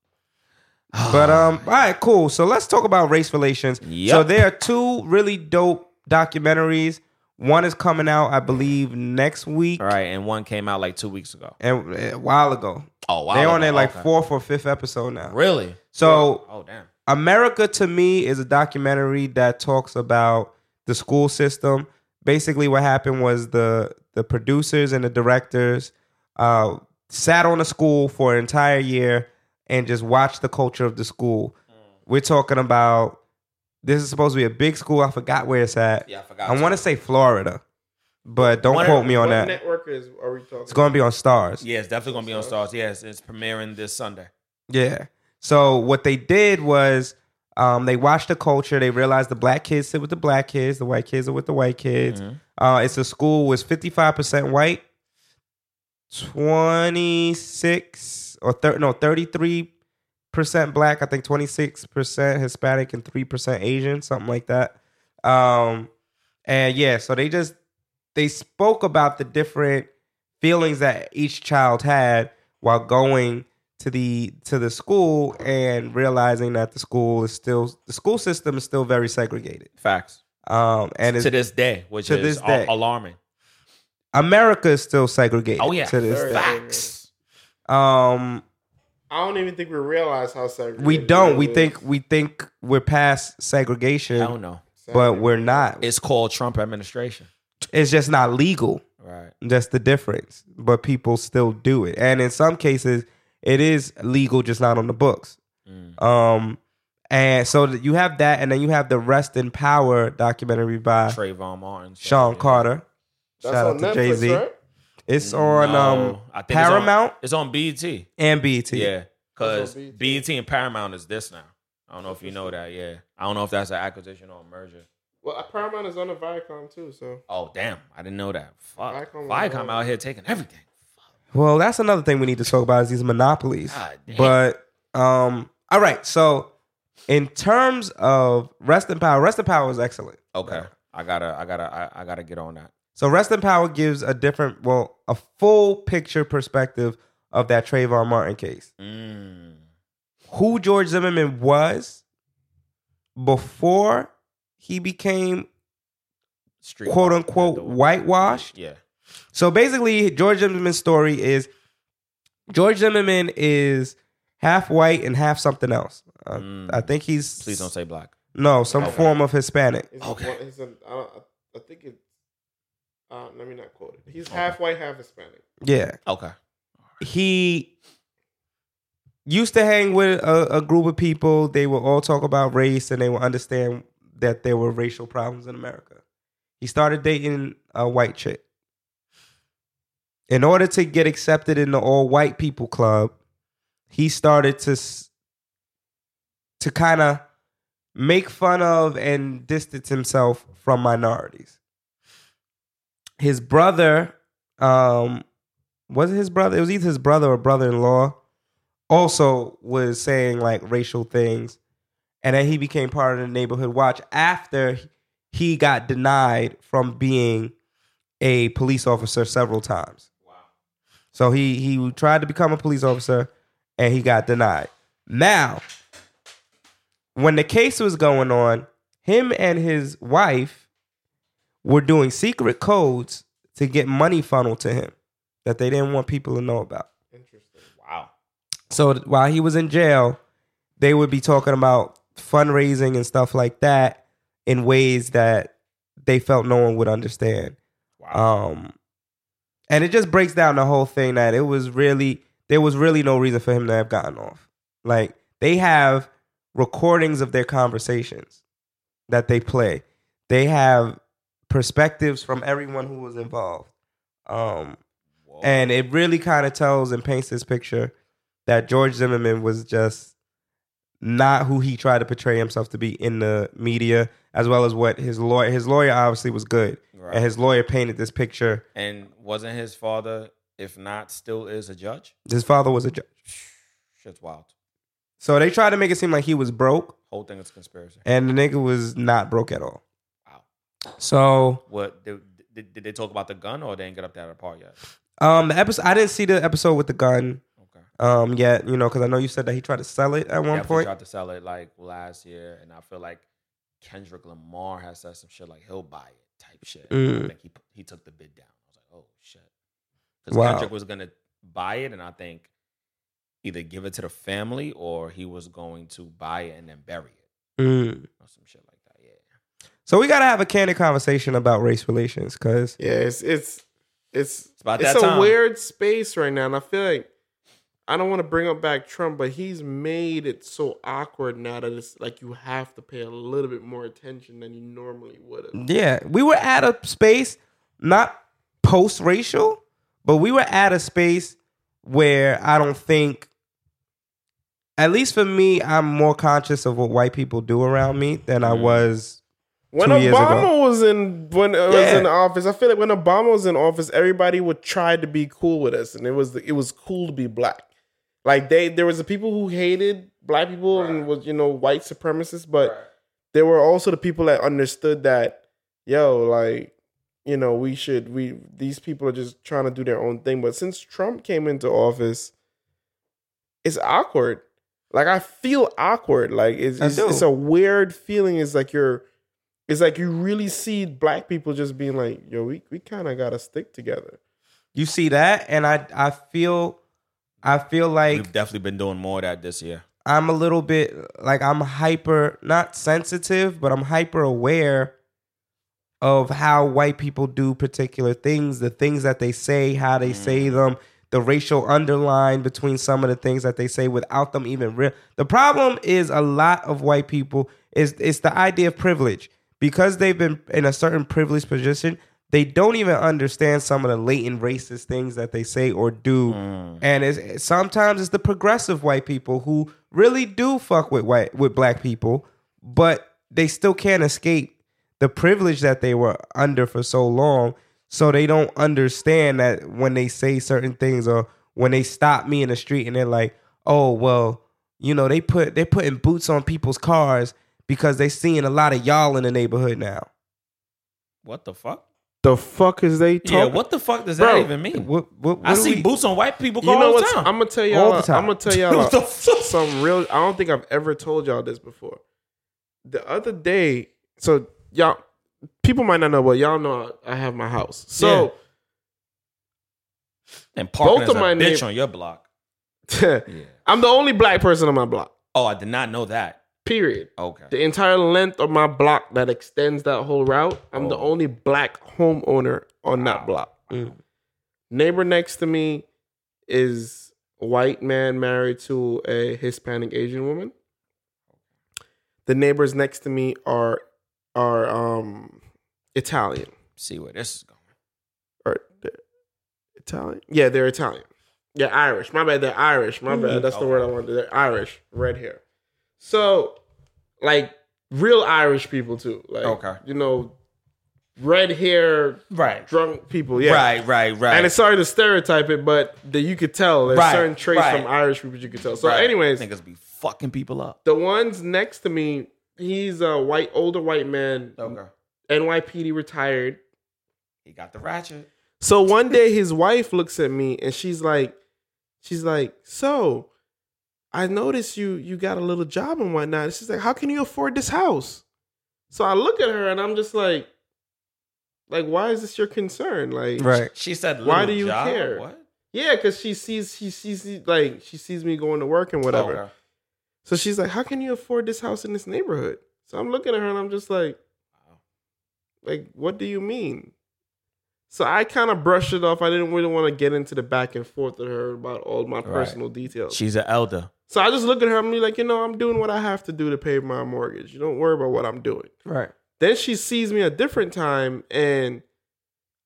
C: But
B: Uh-huh.
C: um, all right, cool. So let's talk about race relations.
B: Yep.
C: So there are two really dope documentaries. One is coming out, I believe, next week
B: All right, and one came out like two weeks ago.
C: and eh, a while ago.
B: Oh wow,
C: They're on their like
B: Okay.
C: fourth or fifth episode now.
B: Really?
C: So
B: Oh damn.
C: America to me is a documentary that talks about the school system. Basically, what happened was the the producers and the directors uh, sat on a school for an entire year and just watched the culture of the school.
E: Mm.
C: We're talking about this is supposed to be a big school. I forgot where it's at.
B: Yeah, I forgot.
C: I want to say Florida, but don't
B: One-
C: quote me on
E: what
C: that.
E: network is are we talking?
C: It's going to be on Stars.
B: Yeah, it's definitely gonna be on Stars. Yes, it's premiering this Sunday.
C: Yeah. So what they did was um, they watched the culture. They realized the black kids sit with the black kids, the white kids are with the white kids. Uh, it's a school was fifty five percent white, twenty six or thir- no thirty three percent black. I think twenty six percent Hispanic and three percent Asian, something like that. Um, and yeah, so they just they spoke about the different feelings that each child had while going to the to the school and realizing that the school is still the school system is still very segregated.
B: Facts
C: Um, and it's,
B: to this day, which
C: to
B: is
C: this day.
B: a- alarming.
C: America is still segregated.
B: Oh yeah,
C: to this
E: Very.
C: day.
B: facts.
C: Um,
E: I don't even think we realize how segregated.
C: we don't. We
E: it is.
C: think we think we're past segregation,
B: I don't know.
C: but we're not.
B: It's called Trump administration.
C: It's just not legal.
B: Right.
C: That's the difference. But people still do it. And in some cases, it is legal, just not on the books.
B: Mm.
C: Um, and so that you have that, and then you have the Rest in Power documentary by
B: Trayvon Martin. so,
C: Uh, Sean
B: yeah.
C: Carter.
E: That's
C: Shout
E: on
C: out to
E: Netflix,
C: Jay Z.
E: right?
C: It's on
B: No,
C: um,
B: I think it's on-
C: Paramount
B: It's on BET.
C: and BET.
B: Yeah, because
E: That's on BET.
B: BET and Paramount is this now. I don't know if you know that. Yeah, I don't know if that's an acquisition or a merger.
E: Well, uh, Paramount is on the Viacom too, so
B: Oh damn, I didn't know that. Fuck,
E: Viacom-
B: Viacom out here taking everything.
C: Well, that's another thing we need to talk about is these monopolies.
B: God damn.
C: But um, all right. So in terms of Rest in Power, Rest in Power is excellent.
B: Okay, I gotta, I gotta, I, I gotta get on that.
C: So Rest in Power gives a different, well, a full picture perspective of that Trayvon Martin case.
B: Mm.
C: Who George Zimmerman was before he became
B: Street
C: quote
B: walk-
C: unquote
B: the-
C: whitewashed.
B: Yeah,
C: So basically, George Zimmerman's story is George Zimmerman is half white and half something else. Uh,
B: Mm.
C: I think he's
B: please don't say black.
C: no some
B: Okay.
C: form of Hispanic.
E: Is
B: Okay.
E: It, one- is it, I, don't- I think it. Uh, let me not quote it. He's half white, half Hispanic.
C: Yeah,
B: Okay,
C: he used to hang with a, a group of people. They would all talk about race and they would understand that there were racial problems in America. He started dating a white chick. in order to get accepted in the all white people club, he started to s- to kind of make fun of and distance himself from minorities. His brother, um, was it his brother? It was either his brother or brother-in-law. Also, was saying like racial things, and then he became part of the neighborhood watch after he got denied from being a police officer several times. Wow. So he he tried to become a police officer and he got denied. Now, when the case was going on, him and his wife were doing secret codes to get money funneled to him that they didn't want people to know about. Interesting. Wow. So while he was in jail, they would be talking about fundraising and stuff like that in ways that they felt no one would understand. Um, and it just breaks down the whole thing that it was really there was really no reason for him to have gotten off. Like they have recordings of their conversations that they play. They have perspectives from everyone who was involved. Um, and it really kind of tells and paints this picture that George Zimmerman was just not who he tried to portray himself to be in the media, as well as what his lawyer his lawyer obviously was good,
B: Right.
C: and his lawyer painted this picture.
B: And wasn't his father, if not, still is a judge?
C: His father was a judge,
B: Shit's wild.
C: so they tried to make it seem like he was broke,
B: Whole thing is a conspiracy.
C: and the nigga was not broke at all.
B: Wow.
C: So
B: What did, did, did they talk about the gun or they didn't get up to that part yet?
C: um, the episode I didn't see the episode with the gun
B: Okay.
C: um yet, you know, because I know you said that he tried to sell it at one
B: Definitely
C: point.
B: tried to sell it like last year, and I feel like Kendrick Lamar has said some shit like he'll buy it type shit.
C: Mm.
B: I think he put- he took the bid down. I was like, oh shit, because
C: Wow.
B: Kendrick was gonna buy it, and I think either give it to the family or he was going to buy it and then bury it
C: Mm.
B: or some shit like that. Yeah,
C: So we gotta have a candid conversation about race relations, because
E: Yeah, it's it's it's
B: it's about
E: it's
B: that
E: a
B: time.
E: weird space right now, and I feel like I don't want to bring up back Trump, but he's made it so awkward now that it's like you have to pay a little bit more attention than you normally would have.
C: Yeah, we were at a space not post racial, but we were at a space where I don't think, at least for me, I'm more conscious of what white people do around me than I was.
E: When
C: Two years
E: Obama
C: ago.
E: was in when uh, was
C: Yeah.
E: in office, I feel like when Obama was in office, everybody would try to be cool with us, and it was it was cool to be black. Like they, there was the people who hated black people and was you know white supremacists, but there were also the people that understood that yo, like you know we should we these people are just trying to do their own thing. But since Trump came into office, it's awkward. Like I feel awkward. Like it's
C: I
E: it's,
C: do.
E: it's a weird feeling. It's like you're it's like you really see black people just being like, yo, we, we kind of got to stick together.
C: You see that, and I I feel, I feel like
B: We've definitely been doing more of that this year.
C: I'm a little bit like I'm hyper not sensitive, but I'm hyper aware of how white people do particular things, the things that they say, how they say them, the racial underline between some of the things that they say without them even real. The problem is a lot of white people is it's the idea of privilege. Because they've been in a certain privileged position, they don't even understand some of the latent racist things that they say or do. And it's sometimes it's the progressive white people who really do fuck with white with black people, but they still can't escape the privilege that they were under for so long. So they don't understand that when they say certain things or when they stop me in the street and they're like, "Oh well, you know they put they're putting boots on people's cars because they seeing a lot of y'all in the neighborhood now."
B: What the fuck?
E: The fuck is they
B: Yeah, what the fuck does
E: Bro,
B: that even mean?
C: What, what,
B: Hmm. I
C: what do
B: see
C: we-
B: boots on white people
E: You
B: all
E: know
B: the
E: what?
B: time.
E: I'm gonna tell
C: All
E: y'all.
C: the
E: I'm
C: time.
E: gonna tell y'all
B: What the fuck?
E: some real. I don't think I've ever told y'all this before. The other day, so y'all, people might not know, but y'all know I have my house. So
B: and parking
E: both
B: is
E: of
B: a
E: my
B: bitch
E: neigh-
B: on your block. Yeah.
E: I'm the only black person on my block.
B: Oh, I did not know that.
E: Period.
B: Okay.
E: The entire length of my block that extends that whole route, I'm the only black homeowner on that block. Mm. Neighbor next to me is a white man married to a Hispanic Asian woman. The neighbors next to me are are um Italian
B: see where this is going.
E: or Italian? Yeah, they're Italian. Yeah, Irish. My bad. They're Irish. My bad. That's the word I wanted. They're Irish. Red hair. So, like, real Irish people too. Like,
B: Okay.
E: you know, red hair,
B: Right.
E: drunk people. Yeah,
B: Right, right, right.
E: And it's sorry to stereotype it, but that you could tell there's
B: Right,
E: certain traits
B: right.
E: from Irish people you could tell. So,
B: Right.
E: anyways,
B: niggas be fucking people up.
E: the ones next to me, he's a white, older white man, NYPD retired.
B: He got the ratchet.
E: So one day his wife looks at me and she's like, she's like, so I noticed you you got a little job and whatnot. And she's like, how can you afford this house? So I look at her and I'm just like, like why is this your concern? Like,
G: Right.
B: She said,
E: Why
B: "Little
E: do you
B: job?"
E: care?
B: What?
E: yeah, because she sees she sees like she sees me going to work and whatever.
B: Okay.
E: So she's like, "How can you afford this house in this neighborhood?" So I'm looking at her and I'm just like, "Like, what do you mean?" So I kind of brushed it off. I didn't really want to get into the back and forth with her about all my personal details.
B: She's an elder.
E: so I just look at her. I'm like, you know, I'm doing what I have to do to pay my mortgage. You don't worry about what I'm doing.
G: Right.
E: Then she sees me a different time, and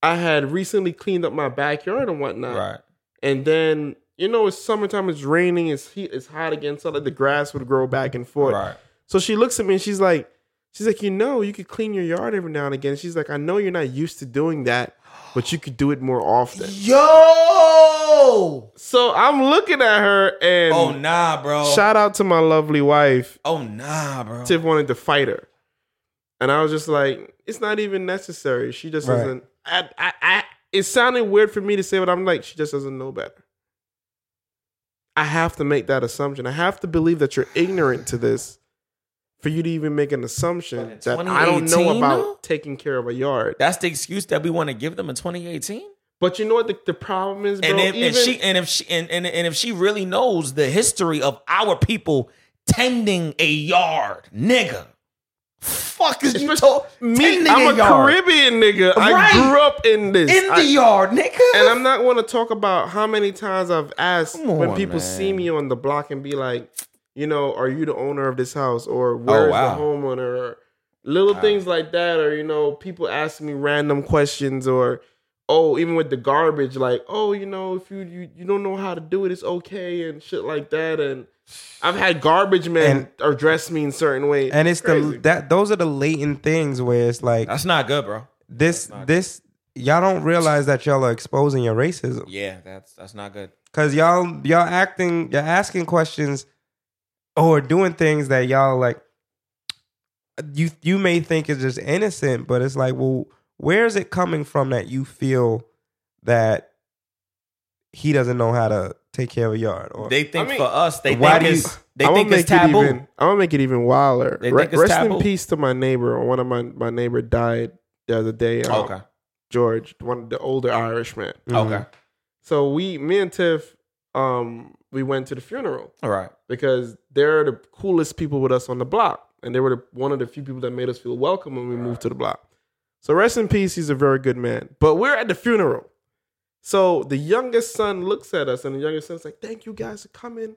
E: I had recently cleaned up my backyard and whatnot.
B: Right.
E: And then you know it's summertime, it's raining, it's heat, it's hot again, so like the grass would grow back and forth.
B: Right.
E: So she looks at me and she's like, she's like, you know, you could clean your yard every now and again. She's like, I know you're not used to doing that, but you could do it more often.
B: Yo.
E: So I'm looking at her and
B: Oh nah, bro.
E: shout out to my lovely wife.
B: oh nah, bro.
E: Tiff wanted to fight her, and I was just like, it's not even necessary. She just
G: Right.
E: doesn't. I, I, I, it sounded weird for me to say, but I'm like, she just doesn't know better. I have to make that assumption. I have to believe that you're ignorant to this for you to even make an assumption
B: But in
E: that I don't know
B: 2018
E: about
B: though?
E: taking care of a yard.
B: That's the excuse that we want to give them in 2018.
E: But you know what the, the problem is, bro?
B: and if and
E: Even-
B: she and if she and, and, and if she really knows the history of our people tending a yard, nigga. Fuck is you talk
E: me,
B: tending
E: I'm a
B: yard.
E: Caribbean nigga.
B: Right.
E: I grew up in this.
B: in the
E: I-
B: yard, nigga.
E: And I'm not going to talk about how many times I've asked
B: Come
E: when
B: on,
E: people see
B: man.
E: me on the block and be like, you know, are you the owner of this house or where's
B: Oh, wow.
E: the homeowner or little things like that or you know, people ask me random questions or oh, even with the garbage like, oh, you know, if you you, you don't know how to do it, it's okay and shit like that and I've had garbage men address me in certain ways.
G: And it's the
E: Crazy.
G: that those are the latent things where it's like
B: That's not good, bro.
G: this this y'all don't realize that y'all are exposing your racism
B: Yeah, that's that's not good.
G: because y'all y'all acting y'all asking questions or doing things that y'all like you you may think is just innocent but it's like well where is it coming from that you feel that he doesn't know how to take care of a yard or
B: They think
E: I mean,
B: for us, they
G: why
B: think
G: do you-
B: it's they
E: I'ma
B: think it's
E: make it
B: taboo.
E: even- I'm gonna make it even wilder.
B: They
E: Re-
B: think it's
E: rest
B: taboo?
E: in peace to my neighbor. Or one of my my neighbor died the other day. um,
B: okay.
E: George, one of the older Irishman.
B: Okay.
E: So we, me and Tiff, um, we went to the funeral
B: All right.
E: because they're the coolest people with us on the block, and they were the, one of the few people that made us feel welcome when we moved to the block. So rest in peace. He's a very good man. But we're at the funeral, so the youngest son looks at us, and the youngest son's like, "Thank you guys for coming."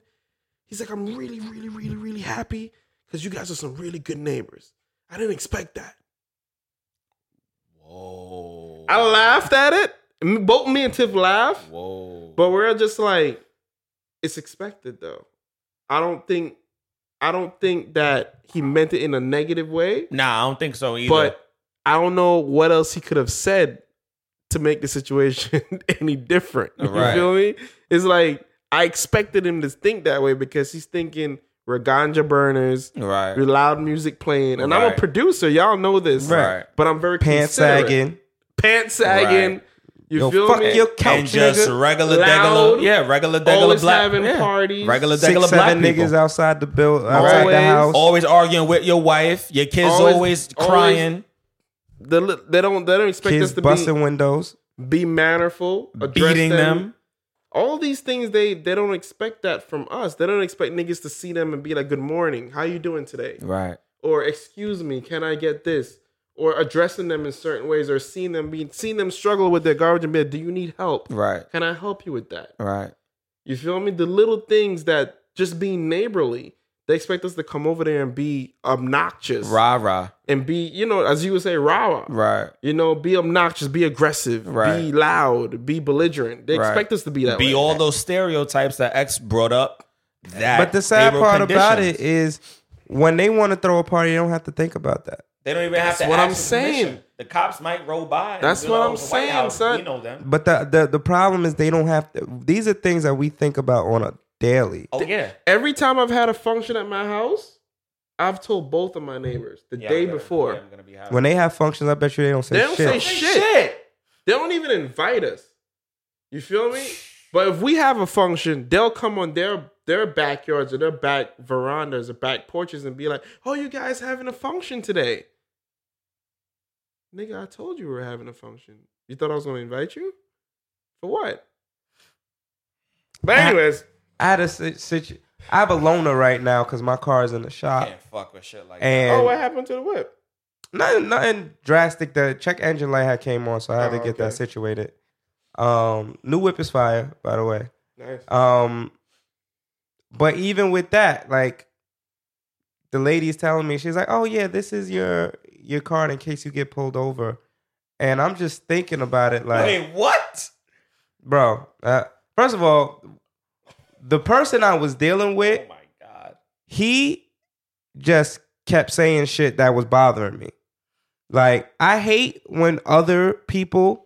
E: He's like, "I'm really, really, really, really happy because you guys are some really good neighbors. I didn't expect that."
B: Whoa.
E: I laughed at it. M- Both me and Tiff laugh.
B: Whoa.
E: But we're just like, it's expected though. I don't think, I don't think that he meant it in a negative way.
B: nah, I don't think so either.
E: But I don't know what else he could have said to make the situation any different. You
B: Right.
E: feel me? It's like I expected him to think that way because he's thinking we're ganja burners,
B: right.
E: we're loud music playing, and I'm a
B: Right.
E: producer. Y'all know this,
B: Right.
E: But I'm very
G: pants
E: considerate.
G: sagging
E: pants sagging.
B: Right.
E: You
G: Yo,
E: feel
G: fuck
E: me?
G: your couch
B: and just
G: nigga.
B: regular
E: Loud,
B: degular, yeah, regular degular
E: Always
B: black,
E: having
B: yeah.
E: parties.
B: regular
G: six
B: degular black
G: seven
B: people.
G: niggas outside the build outside
E: Always.
G: the house
B: Always arguing with your wife. Your kids
E: Always-
B: always,
E: always-
B: crying.
E: The li- they don't they don't expect us
G: kids
E: to
G: busting windows
E: be be mannerful, address
B: beating them.
E: All these things they they don't expect that from us. They don't expect niggas to see them and be like, "Good morning, how you doing today?"
B: Right.
E: Or "Excuse me, can I get this?" Or addressing them in certain ways, or seeing them being seeing them struggle with their garbage and be like, "Do you need help?
B: Right.
E: Can I help you with that?"
B: Right.
E: You feel me? The little things that just being neighborly, They expect us to come over there and be obnoxious,
B: Rah rah.
E: and be you know, as you would say, rah.
B: Right.
E: You know, be obnoxious, be aggressive,
B: Right.
E: be loud, be belligerent. They
B: Right.
E: expect us to be that.
B: Be
E: way.
B: all those stereotypes that X brought up. That
C: But the sad part about it is when they want to throw a party, they don't have to think about that.
B: they don't even have to.
E: That's what
B: ask
E: I'm
B: for
E: saying.
B: permission. The cops might roll by. and
E: That's
B: be
E: what
B: like,
E: I'm
B: "Oh, it's the White
E: saying,
B: House.
E: son."
B: We know them.
C: But the, the the problem is they don't have to. These are things that we think about on a daily.
B: Oh yeah.
E: Every time I've had a function at my house, I've told both of my neighbors the
B: Yeah,
E: day
B: I'm gonna-
E: before.
B: yeah, I'm gonna be high.
C: When they have functions, I bet you they don't say
E: They don't
C: shit.
E: say shit. They don't even invite us. You feel me? But if we have a function, they'll come on their their backyards or their back verandas or back porches and be like, "Oh, you guys having a function today?" Nigga, I told you we were having a function. You thought I was gonna invite you? For what? But anyways,
C: I had a situation. I have a loaner right now because my car is in the shop,
B: Can't fuck with shit like that.
C: Uh, and
E: oh, what happened to the whip?
C: nothing nothing drastic. The check engine light had came on, so I had to
E: Oh,
C: get
E: okay.
C: that situated. Um, new whip is fire, by the way.
E: Nice.
C: Um, but even with that, like the lady's telling me, she's like, "Oh yeah, this is your your card in case you get pulled over," and I'm just thinking about it, like,
B: Wait, what?
C: bro. Uh, first of all, the person I was dealing with,
B: Oh my god.
C: he just kept saying shit that was bothering me. Like I hate when other people.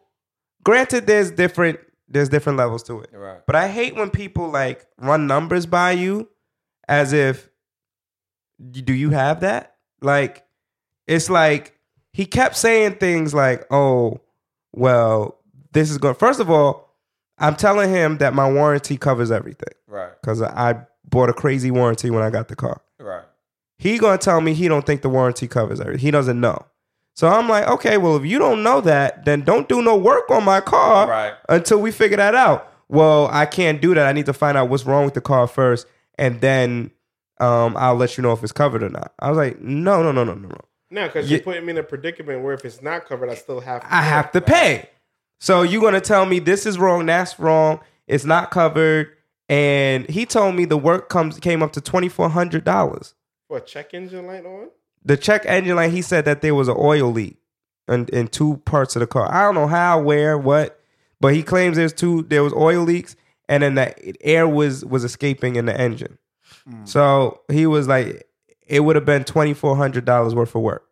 C: Granted, there's different there's different levels to it.
B: You're right.
C: But I hate when people like run numbers by you as if do you have that? Like it's like he kept saying things like, "Oh, well, this is going First of all, I'm telling him that my warranty covers everything
B: Right.
C: cuz I bought a crazy warranty when I got the car.
B: Right.
C: He going to tell me he don't think the warranty covers everything. He doesn't know. So I'm like, "Okay, well, if you don't know that, then don't do no work on my car."
B: Right.
C: until we figure that out. Well, I can't do that. I need to find out what's wrong with the car first, and then um, I'll let you know if it's covered or not. I was like, no, no, no, no, no, no.
E: No, because
C: Yeah.
E: you're putting me in a predicament where if it's not covered, I still have.
C: I have to pay. So you're gonna tell me this is wrong, that's wrong, it's not covered. And he told me the work comes came up to twenty four hundred dollars.
E: What check engine light on?
C: The check engine light, he said that there was an oil leak in, in two parts of the car. I don't know how, where, what, but he claims there's two. There was oil leaks, and then that air was was escaping in the engine.
E: Hmm.
C: So he was like, it would have been twenty four hundred dollars worth of work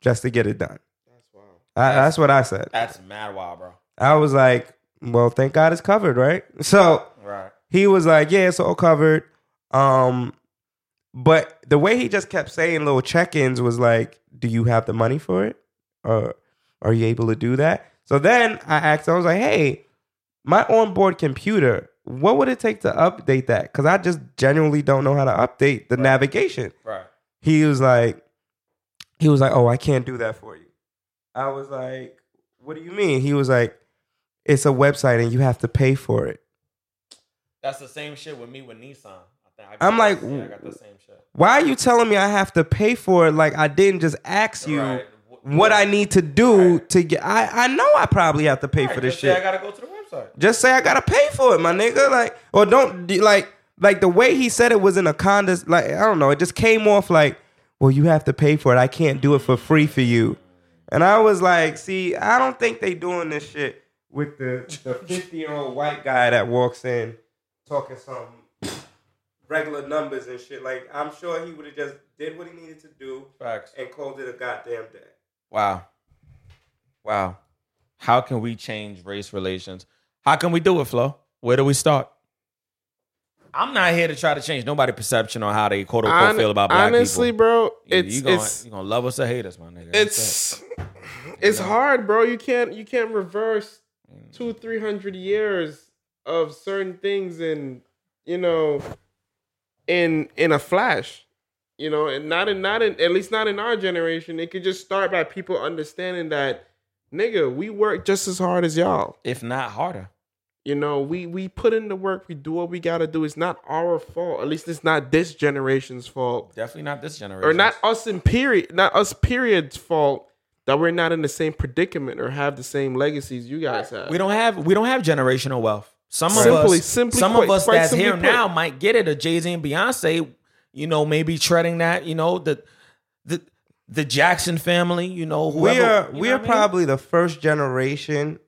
C: just to get it done.
E: That's wild.
C: I, that's what I said.
B: That's mad wild, bro.
C: I was like, well, thank God it's covered, right? So
B: Right.
C: he was like, "Yeah, it's all covered." Um, but the way he just kept saying little check-ins was like, "Do you have the money for it? Or are you able to do that?" So then I asked, I was like, "Hey, my onboard computer, what would it take to update that? Because I just genuinely don't know how to update the navigation."
B: Right.
C: he was like, he was like, oh, I can't do that for you. I was like, what do you mean? He was like, it's a website and you have to pay for it.
B: That's the same shit with me with Nissan. I think I
C: I'm like,
B: yeah, I got the same shit.
C: Why are you telling me I have to pay for it? Like I didn't just ask you
B: Right. W-
C: what I need to do
B: Right.
C: to get. I I know I probably have to pay
B: Right,
C: for this
B: just say
C: shit.
B: I gotta go to the website.
C: just say I gotta pay for it, my nigga. Like or don't like like the way he said it was in a condes. Like I don't know. It just came off like, well, you have to pay for it. I can't do it for free for you. And I was like, see, I don't think they doing this shit with the the fifty year old white guy that walks in talking some regular numbers and shit. Like I'm sure he would have just did what he needed to do
B: Facts.
C: and called it a goddamn day.
B: Wow. Wow. How can we change race relations? How can we do it, Flo? Where do we start? I'm not here to try to change nobody's perception on how they quote unquote
E: Hon-
B: feel about black
E: honestly,
B: people.
E: bro,
B: Either
E: it's
B: you gonna,
E: it's
B: you gonna love us or hate us, my nigga. That's
E: it's it's hard, bro. You can't you can't reverse two three hundred years of certain things in you know in in a flash, you know, and not in not in at least not in our generation. It could just start by people understanding that nigga, we work just as hard as y'all.
B: it. if not harder.
E: You know, we we put in the work. We do what we gotta do. It's not our fault. At least it's not this generation's fault.
B: Definitely not this generation.
E: or not us in period, not us period's fault that we're not in the same predicament or have the same legacies you guys have.
B: We don't have we don't have generational wealth. Some
E: Simply-
B: of us,
E: simply
B: some
E: put,
B: of us
E: quite
B: that's
E: simply
B: here
E: put.
B: now might get it. A Jay Z and Beyonce you know, maybe treading that, you know, the the the Jackson family, you know,
C: we
B: whoever-
C: are
B: you know
C: we
B: what
C: are
B: I mean?
C: probably the first generation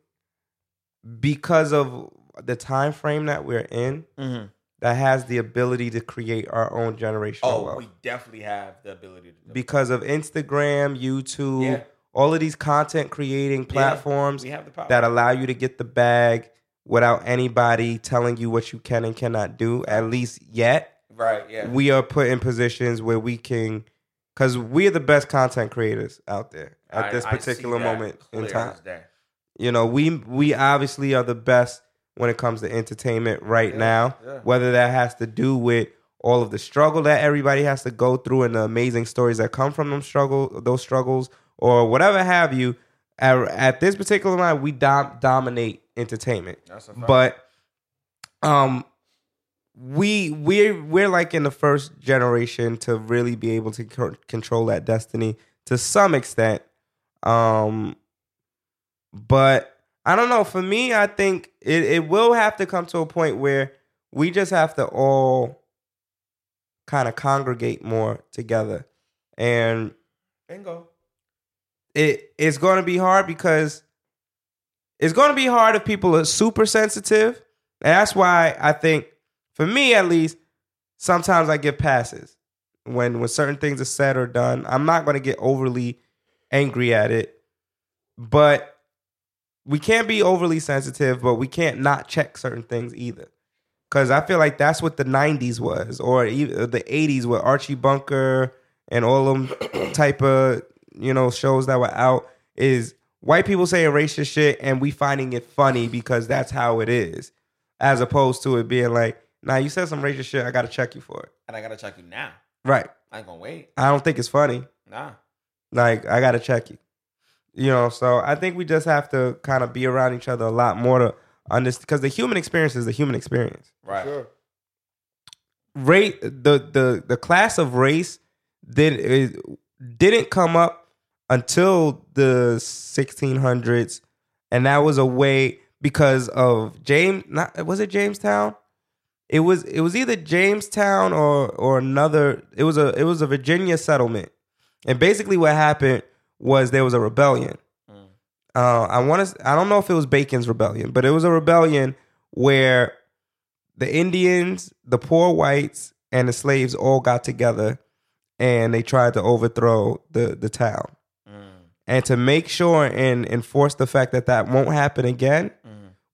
C: because of the time frame that we're in
B: Mhm.
C: that has the ability to create our own generational
B: Oh,
C: wealth
B: we definitely have the ability to do that.
C: because of Instagram, YouTube,
B: Yeah.
C: all of these content creating platforms
B: we have the power.
C: that allow you to get the bag without anybody telling you what you can and cannot do at least yet.
B: right, yeah.
C: we are put in positions where we can because we're the best content creators out there at
B: I-
C: this
B: I see
C: particular
B: that
C: moment in
B: clear
C: time
B: as day.
C: you know we we obviously are the best when it comes to entertainment right now
B: yeah.
C: whether that has to do with all of the struggle that everybody has to go through and the amazing stories that come from them struggle those struggles or whatever have you at, at this particular time we dom- dominate entertainment
B: That's a fact.
C: but um we we're we're like in the first generation to really be able to co- control that destiny to some extent um but i don't know for me i think it, it will have to come to a point where we just have to all kind of congregate more together and
B: Bingo.
C: it it's going to be hard because it's going to be hard if people are super sensitive. And that's why I think, for me at least, sometimes I give passes when when certain things are said or done. I'm not going to get overly angry at it, but we can't be overly sensitive, but we can't not check certain things either. Because I feel like that's what the '90s was, or even the '80s with Archie Bunker and all them type of you know shows that were out is white people saying racist shit and we finding it funny because that's how it is, as opposed to it being like, nah, you said some racist shit, I gotta check you for it.
B: And I gotta check you now.
C: Right.
B: I ain't gonna wait.
C: I don't think it's funny.
B: Nah.
C: Like I gotta check you. You know, so I think we just have to kind of be around each other a lot more to understand because the human experience is the human experience.
B: Right.
C: Rate the the the class of race did it didn't come up until the 1600s, and that was a way because of James. Not was it Jamestown? It was it was either Jamestown or or another. It was a it was a Virginia settlement. And basically, what happened was there was a rebellion. Uh, I want to. I don't know if it was Bacon's rebellion, but it was a rebellion where the Indians, the poor whites, and the slaves all got together, and they tried to overthrow the the town. And to make sure and enforce the fact that that won't happen again,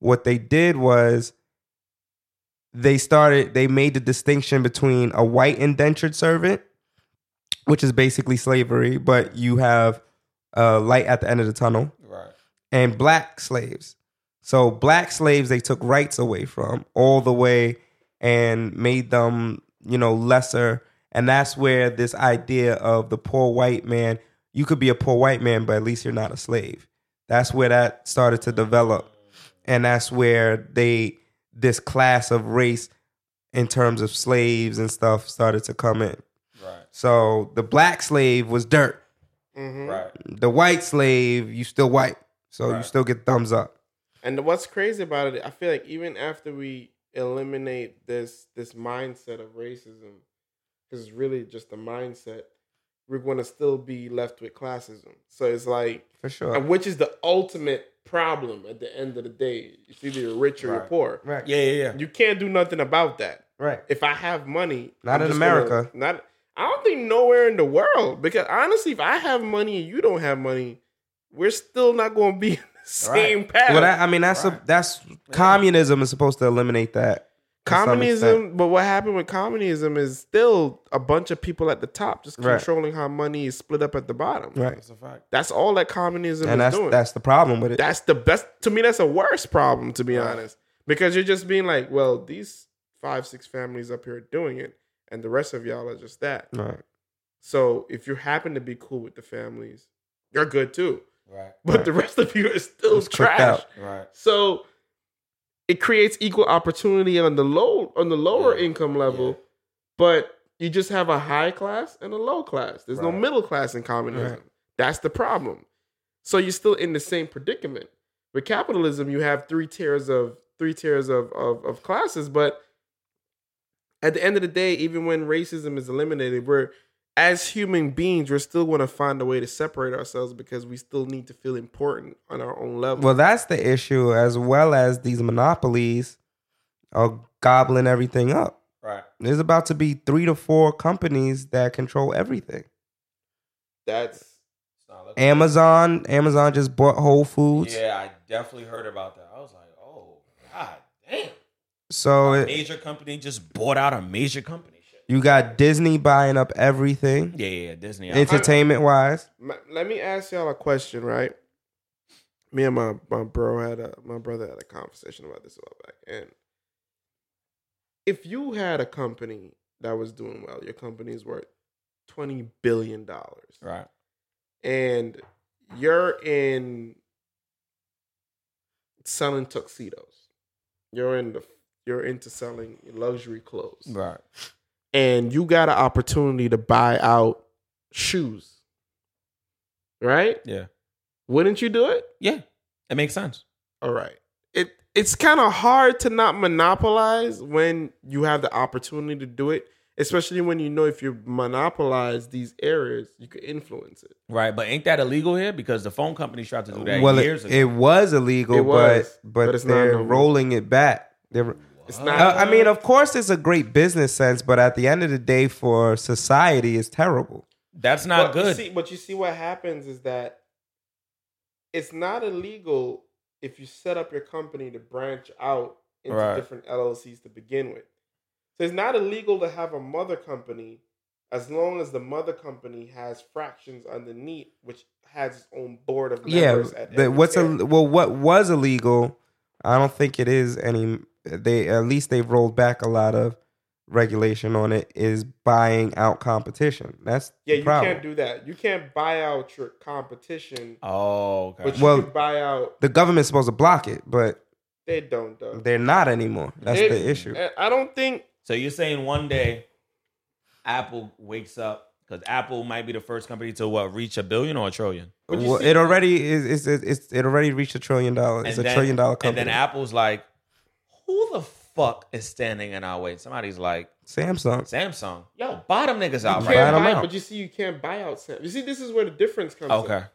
C: what they did was they started. They made the distinction between a white indentured servant which is basically slavery, but you have uh, light at the end of the tunnel,
B: Right.
C: and black slaves. So black slaves they took rights away from all the way and made them, you know, lesser. And that's where this idea of the poor white man, you could be a poor white man, but at least you're not a slave. That's where that started to develop. And that's where they this class of race in terms of slaves and stuff started to come in.
B: Right.
C: So the black slave was dirt.
E: Mhm.
B: Right.
C: The white slave, you still white. So you
B: Right.
C: still get thumbs up.
E: And what's crazy about it, I feel like even after we eliminate this this mindset of racism, because it's really just a mindset, we're going to still be left with classism. So it's like,
C: For sure.
E: and which is the ultimate problem at the end of the day. It's either you're rich or you're
B: Right.
E: poor.
C: right.
B: Yeah, yeah, yeah.
E: You can't do nothing about that.
C: Right.
E: If I have money,
C: Not in
E: just gonna-
C: America.
E: not I don't think nowhere in the world. Because honestly, if I have money and you don't have money, we're still not going to be in the same path.
C: Well, that, I mean, that's a, that's communism is supposed to eliminate that. to some extent.
E: communism but what happened with communism is still a bunch of people at the top just
C: Right.
E: controlling how money is split up at the bottom
C: Right.
E: that's all that communism
C: And
E: is
C: that's
E: doing that's,
C: that's the problem with it.
E: the best to me that's a worse problem to be honest because you're just being like well these five six families up here are doing it and the rest of y'all are just that
C: right.
E: so if you happen to be cool with the families you're good too
B: Right.
E: but the rest of you is still
C: It's cooked
E: trash
C: out.
B: Right.
E: so it creates equal opportunity on the low on the lower
B: Yeah.
E: income level,
B: Yeah.
E: but you just have a high class and a low class. There's no
B: Right.
E: middle class in communism.
C: Right.
E: That's the problem. So you're still in the same predicament. With capitalism, you have three tiers of three tiers of of, of classes, but at the end of the day, even when racism is eliminated, we're as human beings, we're still going to find a way to separate ourselves because we still need to feel important on our own level.
C: Well, that's the issue, as well as these monopolies are gobbling everything up.
B: Right.
C: There's about to be three to four companies that control everything.
E: That's
C: Amazon, Amazon just bought Whole Foods.
B: Yeah, I definitely heard about that. I was like, oh god damn.
C: So
B: A
C: it,
B: major company just bought out a major company. Shit.
C: you got Disney buying up everything,
B: Yeah, yeah, yeah, Disney.
C: entertainment wise.
E: Ma- Let me ask y'all a question, right? Me and my my bro had a my brother had a conversation about this a while back, and if you had a company that was doing well, your company is worth twenty billion dollars,
B: right.
E: and you're in selling tuxedos, you're in the you're into selling luxury clothes,
B: Right.
E: and you got an opportunity to buy out shoes, right?
B: Yeah.
E: Wouldn't you do it?
B: Yeah. It makes sense.
E: All right. It it's kind of hard to not monopolize when you have the opportunity to do it, especially when you know if you monopolize these areas, you can influence it.
B: Right. But ain't that illegal here? Because the phone company tried to do that
C: Well,
B: years
C: it,
B: ago.
C: it was illegal,
E: It was,
C: but but,
E: but it's not
C: they're
E: no more.
C: rolling it back. They're,
E: It's not.
C: Uh, I mean, of course, it's a great business sense, but at the end of the day, for society, it's terrible.
B: That's not
E: but you
B: good.
E: see- but you see, what happens is that it's not illegal if you set up your company to branch out into
B: Right.
E: different LLCs to begin with. So it's not illegal to have a mother company as long as the mother company has fractions underneath, which has its own board of
C: Yeah,
E: members. at
C: the,
E: every
C: what's a,
E: area.
C: well, what was illegal? I don't think it is any. They at least they've rolled back a lot of regulation on it. Is buying out competition. That's
E: yeah?
C: the
E: You
C: problem.
E: can't do that. You can't buy out your competition,
B: oh, okay.
E: but you
C: Well-
E: can buy out.
C: the government's supposed to block it, but
E: They don't though.
C: they're not anymore. That's
E: It-
C: the issue.
E: I- I don't think
B: so you're saying one day Apple wakes up because Apple might be the first company to what reach a billion or a trillion.
E: but you
C: Well,
E: see-
C: it already is. It's, it's, it already reached a trillion dollars. It's
B: And
C: a
B: then-
C: trillion dollar company.
B: And then Apple's like, who the fuck is standing in our way? Somebody's like,
C: Samsung.
B: Samsung. Yo, buy them niggas out
E: You
B: right
C: Buy
E: can't
C: them
E: buy,
C: out.
E: but you see, you can't buy out Sam. You see, this is where the difference comes.
B: now.
E: in.
B: Okay.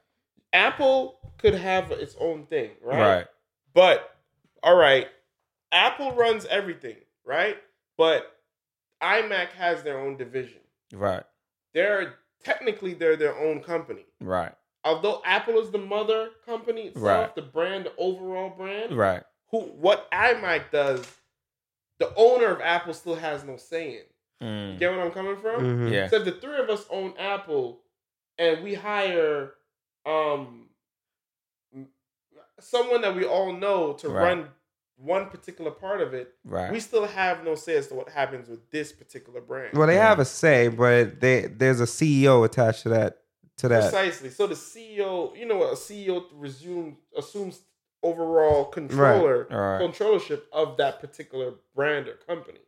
E: Apple could have its own thing, right?
B: Right.
E: But all right, Apple runs everything, right? But iMac has their own division.
B: Right.
E: They're technically they're their own company.
B: Right.
E: Although Apple is the mother company itself,
B: Right.
E: the brand, the overall brand.
B: Right.
E: Who what iMac does, the owner of Apple still has no say in.
B: Mm.
E: Get what I'm coming from?
C: Mhm.
B: Yeah.
E: So if the three of us own Apple, and we hire um someone that we all know to
B: Right.
E: run one particular part of it,
B: Right.
E: we still have no say as to what happens with this particular brand.
C: Well, they
B: Yeah.
C: have a say, but they there's a CEO attached to that to that.
E: Precisely. So the CEO, you know, what, a CEO resumes assumes overall controller
B: Right.
E: controllership of that particular brand or company.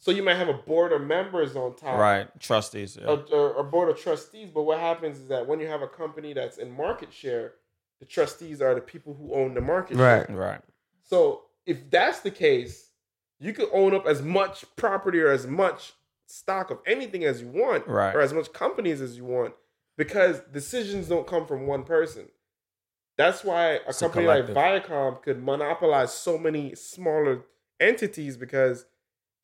E: So you might have a board of members on top,
B: right. Trustees. yeah.
E: a, a- a board of trustees. But what happens is that when you have a company that's in market share, the trustees are the people who own the market share.
C: Right.
B: Right.
E: So if that's the case, you could own up as much property or as much stock of anything as you want,
B: Right.
E: or as much companies as you want, because decisions don't come from one person. That's why a
B: It's a
E: company like
B: collective.
E: Viacom could monopolize so many smaller entities because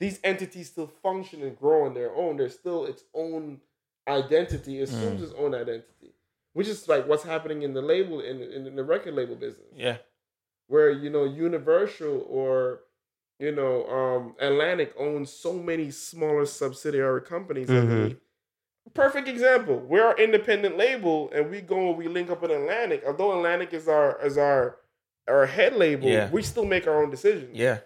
E: these entities still function and grow on their own. They're still its own identity, assumes
B: Mm.
E: its own identity, which is like what's happening in the label in, in, in the record label business
B: Yeah.
E: where you know Universal or you know um Atlantic owns so many smaller subsidiary companies.
C: Mhm.
E: underneath. Perfect example. We're our independent label, and we go and we link up with Atlantic. Although Atlantic is our is our our head label,
B: Yeah.
E: we still make our own decisions.
B: Yeah.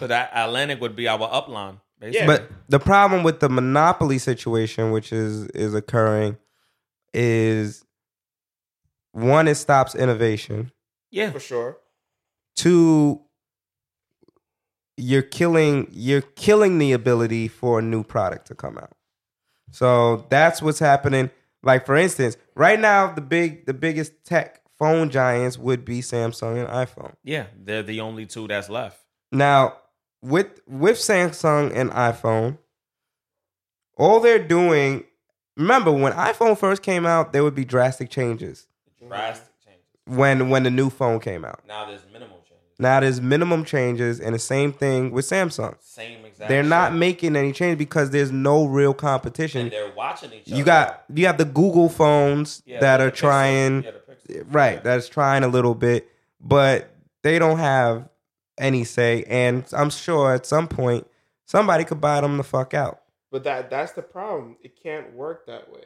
B: But that Atlantic would be our upline. Basically.
C: But the problem with the monopoly situation, which is is occurring, is one it stops innovation.
B: Yeah.
E: for sure.
C: Two, you're killing you're killing the ability for a new product to come out. So that's what's happening. Like for instance, right now the big the biggest tech phone giants would be Samsung and iPhone.
B: Yeah. They're the only two that's left.
C: Now, with with Samsung and iPhone, All they're doing, remember when iPhone first came out, there would be drastic changes
B: Drastic changes.
C: when when the new phone came out.
B: Now there's minimal changes.
C: Now there's minimum changes and the same thing with Samsung.
B: Same exact.
C: They're not
B: shit.
C: making any change because there's no real competition.
B: And they're watching each other.
C: You got you have the Google phones
B: Yeah,
C: that
B: the
C: are
B: Pixel.
C: trying
B: Yeah, the Pixel.
C: right that's trying a little bit but they don't have any say and i'm sure at some point somebody could buy them the fuck out
E: But that that's the problem. It can't work that way.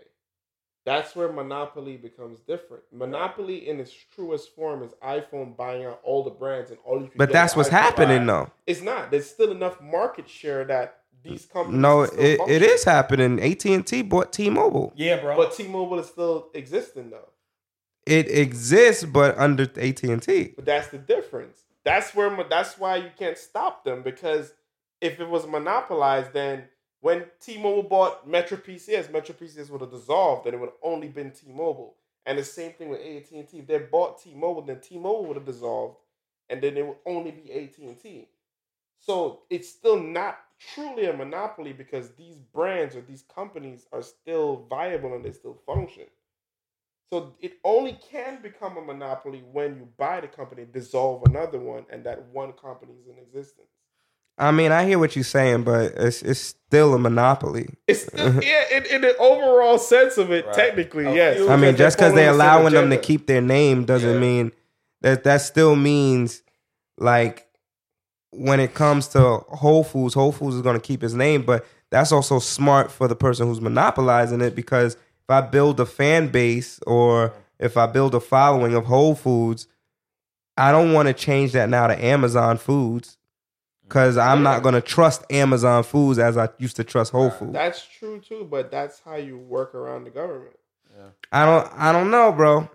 E: That's where monopoly becomes different. Monopoly in its truest form is iPhone buying out all the brands and all you. can
C: but
E: get
C: that's
E: with
C: what's
E: iPhone.
C: happening though
E: It's not. There's still enough market share that these companies.
C: no
E: can still
C: it, it
E: function.
C: is happening at&t bought t-mobile
B: Yeah, bro.
E: But T-Mobile is still existing though.
C: it exists but under at&t
E: But that's the difference. That's where mo- that's why you can't stop them because if it was monopolized, then when T-Mobile bought Metro PCS, Metro PCS would have dissolved, and it would have only been T-Mobile. And the same thing with AT and T. If they bought T-Mobile, then T-Mobile would have dissolved, and then it would only be AT and T. So it's still not truly a monopoly because these brands or these companies are still viable and they still function. So it only can become a monopoly when you buy the company, dissolve another one, and that one company is in existence.
C: i mean i hear what you're saying but it's, it's still a monopoly
E: It's still, yeah, in, in the overall sense of it,
B: Right.
E: technically,
B: A
E: yes.
B: few-
C: i mean just because they're
E: following the same
C: allowing them to
E: agenda.
C: keep their name doesn't
B: Yeah.
C: mean that that still means like when it comes to Whole Foods, Whole Foods is going to keep his name, but that's also smart for the person who's monopolizing it because if I build a fan base or if I build a following of Whole Foods, I don't want to change that now to Amazon Foods because I'm not going to trust Amazon Foods as I used to trust Whole Foods.
E: That's true too, but that's how you work around the government.
C: I don't I don't know, bro.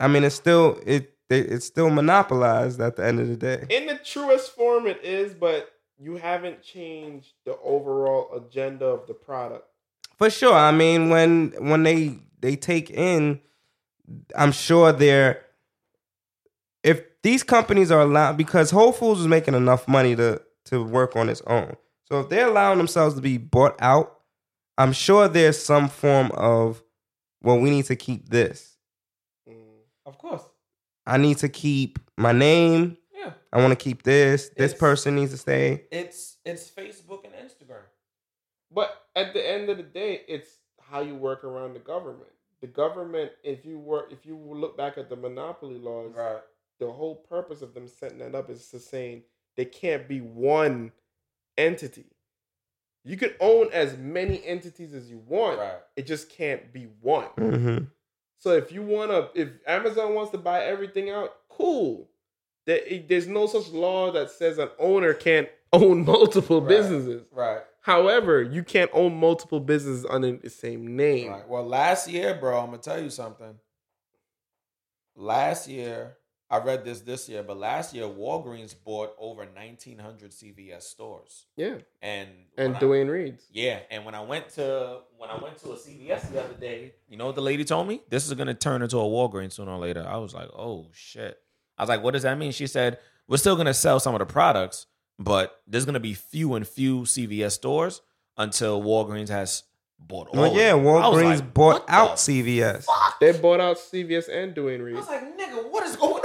C: I mean, it's still it, it it's still monopolized at the end of the day.
E: In the truest form, it is, but you haven't changed the overall agenda of the product.
C: For sure. I mean, when when they they take in, I'm sure they're if these companies are allowed because Whole Foods is making enough money to to work on its own. So if they're allowing themselves to be bought out, I'm sure there's some form of well, we need to keep this.
E: Mm.
B: of course.
C: I need to keep my name.
B: Yeah.
C: I want to keep this. This
B: It's-
C: person needs to stay.
B: It's it's Facebook and Instagram.
E: But at the end of the day, it's how you work around the government. The government, if you work, if you look back at the monopoly laws,
B: Right.
E: the whole purpose of them setting that up is to saying they can't be one entity. You can own as many entities as you want.
B: Right.
E: It just can't be one.
C: hmm
E: So if you want to, if Amazon wants to buy everything out, cool. There, it- there's no such law that says an owner can't own multiple
B: Right.
E: businesses.
B: Right.
E: However, you can't own multiple businesses under the same name.
B: Right. Well, last year, bro, I'm gonna tell you something. Last year, I read this this year, but last year Walgreens bought over 1,900 CVS stores,
E: Yeah,
B: and
E: and
B: when I-
E: Dwayne Reed's.
B: yeah, and when I went to when I went to a CVS the other day, you know what the lady told me? This is gonna turn into a Walgreens sooner or later. I was like, oh shit. I was like, what does that mean? She said, we're still gonna sell some of the products, but there's gonna be few and few CVS stores until Walgreens has bought all.
C: Well, yeah,
B: of them. I was
C: Walgreens
B: like,
C: bought
B: what the
C: out CVS.
B: fuck?
E: They bought out CVS and Dwayne
B: I
E: Reed's,
B: was like, nigga, what is going on?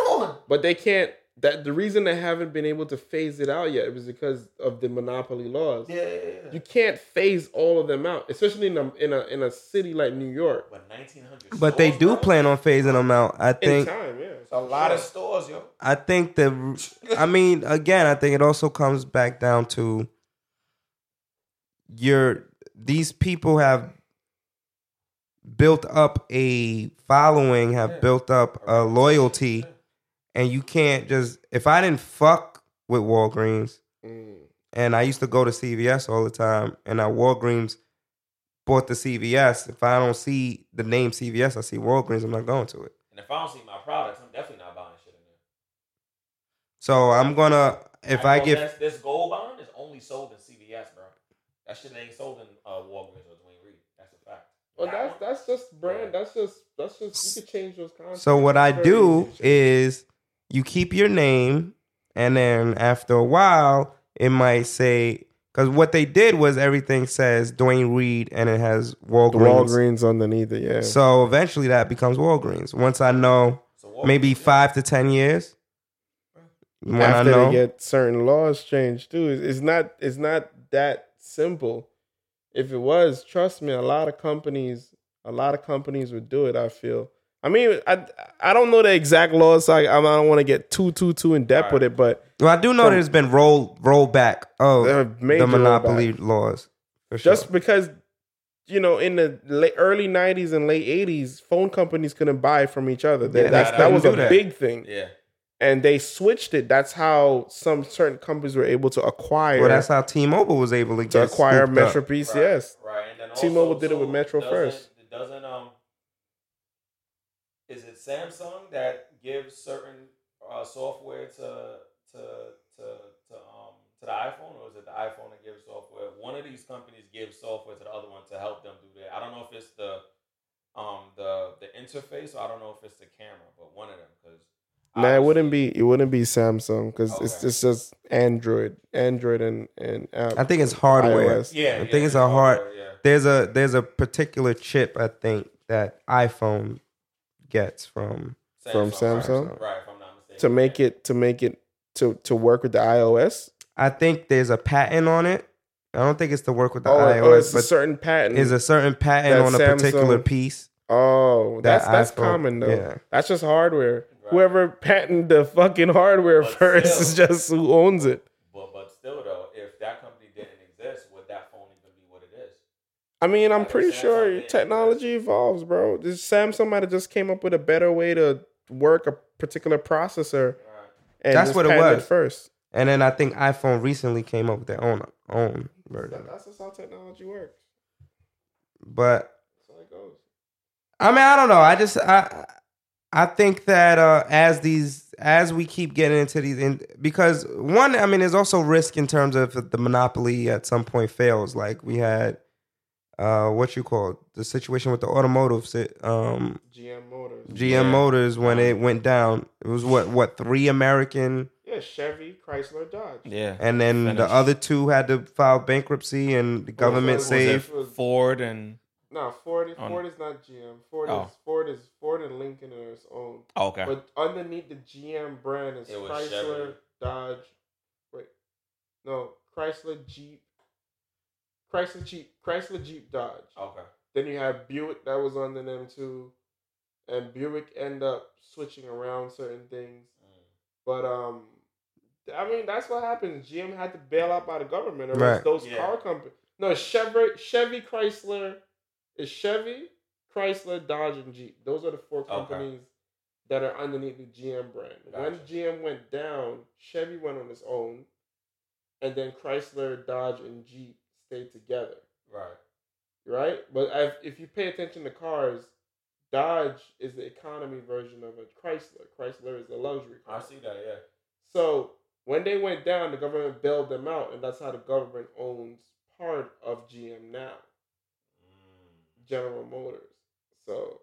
E: but they can't. That the reason they haven't been able to phase it out yet was because of the monopoly laws.
B: Yeah.
E: You can't phase all of them out, especially in a in a, in a city like New York.
B: But 1900
C: But they
B: stores,
C: do
B: bro?
C: plan on phasing them out. I
E: In
C: think.
E: time, yeah.
B: a lot of stores, yo.
C: I think the. I mean, again, I think it also comes back down to your. These people have built up a following, have built up a loyalty, and you can't just. If I didn't fuck with Walgreens,
E: Mm.
C: and I used to go to CVS all the time, and at Walgreens bought the CVS. If I don't see the name CVS, I see Walgreens. I'm not going to it.
B: And if I don't see my products, I'm definitely not buying shit in there.
C: So I'm gonna if I
B: know
C: get
B: that's- this gold bond is only sold in CVS, bro. That shit ain't sold in uh, Walgreens or Dwayne Reed. That's a fact.
E: Well,
B: That
E: that's
B: one-
E: that's just brand. That's just that's just you could change those concepts.
C: So what I
E: Very
C: do
E: easy to change.
C: is you keep your name, and then after a while, it might say Because what they did was everything says Dwayne Reed and it has
E: The
C: Walgreens.
E: Walgreens underneath it, yeah.
C: So eventually that becomes Walgreens. Once I know maybe five to 10 years. When
E: After
C: I know.
E: they get certain laws changed too, it's, it's not it's not that simple. If it was, trust me, a lot of companies, a lot of companies would do it. I feel. I mean, I I don't know the exact laws. So I I don't want to get too too too in depth with it, but
C: well, I do know there's been roll rollback
E: There are
C: of
E: major
C: Oh, the monopoly laws. For sure.
E: just because you know in the late, early 90s and late 80s phone companies couldn't buy from each other
C: Yeah, they
E: That's- that
C: couldn't
E: was
C: do
E: a
C: that.
E: big thing
B: Yeah.
E: and they switched it that's how some certain companies were able to acquire
C: well, that's how T-Mobile was able to,
E: to
C: get
E: acquire
C: scooped up.
E: metro pcs
B: Right. And then
E: T-Mobile
B: also,
E: did it with
B: so
E: Metro
B: doesn't-
E: first.
B: it Doesn't um, is it Samsung that gives certain uh, software to to to to um to the iPhone, or is it the iPhone that gives software? One of these companies gives software to the other one to help them do that. I don't know if it's the um the the interface, or I don't know if it's the camera, but one of them because.
E: nah it wouldn't be it wouldn't be samsung because it's,
B: Okay.
E: it's just android android and and Apple.
C: I think it's hardware.
E: iOS.
B: Yeah,
C: I
B: yeah,
C: think it's a hard.
B: Yeah.
C: There's a there's a particular chip I think that iPhone gets from.
E: From Samsung?
B: Right, if I'm not mistaken.
E: to make it to make it to to work with the ios
C: I think there's a patent on it. I don't think it's to work with the
E: oh, oh,
C: iOS,
E: it's a
C: but
E: certain patent
C: is a certain patent
E: that
C: on a particular
E: Samsung-
C: piece.
E: Oh, that's that's
C: iPhone-
E: common though.
C: yeah.
E: That's just hardware.
B: Right.
E: Whoever patented the fucking hardware
B: But
E: first is
B: still.
E: just who owns it.
B: But but still though, if that company didn't exist, would that phone even be what it is?
E: I mean, I'm
B: Like,
E: pretty
B: Samsung
E: sure
B: did.
E: technology evolves, bro. This Samsung might have just came up with a better way to work a particular processor. And
C: That's
E: just
C: what it
E: patented
C: was.
E: first.
C: And then I think iPhone recently came up with their own own version.
E: That's just how technology works.
C: But
E: That's how it goes.
C: I mean, I don't know. I just I I think that uh, as these as we keep getting into these, in, because one, I mean, there's also risk in terms of if the monopoly at some point fails. Like we had, uh, what you call it, the situation with the automotive, si- um,
E: GM Motors. Um,
C: GM Motors when it went down. It was what what three American,
E: Yeah, Chevy, Chrysler, Dodge.
B: Yeah.
C: and then
B: Finished.
C: the other two had to file bankruptcy, and the government
E: Was it-
C: saved.
E: was it-
B: Ford and
E: No, Ford.
B: Oh, no.
E: Ford is not GM. Ford
B: Oh.
E: is Ford is Ford and Lincoln are its own.
B: oh, okay.
E: But underneath the GM brand is
B: It was
E: Chrysler,
B: Chevy.
E: Dodge. Wait, no, Chrysler Jeep. Chrysler Jeep, Chrysler Jeep Dodge.
B: okay.
E: Then you have Buick that was under them too, and Buick end up switching around certain things.
B: Mm.
E: But um, I mean that's what happens. GM had to bail out by the government, or else
C: Right.
E: those
B: Yeah.
E: car companies. No, Chevy, Chevy, Chrysler, is Chevy, Chrysler, Dodge, and Jeep. Those are the four companies that are underneath the GM brand. When
B: Gotcha.
E: GM went down, Chevy went on its own, and then Chrysler, Dodge, and Jeep stayed together
B: Right.
E: right? But if, if you pay attention to cars, Dodge is the economy version of a Chrysler. Chrysler is a luxury
B: I
E: car.
B: see that, yeah.
E: So when they went down, the government bailed them out, and that's how the government owns part of GM now,
D: Mm.
E: General Motors. So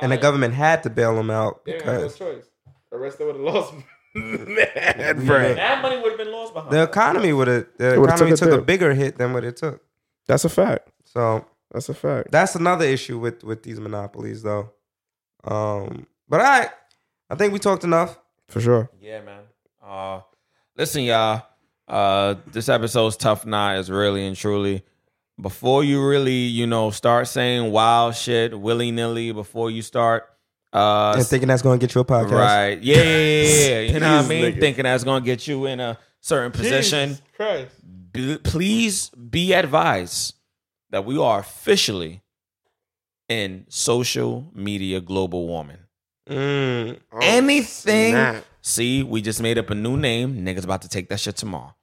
C: And the
E: I-
C: government had to bail them out
E: they didn't have no
C: because
E: choice. The rest they would have lost.
C: Yeah.
E: Man,
B: That money would have been lost behind.
C: The economy would have the
E: It would've
C: economy
E: took a
C: took, a
E: dip.
C: bigger hit than what it took.
E: That's a fact.
C: So
E: That's a fact.
C: that's another issue with with these monopolies, though. Um, but I, I think we talked enough.
E: For sure.
B: Yeah, man. Uh, listen, y'all. Uh, this episode's tough nine is really and truly. Before you really, you know, start saying wild shit willy nilly, before you start, uh,
C: And thinking that's going to get you a podcast.
B: right? Yeah, yeah, yeah, yeah. You know what I
E: Jesus,
B: mean?
E: nigga.
B: Thinking that's gonna get you in a certain position.
E: Jesus Christ.
B: be, please be advised that we are officially in social media global warming.
C: Mm.
D: Oh,
E: Oh,
B: Anything.
E: snap.
B: See, we just made up a new name. Niggas about to take that shit tomorrow.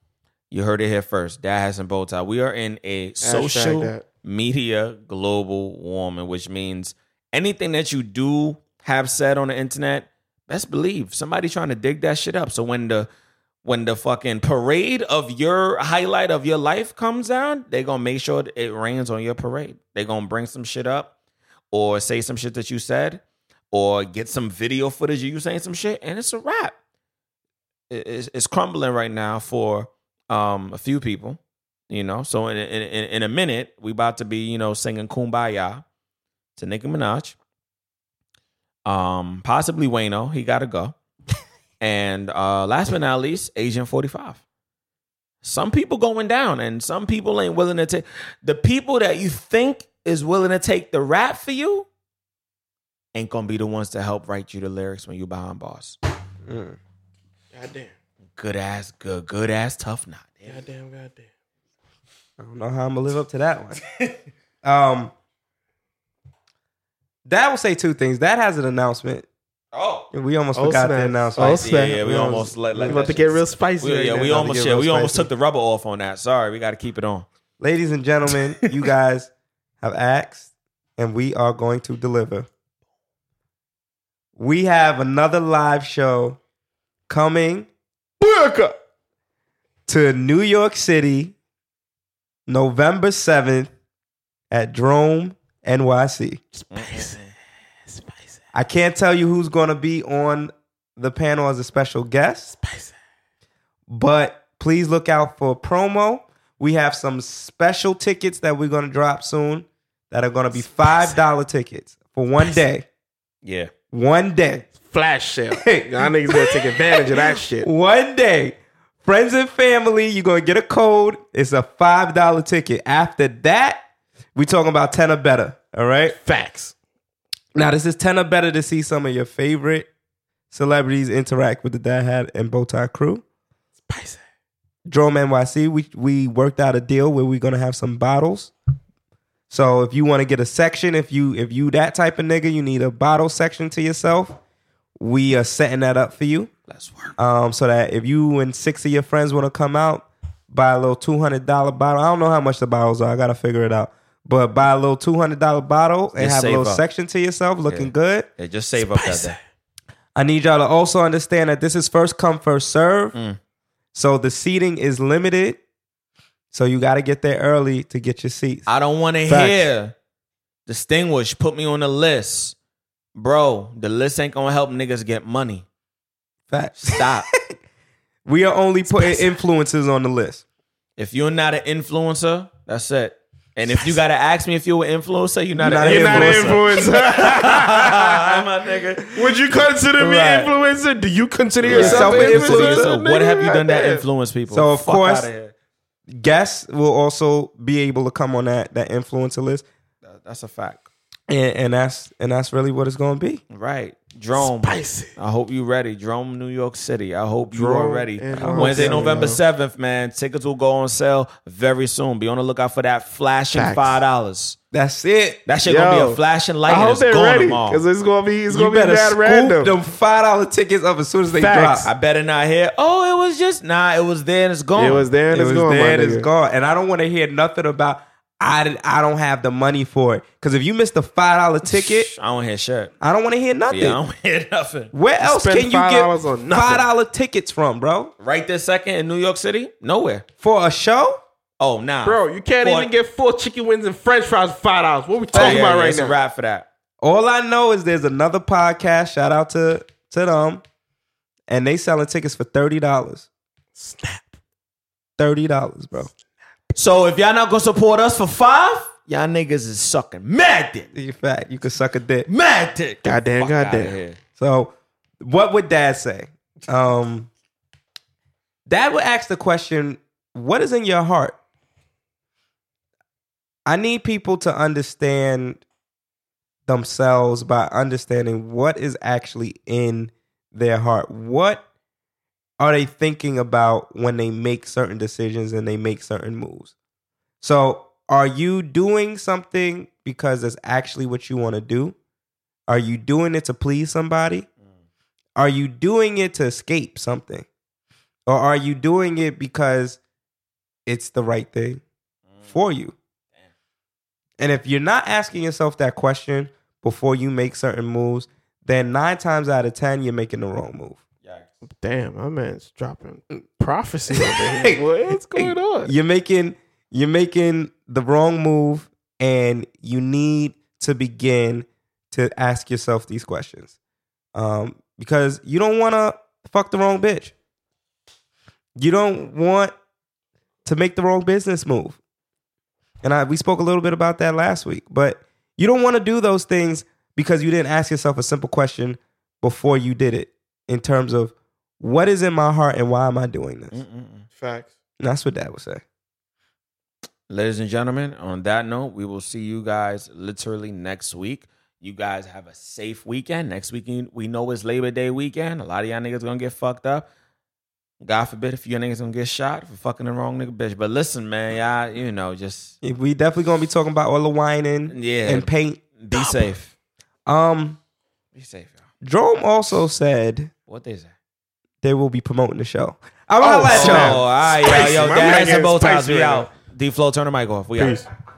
B: You heard it here first. Dad has some bow tie. We are in a social
E: that.
B: media global warming, which means anything that you do have said on the internet, best believe somebody trying to dig that shit up. So when the when the fucking parade of your highlight of your life comes down, they gonna make sure that it rains on your parade. they gonna bring some shit up or say some shit that you said or get some video footage of you saying some shit, and it's a wrap. It- It's, it's crumbling right now for um, a few people. You know, so in in, in in a minute, we about to be, you know, singing Kumbaya to Nicki Minaj. Um, possibly Wayno, he gotta go. and uh last but not least, Asian 45. Some people going down and some people ain't willing to take the people that you think is willing to take the rap for you ain't gonna be the ones to help write you the lyrics when you behind bars.
D: Goddamn.
B: Good ass, good, good ass tough knot.
D: Goddamn, goddamn.
C: I don't know how I'm gonna live up to that one. um, that will say two things. That has an announcement.
B: Oh.
C: We almost
E: Oh,
C: forgot the
E: snap.
C: announcement.
E: Oh,
B: Yeah,
E: snap.
B: yeah, we
E: We
B: almost let, let
E: We about
B: that
E: to get
B: shit-
E: real spicy.
B: We-
E: right
B: yeah,
E: now.
B: we
E: About to
B: almost
E: get
B: yeah,
E: real
B: we almost
E: spicy.
B: took the rubber off on that. Sorry, we got to keep it on.
C: Ladies and gentlemen, you guys have asked, and we are going to deliver. We have another live show coming to New York City, November 7th at Drome NYC. I can't tell you who's going to be on the panel as a special guest. But please look out for a promo. We have some special tickets that we're going to drop soon that are going to be $5 tickets for one day.
B: Yeah,
C: One day.
E: flash sale.
C: Hey.
E: Y'all niggas gonna take advantage of that shit.
C: One day. Friends and family, you're going to get a code. It's a $5 ticket. After that, we talking about 10 or better. All right?
E: Facts.
C: Now, this is 10 or better to see some of your favorite celebrities interact with the Dad Hat and Bowtie crew. Drome NYC, we, we worked out a deal where we're going to have some bottles. So if you want to get a section, if you if you that type of nigga, you need a bottle section to yourself. We are setting that up for you.
B: let's work.
C: Um, so that if you and six of your friends want to come out, buy a little two hundred dollar bottle. I don't know how much the bottles are. I gotta figure it out. But buy a little two hundred dollar bottle and
B: Just
C: have a
B: save
C: little
B: up.
C: section to yourself, looking
B: Yeah.
C: good.
B: Yeah, just save up that day.
C: I need y'all to also understand that this is first come, first serve.
B: Mm.
C: So the seating is limited. So you got to get there early to get your seats.
B: I don't want to
C: Facts.
B: hear distinguish. Put me on the list, bro. The list ain't gonna help niggas get money.
C: Facts.
B: Stop.
C: We are only putting influences on the list.
B: if you're not an influencer, that's it. And if you gotta ask me if you're an influencer, you're not,
C: You're
B: an
C: not an
B: influencer. Ah,
E: influencer. Would you consider me
C: Right.
E: influencer? Do you consider
C: Yourself
E: yourself
C: an
E: an
C: influencer?
E: influencer?
B: So what
E: nigga?
B: have you done that
E: Goddamn.
B: influence people?
C: So, of
B: Fuck
C: course-
B: outta here.
C: Guests will also be able to come on that that influencer list,
B: That- that's a fact.
C: and, and that's and that's really what it's going to be.
B: Right, Drome. I hope you ready. Drome, New York City. I hope you are
D: Drome
B: ready.
D: and
B: Wednesday,
D: New York
B: November
D: City.
B: 7th, man. Tickets will go on sale very soon. Be on the lookout for that flashing $5.
C: That's it.
B: That shit
D: Yo.
B: gonna be a flashing light and
D: I hope
B: it's
D: they're
B: gone
D: ready
B: tomorrow.
D: because it's gonna be it's
C: You
D: gonna be
C: better
D: that
C: scoop
D: random.
C: them five dollar tickets up as soon as they
D: Facts.
B: I
C: drop.
B: better not hear, oh, it was just, nah, it was there and it's gone.
D: It was there
C: it
D: and it's
C: was
D: gone.
C: there,
D: my
C: it's
D: nigga.
C: gone, and I don't want to hear nothing about I did- I don't have the money for it. Because if you missed the five dollar ticket,
B: I don't hear shit.
C: I don't want to hear nothing.
B: Yeah, I don't hear nothing.
C: Where else
D: spend
C: can you get
D: $5 on nothing.
C: five dollar tickets from, bro?
B: Right this second in New York City? Nowhere.
C: For a show?
B: Oh, nah.
E: Bro, you can't
B: Fuck.
E: even get four chicken wings and french fries for five dollars. What we
B: Oh,
E: talking
B: yeah,
E: about
B: yeah,
E: right
B: it's a
E: now?
B: wrap for that.
C: All I know is there's another podcast. Shout out to to them, and they selling tickets for thirty dollars. Snap, thirty dollars, bro.
B: So if y'all not gonna support us for five, y'all niggas is sucking mad dick.
C: You fat, you could suck a dick.
B: Mad dick.
D: Goddamn,
B: Fuck outta
D: goddamn.
B: here.
C: So, what would Dad say? Um, Dad would ask the question, "What is in your heart?" I need people to understand themselves by understanding what is actually in their heart. What are they thinking about when they make certain decisions and they make certain moves? So, are you doing something because it's actually what you want to do? Are you doing it to please somebody? Are you doing it to escape something? Or are you doing it because it's the right thing for you? And if you're not asking yourself that question before you make certain moves, then nine times out of 10, you're making the wrong move.
D: Damn, my man's dropping prophecy over here. What's going on?
C: You're making you're making the wrong move and you need to begin to ask yourself these questions. Um because you don't want to fuck the wrong bitch. You don't want to make the wrong business move. And I we spoke a little bit about that last week, but you don't want to do those things because you didn't ask yourself a simple question before you did it in terms of what is in my heart and why am I doing this?
B: Mm-mm-mm.
D: Facts.
C: And that's what dad would say.
B: Ladies and gentlemen, on that note, we will see you guys literally next week. You guys have a safe weekend. Next weekend, we know it's Labor Day weekend. A lot of y'all niggas gonna get fucked up. God forbid if your niggas gonna get shot for fucking the wrong nigga bitch. But listen, man, y'all, you know, just
C: Yeah, We definitely gonna be talking about all the whining
B: yeah,
C: and paint.
B: be safe.
C: Um,
B: Be safe, y'all.
C: Jerome also said
B: What they say?
C: they will be promoting the show. I'm gonna let
B: Oh,
C: y'all.
B: all right, yo, yo,
D: My
B: dad
D: man
B: some bow
D: is
B: ties.
D: spicy
B: We
D: right
B: out. D flow, turn the mic off. We out.